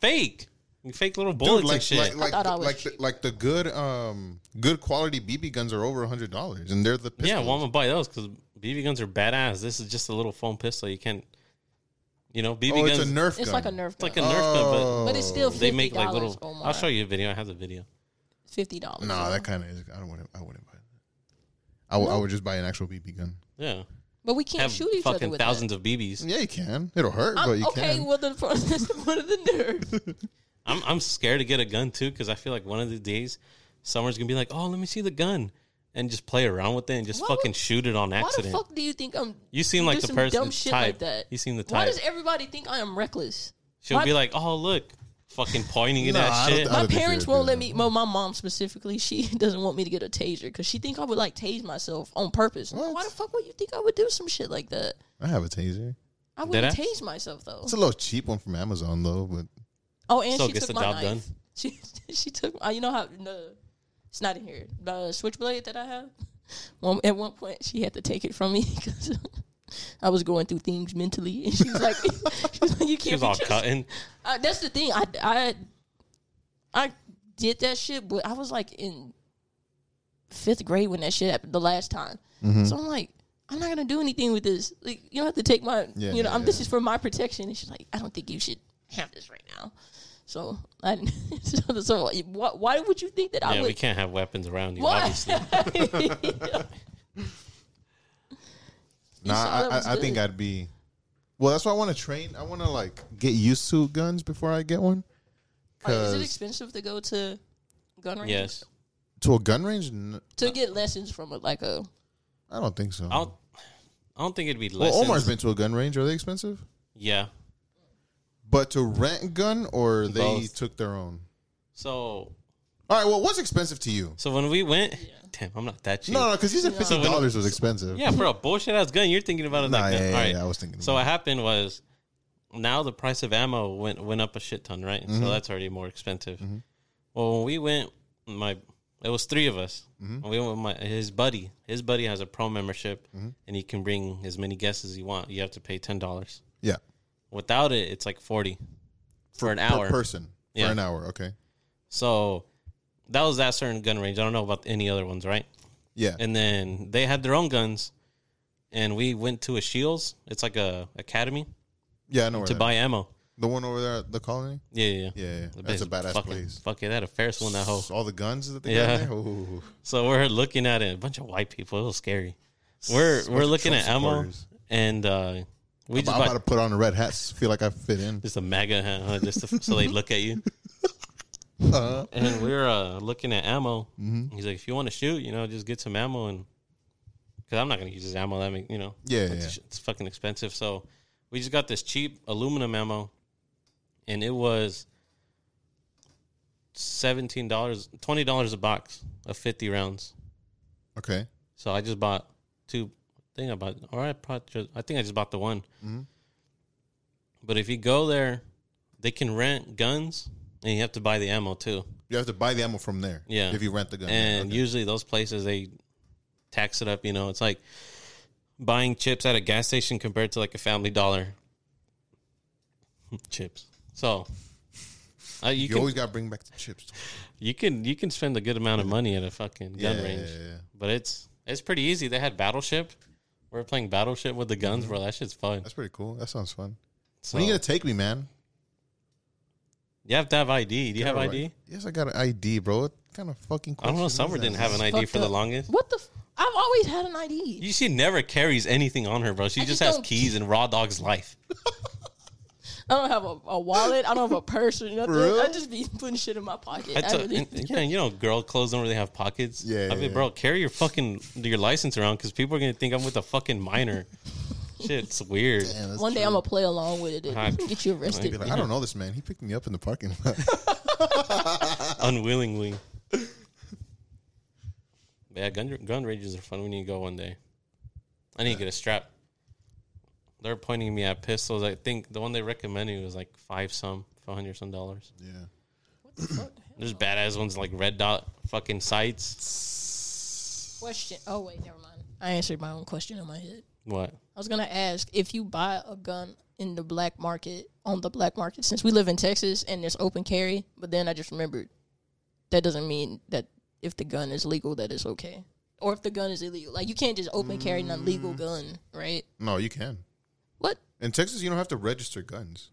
Speaker 1: fake. Fake little bullets
Speaker 3: dude, like,
Speaker 1: and shit.
Speaker 3: like like
Speaker 2: thought I
Speaker 3: the,
Speaker 2: was
Speaker 3: like, the,
Speaker 2: cheap.
Speaker 3: like the good um good quality BB guns are over a hundred dollars, and they're the pistols.
Speaker 1: yeah, well, I'm gonna buy those because BB guns are badass. This is just a little foam pistol. You can't, you know, BB
Speaker 3: oh,
Speaker 1: guns.
Speaker 3: it's a Nerf gun. Oh.
Speaker 2: It's like a Nerf
Speaker 1: It's
Speaker 2: gun,
Speaker 1: like a Nerf gun,
Speaker 2: but it's still
Speaker 1: but
Speaker 2: fifty
Speaker 1: they make like little.
Speaker 2: Omar.
Speaker 1: I'll show you a video. I have the video.
Speaker 2: fifty dollars.
Speaker 3: Nah, that kind of is. I don't want to. I wouldn't buy. That. I would- I would just buy an actual BB gun.
Speaker 1: Yeah.
Speaker 2: but we can't
Speaker 1: have
Speaker 2: shoot each other
Speaker 1: fucking
Speaker 2: with
Speaker 1: thousands of BBs.
Speaker 3: Yeah, you can. It'll hurt,
Speaker 2: That.
Speaker 3: but
Speaker 2: I'm,
Speaker 3: you
Speaker 2: okay,
Speaker 3: can.
Speaker 2: well then that's <laughs> one of the Nerf.
Speaker 1: I'm I'm scared to get a gun too because I feel like one of the days, Summer's gonna be like, "Oh, let me see the gun," and just play around with it and just
Speaker 2: Why
Speaker 1: fucking
Speaker 2: would-
Speaker 1: shoot it on
Speaker 2: Why the
Speaker 1: accident.
Speaker 2: fuck do you think I'm?
Speaker 1: you seem like
Speaker 2: do
Speaker 1: the
Speaker 2: some
Speaker 1: person
Speaker 2: dumb shit
Speaker 1: type.
Speaker 2: like that.
Speaker 1: You seem the
Speaker 2: Why
Speaker 1: type.
Speaker 2: does everybody think I am reckless?
Speaker 1: She'll
Speaker 2: why-
Speaker 1: be like, "Oh, look, fucking pointing at
Speaker 3: Nah,
Speaker 1: that
Speaker 3: I don't
Speaker 1: shit.
Speaker 3: think-
Speaker 2: My
Speaker 3: think
Speaker 2: parents
Speaker 3: you're
Speaker 2: won't let
Speaker 3: good.
Speaker 2: me. Well, my mom specifically, she <laughs> doesn't want me to get a taser because she think I would like tase myself on purpose. I'm like,
Speaker 3: What?
Speaker 2: Why the fuck would you think I would do some shit like that?
Speaker 3: I have a taser.
Speaker 2: I
Speaker 1: ass?
Speaker 2: wouldn't tase myself though.
Speaker 3: It's a little cheap one from Amazon though, but
Speaker 2: Oh, and
Speaker 1: Still
Speaker 2: she
Speaker 1: gets
Speaker 2: took
Speaker 1: the
Speaker 2: my
Speaker 1: job
Speaker 2: knife.
Speaker 1: done.
Speaker 2: She <laughs> she took. Uh, you know how no, it's not in here. The switchblade that I have. One, at one point, she had to take it from me <laughs> because I was going through things mentally, and she was like, <laughs> she was like "You can't."
Speaker 1: She was
Speaker 2: be
Speaker 1: all
Speaker 2: just-
Speaker 1: cutting.
Speaker 2: Uh, that's the thing. I I I did that shit, but I was like in fifth grade when that shit happened the last time.
Speaker 3: Mm-hmm.
Speaker 2: So I'm like. I'm not gonna do anything with this. Like you don't have to take my,
Speaker 3: Yeah,
Speaker 2: you know,
Speaker 3: yeah,
Speaker 2: I'm, this
Speaker 3: yeah.
Speaker 2: is for my protection. And she's like, I don't think you should have this right now. So I didn't. <laughs> So, so why, why would you think that I
Speaker 1: Yeah,
Speaker 2: would?
Speaker 1: we can't have weapons around you,
Speaker 2: Why? <laughs>
Speaker 1: obviously.
Speaker 3: nah,
Speaker 2: saw that
Speaker 3: I,
Speaker 2: was
Speaker 3: I, I think
Speaker 2: good.
Speaker 3: I'd be. Well, that's why I want to train. I want to like get used to guns before I get one.
Speaker 2: Like, is it
Speaker 3: 'Cause
Speaker 2: expensive to go to gun range?
Speaker 1: Yes.
Speaker 3: to a gun range, n-
Speaker 2: To get lessons from a, like a
Speaker 3: I don't think so.
Speaker 1: I don't, I don't think it'd be less.
Speaker 3: well, Omar's been to a gun range. Are they expensive?
Speaker 1: Yeah.
Speaker 3: But to rent a gun or they
Speaker 1: Both.
Speaker 3: took their own.
Speaker 1: So
Speaker 3: All right. Well, what's expensive to you?
Speaker 1: so when we went, damn, I'm not that cheap.
Speaker 3: No, no, because you said
Speaker 1: So
Speaker 3: fifty
Speaker 1: when-
Speaker 3: dollars was expensive.
Speaker 1: Yeah, for a bullshit ass gun, you're thinking about it
Speaker 3: Nah,
Speaker 1: like that.
Speaker 3: yeah, yeah,
Speaker 1: All right.
Speaker 3: yeah, I was thinking
Speaker 1: So
Speaker 3: about
Speaker 1: what happened was, now the price of ammo went went up a shit ton, right?
Speaker 3: Mm-hmm.
Speaker 1: So that's already more expensive. Well, when we went, my it was three of us.
Speaker 3: Mm-hmm.
Speaker 1: We went with my his buddy. His buddy has a pro membership, and he can bring as many guests as you want. You have to pay ten dollars.
Speaker 3: yeah.
Speaker 1: Without it, it's like forty for, an
Speaker 3: Per
Speaker 1: hour.
Speaker 3: person
Speaker 1: Yeah.
Speaker 3: for an hour. Okay.
Speaker 1: So that was that certain gun range. I don't know about any other ones, right?
Speaker 3: Yeah.
Speaker 1: And then they had their own guns, and we went to a Shields. It's like a academy
Speaker 3: yeah, I know where
Speaker 1: to
Speaker 3: that-
Speaker 1: buy ammo.
Speaker 3: the one over there at the colony.
Speaker 1: Yeah, yeah, yeah.
Speaker 3: Yeah, yeah.
Speaker 1: The
Speaker 3: that's a
Speaker 1: place-
Speaker 3: badass
Speaker 1: fucking,
Speaker 3: place.
Speaker 1: Fuck yeah, that a Ferris wheel in that hole.
Speaker 3: All the guns that they
Speaker 1: Yeah. <laughs>
Speaker 3: got in there. Ooh.
Speaker 1: So we're looking at it. A bunch of white people. It was scary. We're
Speaker 3: Bunch
Speaker 1: we're
Speaker 3: of
Speaker 1: looking
Speaker 3: Trump
Speaker 1: at ammo,
Speaker 3: supporters.
Speaker 1: and uh, we
Speaker 3: I'm
Speaker 1: just
Speaker 3: about
Speaker 1: bought
Speaker 3: to put on a red hat. Feel like I fit in.
Speaker 1: just a MAGA hat, huh, just to, so they look at
Speaker 3: <laughs>
Speaker 1: you.
Speaker 3: Uh,
Speaker 1: And we're uh, looking at ammo.
Speaker 3: Mm-hmm.
Speaker 1: He's like, if you want to shoot, you know, just get some ammo and because I'm not gonna use this ammo. That make you know,
Speaker 3: Yeah,
Speaker 1: it's,
Speaker 3: yeah, yeah.
Speaker 1: it's fucking expensive. So we just got this cheap aluminum ammo, and it was seventeen dollars, twenty dollars a box of fifty rounds.
Speaker 3: okay.
Speaker 1: So I just bought two. I think I bought, or I bought just, I think I just bought the one. But if you go there, they can rent guns, and you have to buy the ammo too.
Speaker 3: You have to buy the ammo from there.
Speaker 1: Yeah.
Speaker 3: If you rent the gun.
Speaker 1: And
Speaker 3: Okay.
Speaker 1: usually those places they tax it up. You know, it's like buying chips at a gas station compared to like a Family Dollar <laughs> chips. So uh, you,
Speaker 3: You
Speaker 1: can
Speaker 3: always got to bring back the chips.
Speaker 1: you can you can spend a good amount of money at a fucking gun
Speaker 3: Yeah,
Speaker 1: range,
Speaker 3: yeah, yeah.
Speaker 1: but it's it's pretty easy. They had Battleship. We are playing Battleship with the guns, bro. That shit's fun.
Speaker 3: That's pretty cool. That sounds fun.
Speaker 1: So,
Speaker 3: Mm-hmm. When are you gonna take me, man?
Speaker 1: you have to have ID. Do you have
Speaker 3: All right.
Speaker 1: ID?
Speaker 3: Yes, I got an ID, bro. What kind of fucking?
Speaker 1: I don't know.
Speaker 3: question is
Speaker 1: Summer
Speaker 3: that?
Speaker 1: didn't have an ID
Speaker 2: fucked
Speaker 1: for the
Speaker 2: up.
Speaker 1: longest.
Speaker 2: what the. F- I've always had an ID.
Speaker 1: You, she never carries anything on her, bro. She
Speaker 2: I
Speaker 1: just
Speaker 2: just
Speaker 1: has
Speaker 2: don't-
Speaker 1: keys and raw dog's
Speaker 2: <laughs>
Speaker 1: life.
Speaker 2: I don't have a, a wallet. I don't have a purse or nothing.
Speaker 3: real?
Speaker 2: I just be putting shit in my pocket.
Speaker 1: I
Speaker 2: I
Speaker 1: took-
Speaker 2: really,
Speaker 1: and- yeah, you know, girl clothes don't really have pockets.
Speaker 3: Yeah,
Speaker 1: I mean,
Speaker 3: yeah,
Speaker 1: bro, carry your fucking your license around because people are gonna think I'm with a fucking
Speaker 3: <laughs>
Speaker 1: minor. Shit, it's weird.
Speaker 3: Damn, that's
Speaker 2: one day
Speaker 3: true.
Speaker 2: I'm gonna play along with it
Speaker 1: Hot.
Speaker 2: and get you
Speaker 3: Be
Speaker 2: arrested.
Speaker 3: like, I don't know this man. He picked me up in the parking
Speaker 2: <laughs>
Speaker 3: lot.
Speaker 1: Unwillingly. But yeah, gun gun rages are fun. We need to go one day. I need to get a strap. They're pointing me at pistols. I think the one they recommended was like five some, five hundred some dollars.
Speaker 3: yeah.
Speaker 1: There's badass ones like red dot fucking sights.
Speaker 2: Question. Oh wait, never mind. I answered my own question in my head.
Speaker 1: What?
Speaker 2: I was gonna ask if you buy a gun in the black market on the black market since we live in Texas and there's open carry, but then I just remembered that doesn't mean that if the gun is legal that it's okay. Or if the gun is illegal. Like you can't just open carry an
Speaker 3: Mm.
Speaker 2: illegal gun, right?
Speaker 3: No, you can.
Speaker 2: What?
Speaker 3: In Texas, you don't have to register guns.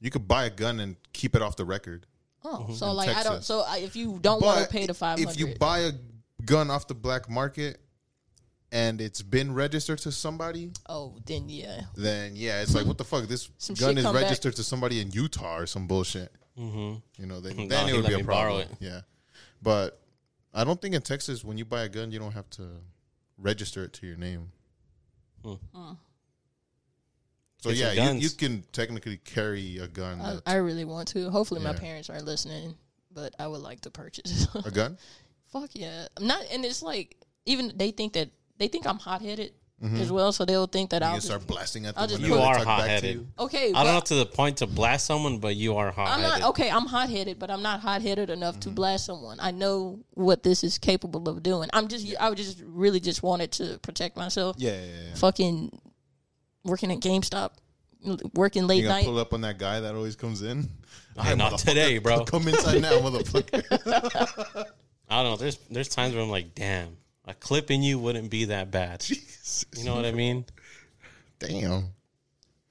Speaker 3: You could buy a gun and keep it off the record.
Speaker 2: Oh, so like I don't
Speaker 3: Texas.
Speaker 2: so I, if you don't want to pay the five
Speaker 3: if you
Speaker 2: hundred
Speaker 3: buy a gun off the black market and it's been registered to somebody,
Speaker 2: Oh, then yeah.
Speaker 3: then yeah, it's like what the fuck? This
Speaker 2: Some
Speaker 3: gun
Speaker 2: shit
Speaker 3: is
Speaker 2: come back.
Speaker 3: registered to somebody in Utah or some bullshit. Mm-hmm. You know,
Speaker 1: <laughs>
Speaker 3: then,
Speaker 1: Nah,
Speaker 3: then
Speaker 1: he
Speaker 3: it would
Speaker 1: let
Speaker 3: be
Speaker 1: me
Speaker 3: a
Speaker 1: borrow
Speaker 3: problem.
Speaker 1: it.
Speaker 3: Yeah, but I don't think in Texas when you buy a gun, you don't have to register it to your name. So
Speaker 1: Hmm. Get some
Speaker 3: yeah, you,
Speaker 1: guns.
Speaker 3: you can technically carry a gun.
Speaker 2: I,
Speaker 3: that's-
Speaker 2: I really want to. Hopefully, my
Speaker 3: Yeah.
Speaker 2: parents aren't listening, but I would like to purchase.
Speaker 3: a gun?
Speaker 2: <laughs> Fuck yeah! I'm not, and it's like even they think that they think I'm hot headed as well, so they'll think that
Speaker 3: Mm-hmm. You
Speaker 2: I'll
Speaker 3: can
Speaker 2: just,
Speaker 3: start blasting at
Speaker 2: I'll
Speaker 3: them.
Speaker 2: just-
Speaker 3: and
Speaker 1: You
Speaker 3: they'll
Speaker 1: are
Speaker 3: talk back
Speaker 1: hot
Speaker 3: to
Speaker 1: headed.
Speaker 3: you.
Speaker 2: okay.
Speaker 1: I
Speaker 2: but
Speaker 1: don't know to the point to blast someone, but you are hot
Speaker 2: I'm not
Speaker 1: headed.
Speaker 2: Uh-huh, okay. I'm hot headed, but I'm not hot headed enough
Speaker 3: Mm-hmm.
Speaker 2: to blast someone. I know what this is capable of doing. I'm just, I would just really just wanted to protect myself.
Speaker 3: Yeah, yeah, yeah.
Speaker 2: Fucking working at GameStop, l- working
Speaker 3: You
Speaker 2: late
Speaker 3: gonna
Speaker 2: night.
Speaker 3: pull up on that guy that always
Speaker 1: <laughs>
Speaker 3: comes in?
Speaker 1: Hey, not today, bro.
Speaker 3: Come inside now, motherfucker. <laughs>
Speaker 1: I don't know. There's there's times where I'm like, damn, a clip in you wouldn't be that bad. You know what I mean?
Speaker 3: Damn.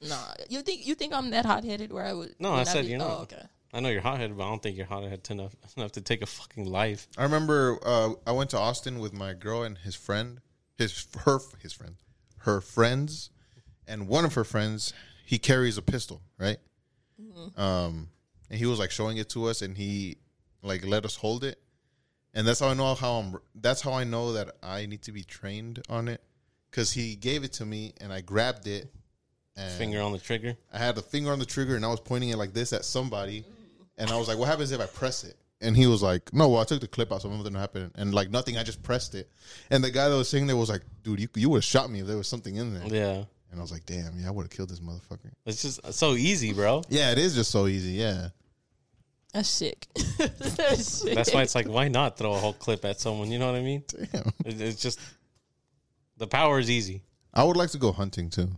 Speaker 2: Nah, you think you think I'm that hot headed? Where I would?
Speaker 1: No,
Speaker 2: would
Speaker 1: I
Speaker 2: not
Speaker 1: said
Speaker 2: be-
Speaker 1: you know.
Speaker 2: Oh, okay.
Speaker 1: I know you're hot headed, but I don't think you're hot headed enough enough to take a fucking life.
Speaker 3: I remember uh, I went to Austin with my girl and his friend, his her his friend, her friends, and one of her friends. He carries a pistol, right? Um, and he was like showing it to us, and he like let us hold it, and that's how I know how I'm. That's how I know that I need to be trained on it, because he gave it to me, and I grabbed it, and
Speaker 1: Finger on the trigger.
Speaker 3: I had a finger on the trigger and I was pointing it like this at somebody, and I was like, "What happens if I press it?" And he was like, "No, well, I took the clip out, so nothing happened." And like nothing, I just pressed it. And the guy that was sitting there was like, "Dude, you you would have shot me if there was something in there."
Speaker 1: Yeah.
Speaker 3: And I was like, "Damn, yeah, I would have killed this motherfucker."
Speaker 1: It's just so easy, bro.
Speaker 3: Yeah, it is just so easy. Yeah,
Speaker 2: That's sick. <laughs> That's sick.
Speaker 1: That's why it's like, why not throw a whole clip at someone? You know what I mean?
Speaker 3: damn.
Speaker 1: It- It's just the power is easy.
Speaker 3: I would like to go hunting too.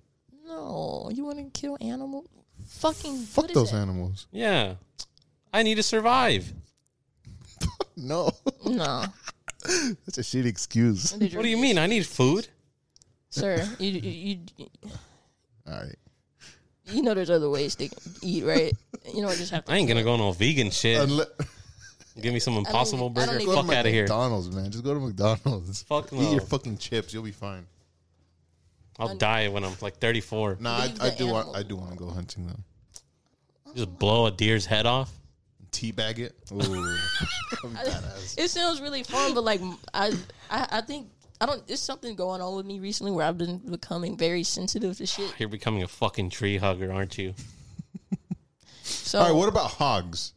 Speaker 2: No, you want to kill animals? Fucking
Speaker 3: Fuck
Speaker 2: what is
Speaker 3: those
Speaker 2: that?
Speaker 3: animals.
Speaker 1: Yeah. I need to survive.
Speaker 3: No, <laughs>
Speaker 2: No,
Speaker 3: that's a shitty excuse. All
Speaker 1: What do you mean? I need food.
Speaker 2: sir? You, you you
Speaker 3: right,
Speaker 2: you know there's other ways to eat, right? You know, I just
Speaker 1: <laughs>
Speaker 2: have to.
Speaker 1: I ain't gonna go no vegan shit.
Speaker 3: Unle-
Speaker 1: Give me some Impossible
Speaker 2: I don't
Speaker 1: Burger.
Speaker 2: need-
Speaker 1: Fuck out of here.
Speaker 3: McDonald's, man. Just go to McDonald's.
Speaker 1: Fuck
Speaker 3: Eat your
Speaker 1: no.
Speaker 3: fucking chips. You'll be fine.
Speaker 1: I'll die when I'm like 34.
Speaker 3: Nah, I,
Speaker 2: Leave
Speaker 3: I
Speaker 2: the
Speaker 3: do. Want,
Speaker 2: animals
Speaker 3: I do want to go hunting though.
Speaker 1: Just blow a deer's head off.
Speaker 3: teabag it. Ooh. <laughs>
Speaker 2: It sounds really fun, but like I, I, I think I don't. There's something going on with me recently where I've been becoming very sensitive to shit.
Speaker 1: You're becoming a fucking tree hugger, aren't you?
Speaker 2: So
Speaker 3: All right, what about hogs?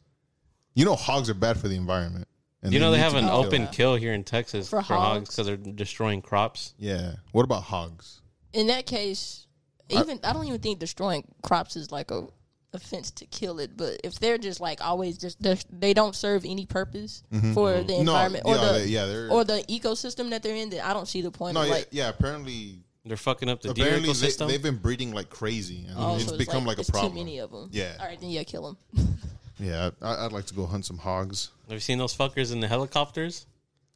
Speaker 3: You know hogs are bad for the environment. And
Speaker 1: You know they
Speaker 3: need
Speaker 1: have
Speaker 3: to
Speaker 1: an
Speaker 3: be killed.
Speaker 1: open kill here in Texas
Speaker 2: For
Speaker 1: for, hogs
Speaker 2: hogs?
Speaker 1: because they're destroying crops.
Speaker 3: Yeah. What about hogs?
Speaker 2: in that case, even I, don't even think destroying crops is like a offense to kill it. But if they're just like always just they're- they don't serve any purpose for the environment or
Speaker 3: Mm-hmm. yeah,
Speaker 2: the
Speaker 3: they- yeah, they're-
Speaker 2: or the ecosystem that they're in, then I don't see the point.
Speaker 3: No,
Speaker 2: of
Speaker 3: yeah,
Speaker 2: like
Speaker 3: yeah, apparently
Speaker 1: They're fucking up the deer
Speaker 3: apparently
Speaker 1: ecosystem.
Speaker 3: they, have been breeding like crazy and
Speaker 2: oh, so
Speaker 3: it's become like,
Speaker 2: it's
Speaker 3: a problem.
Speaker 2: Too many of them.
Speaker 3: Yeah.
Speaker 2: All right, then yeah, kill them.
Speaker 3: Yeah, I, I'd like to go hunt some hogs.
Speaker 1: Have you seen those fuckers in the helicopters?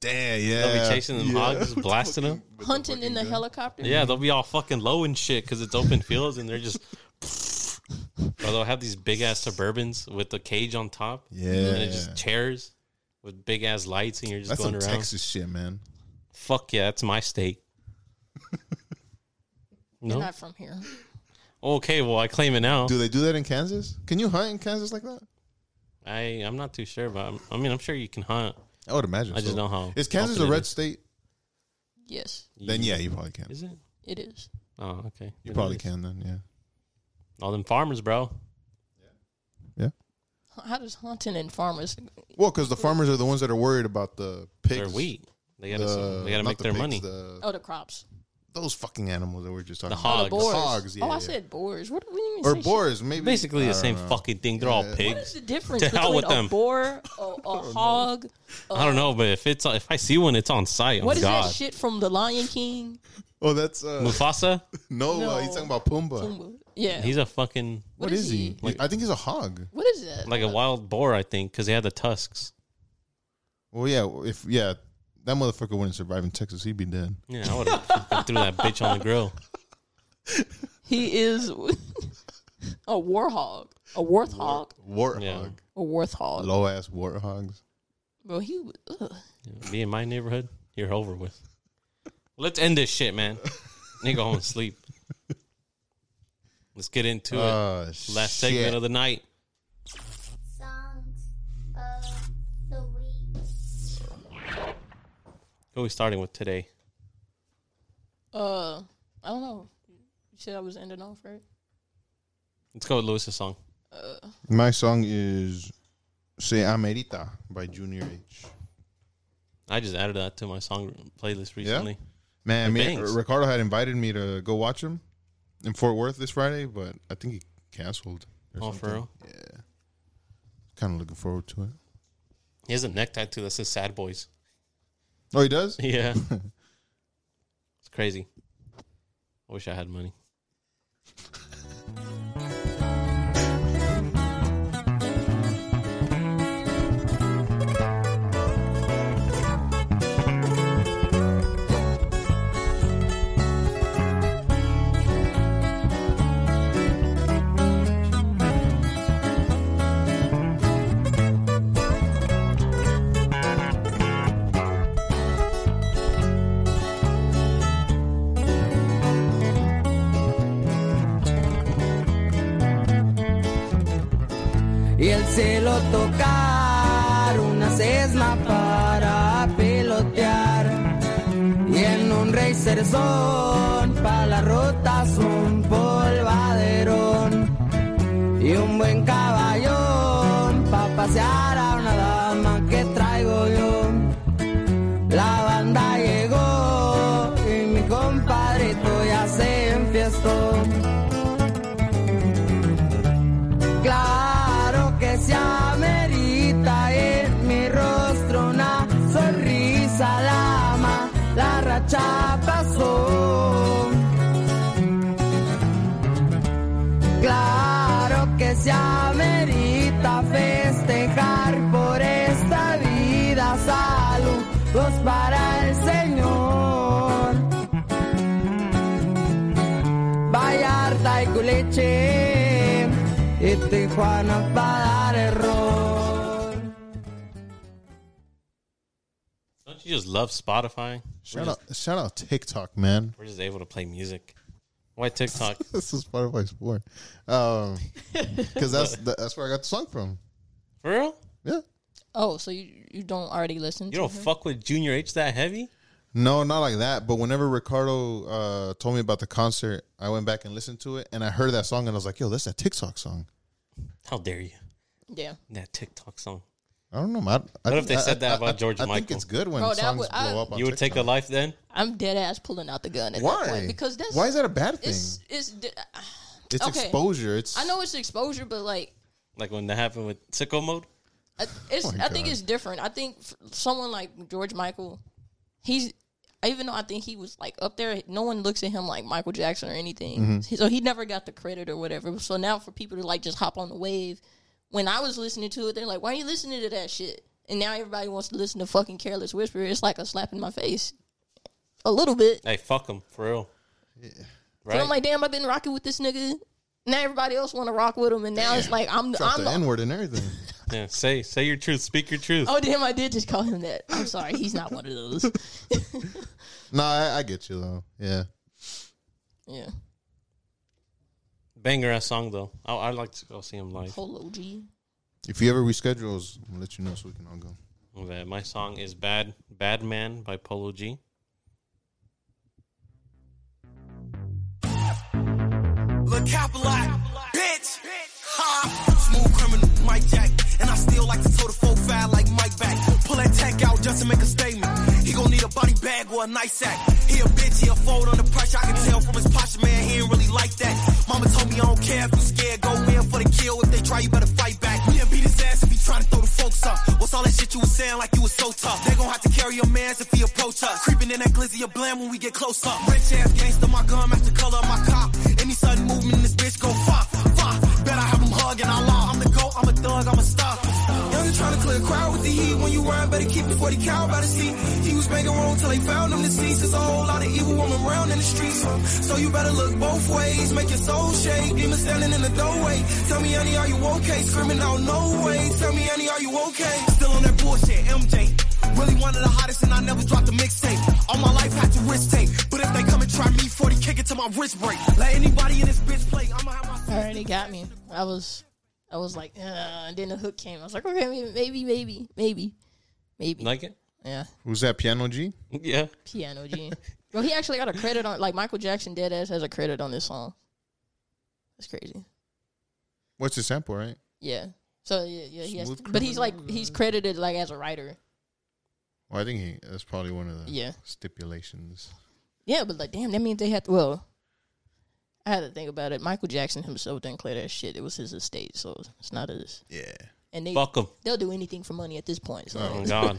Speaker 3: Damn, yeah.
Speaker 1: They'll be chasing them
Speaker 3: yeah. <laughs>
Speaker 1: hogs, blasting them.
Speaker 3: With the
Speaker 2: Hunting in
Speaker 3: fucking
Speaker 2: the
Speaker 3: gun.
Speaker 2: helicopter.
Speaker 1: Yeah, they'll be all fucking low and shit because it's open fields and they're just. <laughs> or they'll have these big ass Suburbans with the cage on top. And
Speaker 3: Yeah.
Speaker 1: it's just chairs with big ass lights and you're just
Speaker 3: That's
Speaker 1: going
Speaker 3: some
Speaker 1: around.
Speaker 3: Texas shit, man.
Speaker 1: Fuck yeah, that's my state.
Speaker 2: They're
Speaker 1: no?
Speaker 2: not from here.
Speaker 1: Okay, well, I claim it now.
Speaker 3: Do they do that in Kansas? Can you hunt in Kansas like that?
Speaker 1: I, I'm not too sure, but I'm, I mean, I'm sure you can hunt.
Speaker 3: I would imagine.
Speaker 1: I just know how
Speaker 3: Is Kansas
Speaker 1: often
Speaker 3: a
Speaker 1: it
Speaker 3: red
Speaker 1: is.
Speaker 3: state?
Speaker 2: Yes,
Speaker 3: Then yeah, you probably can.
Speaker 1: Is it?
Speaker 2: it is.
Speaker 1: Oh, okay.
Speaker 3: You
Speaker 1: It
Speaker 3: probably
Speaker 1: is.
Speaker 3: can then, yeah.
Speaker 1: All them farmers, bro.
Speaker 2: How does hunting and farmers?
Speaker 3: Well, because the farmers are the ones that are worried about the pigs.
Speaker 1: They're wheat. They gotta,
Speaker 3: the-
Speaker 1: they gotta
Speaker 3: not
Speaker 1: make
Speaker 3: the
Speaker 1: their
Speaker 3: pigs,
Speaker 1: money.
Speaker 3: the-
Speaker 2: Oh, the crops.
Speaker 3: those fucking animals that we were just talking
Speaker 1: The
Speaker 2: Oh,
Speaker 1: hog.
Speaker 2: the boars.
Speaker 3: Hogs, yeah,
Speaker 2: oh, I
Speaker 3: yeah.
Speaker 2: said boars. What do you mean?
Speaker 3: about. Or boars, maybe.
Speaker 1: Basically
Speaker 3: I
Speaker 1: the
Speaker 3: don't
Speaker 1: same
Speaker 3: know.
Speaker 1: fucking thing. They're all
Speaker 3: Yeah.
Speaker 2: What's
Speaker 1: pigs.
Speaker 2: the difference
Speaker 1: To hell
Speaker 2: between
Speaker 1: with
Speaker 2: a
Speaker 1: them.
Speaker 2: boar, a,
Speaker 3: <laughs> Oh,
Speaker 2: a hog?
Speaker 1: I don't know, but if it's if I see one, it's on site. oh
Speaker 2: What is
Speaker 1: God,
Speaker 2: that shit from The Lion King?
Speaker 3: Oh, that's. Uh,
Speaker 1: Mufasa?
Speaker 3: no, uh, he's
Speaker 2: No.
Speaker 3: talking about Pumbaa.
Speaker 2: Yeah.
Speaker 1: He's a fucking
Speaker 3: What is, he?
Speaker 1: Like-
Speaker 3: I think he's a hog.
Speaker 2: What is that?
Speaker 1: like a wild boar, I think, because he had the tusks.
Speaker 3: Well, yeah, if. Yeah, that motherfucker wouldn't survive in Texas. He'd be dead.
Speaker 1: Yeah, I would
Speaker 2: <laughs>
Speaker 1: have threw that bitch on the grill.
Speaker 2: He is <laughs> a warhog, a warthog,
Speaker 3: Warthog.
Speaker 1: Yeah.
Speaker 2: a warthog.
Speaker 3: Low ass warthogs.
Speaker 2: Bro, he was- ugh.
Speaker 1: Be in my neighborhood, you're over with. Let's end this shit, man. Nigga, go home and sleep. Let's get into
Speaker 3: Uh,
Speaker 1: it. Last segment of the night.
Speaker 9: songs of the week.
Speaker 1: Who are we starting with today?
Speaker 2: uh, I don't know. You said I was ending off right.
Speaker 1: Let's go with Lewis's song.
Speaker 3: My song is "Se Amerita" by Junior H.
Speaker 1: I just added that to my song playlist recently. Like,
Speaker 3: Man, me,
Speaker 1: thanks.
Speaker 3: Ricardo had invited me to go watch him in Fort Worth this Friday, but I think he canceled. or
Speaker 1: Oh, for
Speaker 3: something.
Speaker 1: real?
Speaker 3: Yeah. Kind of looking forward to it.
Speaker 1: He has a neck tattoo that says "Sad Boys."
Speaker 3: Oh, he does.
Speaker 1: Yeah, it's crazy. I wish I had money.
Speaker 10: y el cielo tocar una cesna para pilotear y en un racer son para la ruta un polvaderón y un buen caballón para pasear a una dama que traigo yo la banda llegó y mi compadrito ya se enfiestó Claro que se amerita en mi rostro una sonrisa lama, la racha pasó. Claro que se amerita festejar por esta vida, saludos para el Señor. Vallarta y Culeche y Tijuana para dar error.
Speaker 1: Don't you just love Spotify?
Speaker 3: Shout out, shout out TikTok, man. <laughs>
Speaker 1: We're just able to play music. Why TikTok?
Speaker 3: This is Spotify's floor,
Speaker 1: <laughs>
Speaker 3: um, because that's that, that's where I got the song from.
Speaker 1: For real?
Speaker 3: Yeah.
Speaker 2: Oh, so you, you don't already listen
Speaker 1: You
Speaker 2: to
Speaker 1: don't
Speaker 2: her?
Speaker 1: fuck with Junior H that heavy?
Speaker 3: No, not like that. But whenever Ricardo uh, told me about the concert, I went back and listened to it, and I heard that song, and I was like, "Yo, that's that TikTok song."
Speaker 1: How dare you?
Speaker 2: Yeah.
Speaker 1: That TikTok song.
Speaker 3: I don't know, man. I,
Speaker 1: What if they
Speaker 3: I-
Speaker 1: said that
Speaker 3: I-
Speaker 1: about
Speaker 3: I-
Speaker 1: George
Speaker 3: I think
Speaker 1: Michael?
Speaker 3: it's good when
Speaker 2: Bro, that
Speaker 3: songs
Speaker 2: would-
Speaker 3: blow
Speaker 2: I-
Speaker 3: up. On
Speaker 1: you would take a
Speaker 3: TikTok.
Speaker 1: life then?
Speaker 2: I'm dead ass pulling out the gun at
Speaker 3: Why?
Speaker 2: that point because that's
Speaker 3: why is that a bad thing?
Speaker 2: it's,
Speaker 3: It's,
Speaker 2: it's di- okay.
Speaker 3: exposure. It's
Speaker 2: I know it's exposure, but like
Speaker 1: Like when that happened with Sicko Mode?
Speaker 2: I- it's
Speaker 3: Oh my
Speaker 2: I think
Speaker 3: God.
Speaker 2: it's different. I think f- someone like George Michael, he's even though I think he was like up there, no one looks at him like Michael Jackson or anything.
Speaker 3: Mm-hmm.
Speaker 2: So he never got the credit or whatever. So now for people to like just hop on the wave, when I was listening to it, they're like, "Why are you listening to that shit?" And now everybody wants to listen to fucking Careless Whisper. It's like a slap in my face, a little bit.
Speaker 1: Hey, fuck him. For real.
Speaker 2: So I'm
Speaker 1: Right?
Speaker 2: like, damn, I've been rocking with this nigga. Now everybody else want to rock with him, and now it's like I'm,
Speaker 3: drop
Speaker 2: I'm
Speaker 3: the
Speaker 2: the
Speaker 3: N word
Speaker 2: <laughs>
Speaker 3: and everything.
Speaker 1: yeah, say say your truth. Speak your truth.
Speaker 2: Oh damn! I did just call him that. I'm sorry. He's not one of those.
Speaker 3: <laughs> no, I, I get you though. Yeah,
Speaker 2: Yeah,
Speaker 1: Banger ass song though. I I'd like to go see him live.
Speaker 2: Polo G.
Speaker 3: if you ever reschedules, I'll let you know so we can all go.
Speaker 1: That my song is Bad Bad Man by Polo G.
Speaker 10: Look Capolite, bitch. Ha. Smooth criminal, Mike Jack. And I still like to tote a full fat like Mike back. Pull that tech out just to make a statement. He gon' need a body bag or a nice sack. He a bitch, he'll fold under pressure. I can tell from his posture, man, he ain't really like that. Mama told me I don't care if you scared. Go in for the kill. If they try, you better fight back. He'll beat his ass if he try to throw the folks up. What's all that shit you was saying like you was so tough? They gon' have to carry your mans if he approach us. Creeping in that glizzy of blam when we get close up. Rich ass gangster, my gun match the color of my cop. Any sudden movement in this bitch go fuck, fuck. Bet I have him hugging our law. I'm the goat, I'm a thug, I'm a star. Young and trying to clear a crowd with the heat. When you ride, better keep it 40 cow by the seat. He was making wrong till they found him deceased. There's a whole lot of evil woman around in the streets. So you better look both ways, make your soul shake. Demon standing in the doorway. Tell me, honey, are you okay? Screaming out, no way. Tell me, honey, are you okay? Still on that bullshit, MJ. Really one of the hottest, and I never dropped a mixtape. All my life had to risk take. But if they come and try me, 40 kick it to my wrist break. Let anybody in this bitch play, I'ma have my.
Speaker 2: Already got me. I was, I was like, uh, and then the hook came. I was like, okay, maybe, maybe, maybe, maybe, maybe.
Speaker 1: Like it? <laughs>
Speaker 2: yeah,
Speaker 3: Who's that piano G?
Speaker 1: Yeah.
Speaker 2: Piano G. Bro, he actually got a credit on like Michael Jackson Deadass has a credit on this song. That's crazy.
Speaker 3: What's the sample, right?
Speaker 2: Yeah. So yeah, yeah, he has
Speaker 3: Smooth
Speaker 2: but he's like
Speaker 3: criminal,
Speaker 2: he's credited like as a writer.
Speaker 3: Well, I think he, that's probably one of the
Speaker 2: Yeah.
Speaker 3: stipulations.
Speaker 2: Yeah, but like damn, that means they had to, well I had to think about it. Michael Jackson himself didn't clear that shit. It was his estate, so it's not his.
Speaker 3: Yeah.
Speaker 2: And they
Speaker 1: Fuck 'em.
Speaker 2: they'll do anything for money at this point. So
Speaker 1: I'm gone.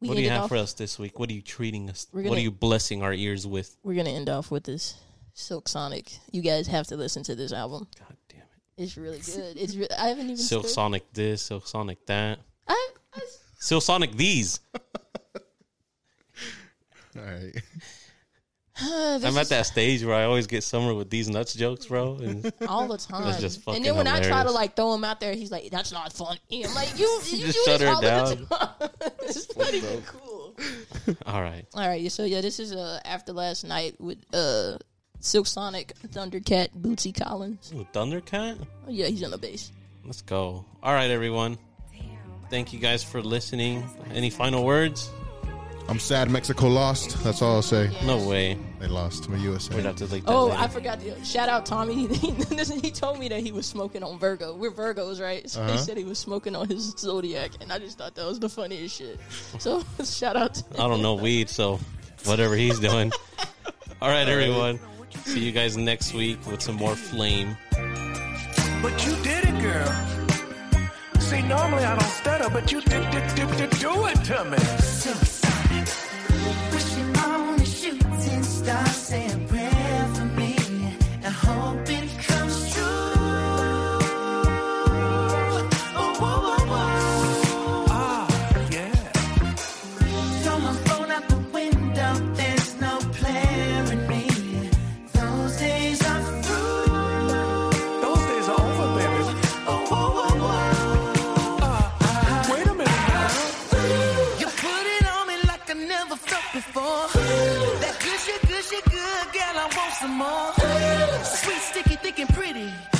Speaker 2: we
Speaker 1: what do you
Speaker 2: ended
Speaker 1: have
Speaker 2: off-
Speaker 1: for us this week? What are you treating us?
Speaker 2: We're
Speaker 1: what
Speaker 2: gonna-
Speaker 1: are you blessing our ears with?
Speaker 2: We're gonna end off with this Silk Sonic. You guys have to listen to this album.
Speaker 1: God damn it! <laughs>
Speaker 2: It's really good. It's re- I haven't even
Speaker 1: Silk
Speaker 2: still-
Speaker 1: Sonic this, Silk Sonic that,
Speaker 2: I, I
Speaker 1: Silk Sonic these.
Speaker 3: All right.
Speaker 2: uh,
Speaker 1: I'm at that stage where I always get summer with these nuts jokes, bro. And <laughs>
Speaker 2: all the time.
Speaker 1: just
Speaker 2: and
Speaker 1: fucking
Speaker 2: then when I try to
Speaker 1: hilarious.
Speaker 2: like throw him out there, he's like, "That's not funny." I'm like, "You, you,
Speaker 1: <laughs>
Speaker 2: you
Speaker 1: Just
Speaker 2: do
Speaker 1: shut
Speaker 2: this
Speaker 1: her
Speaker 2: all the time. <laughs> it's not even cool."
Speaker 1: all right,
Speaker 2: All right, so yeah, this is uh, after last night with uh, Silk Sonic, Thundercat, Bootsy Collins.
Speaker 1: Ooh, Thundercat.
Speaker 2: Oh, yeah, he's on the bass.
Speaker 1: Let's go. All right, everyone. Thank you guys for listening. Any final words?
Speaker 3: I'm sad Mexico lost. That's all I'll say.
Speaker 1: No way.
Speaker 3: They lost to the USA.
Speaker 1: We'd have to like that.
Speaker 2: Oh,
Speaker 1: later.
Speaker 2: I forgot to shout out Tommy. <laughs> Listen, he told me that he was smoking on Virgo. We're Virgos, right? So he said he was smoking on his zodiac, and I just thought that was the funniest shit. So <laughs> shout out to
Speaker 1: I don't know weed, so whatever he's
Speaker 2: <laughs>
Speaker 1: doing. All right, everyone. See you guys next week with some more flame.
Speaker 4: But you did it, girl. See, normally I don't stutter, but you did, did, did, did do it to me.
Speaker 10: Wishing on a shooting star, saying prayer for me, and hope it comes true. Oh, whoa, whoa, whoa.
Speaker 4: Ah, yeah.
Speaker 10: Throw my phone out the window, there's no plan in me. Those days are through.
Speaker 4: Those days are over, baby. Uh,
Speaker 10: Oh, whoa, whoa, whoa.
Speaker 4: Wait a minute now.
Speaker 10: You put it on me like I never felt before. That good shit, good shit, good girl, I want some more. Sweet, sticky, thick, and pretty.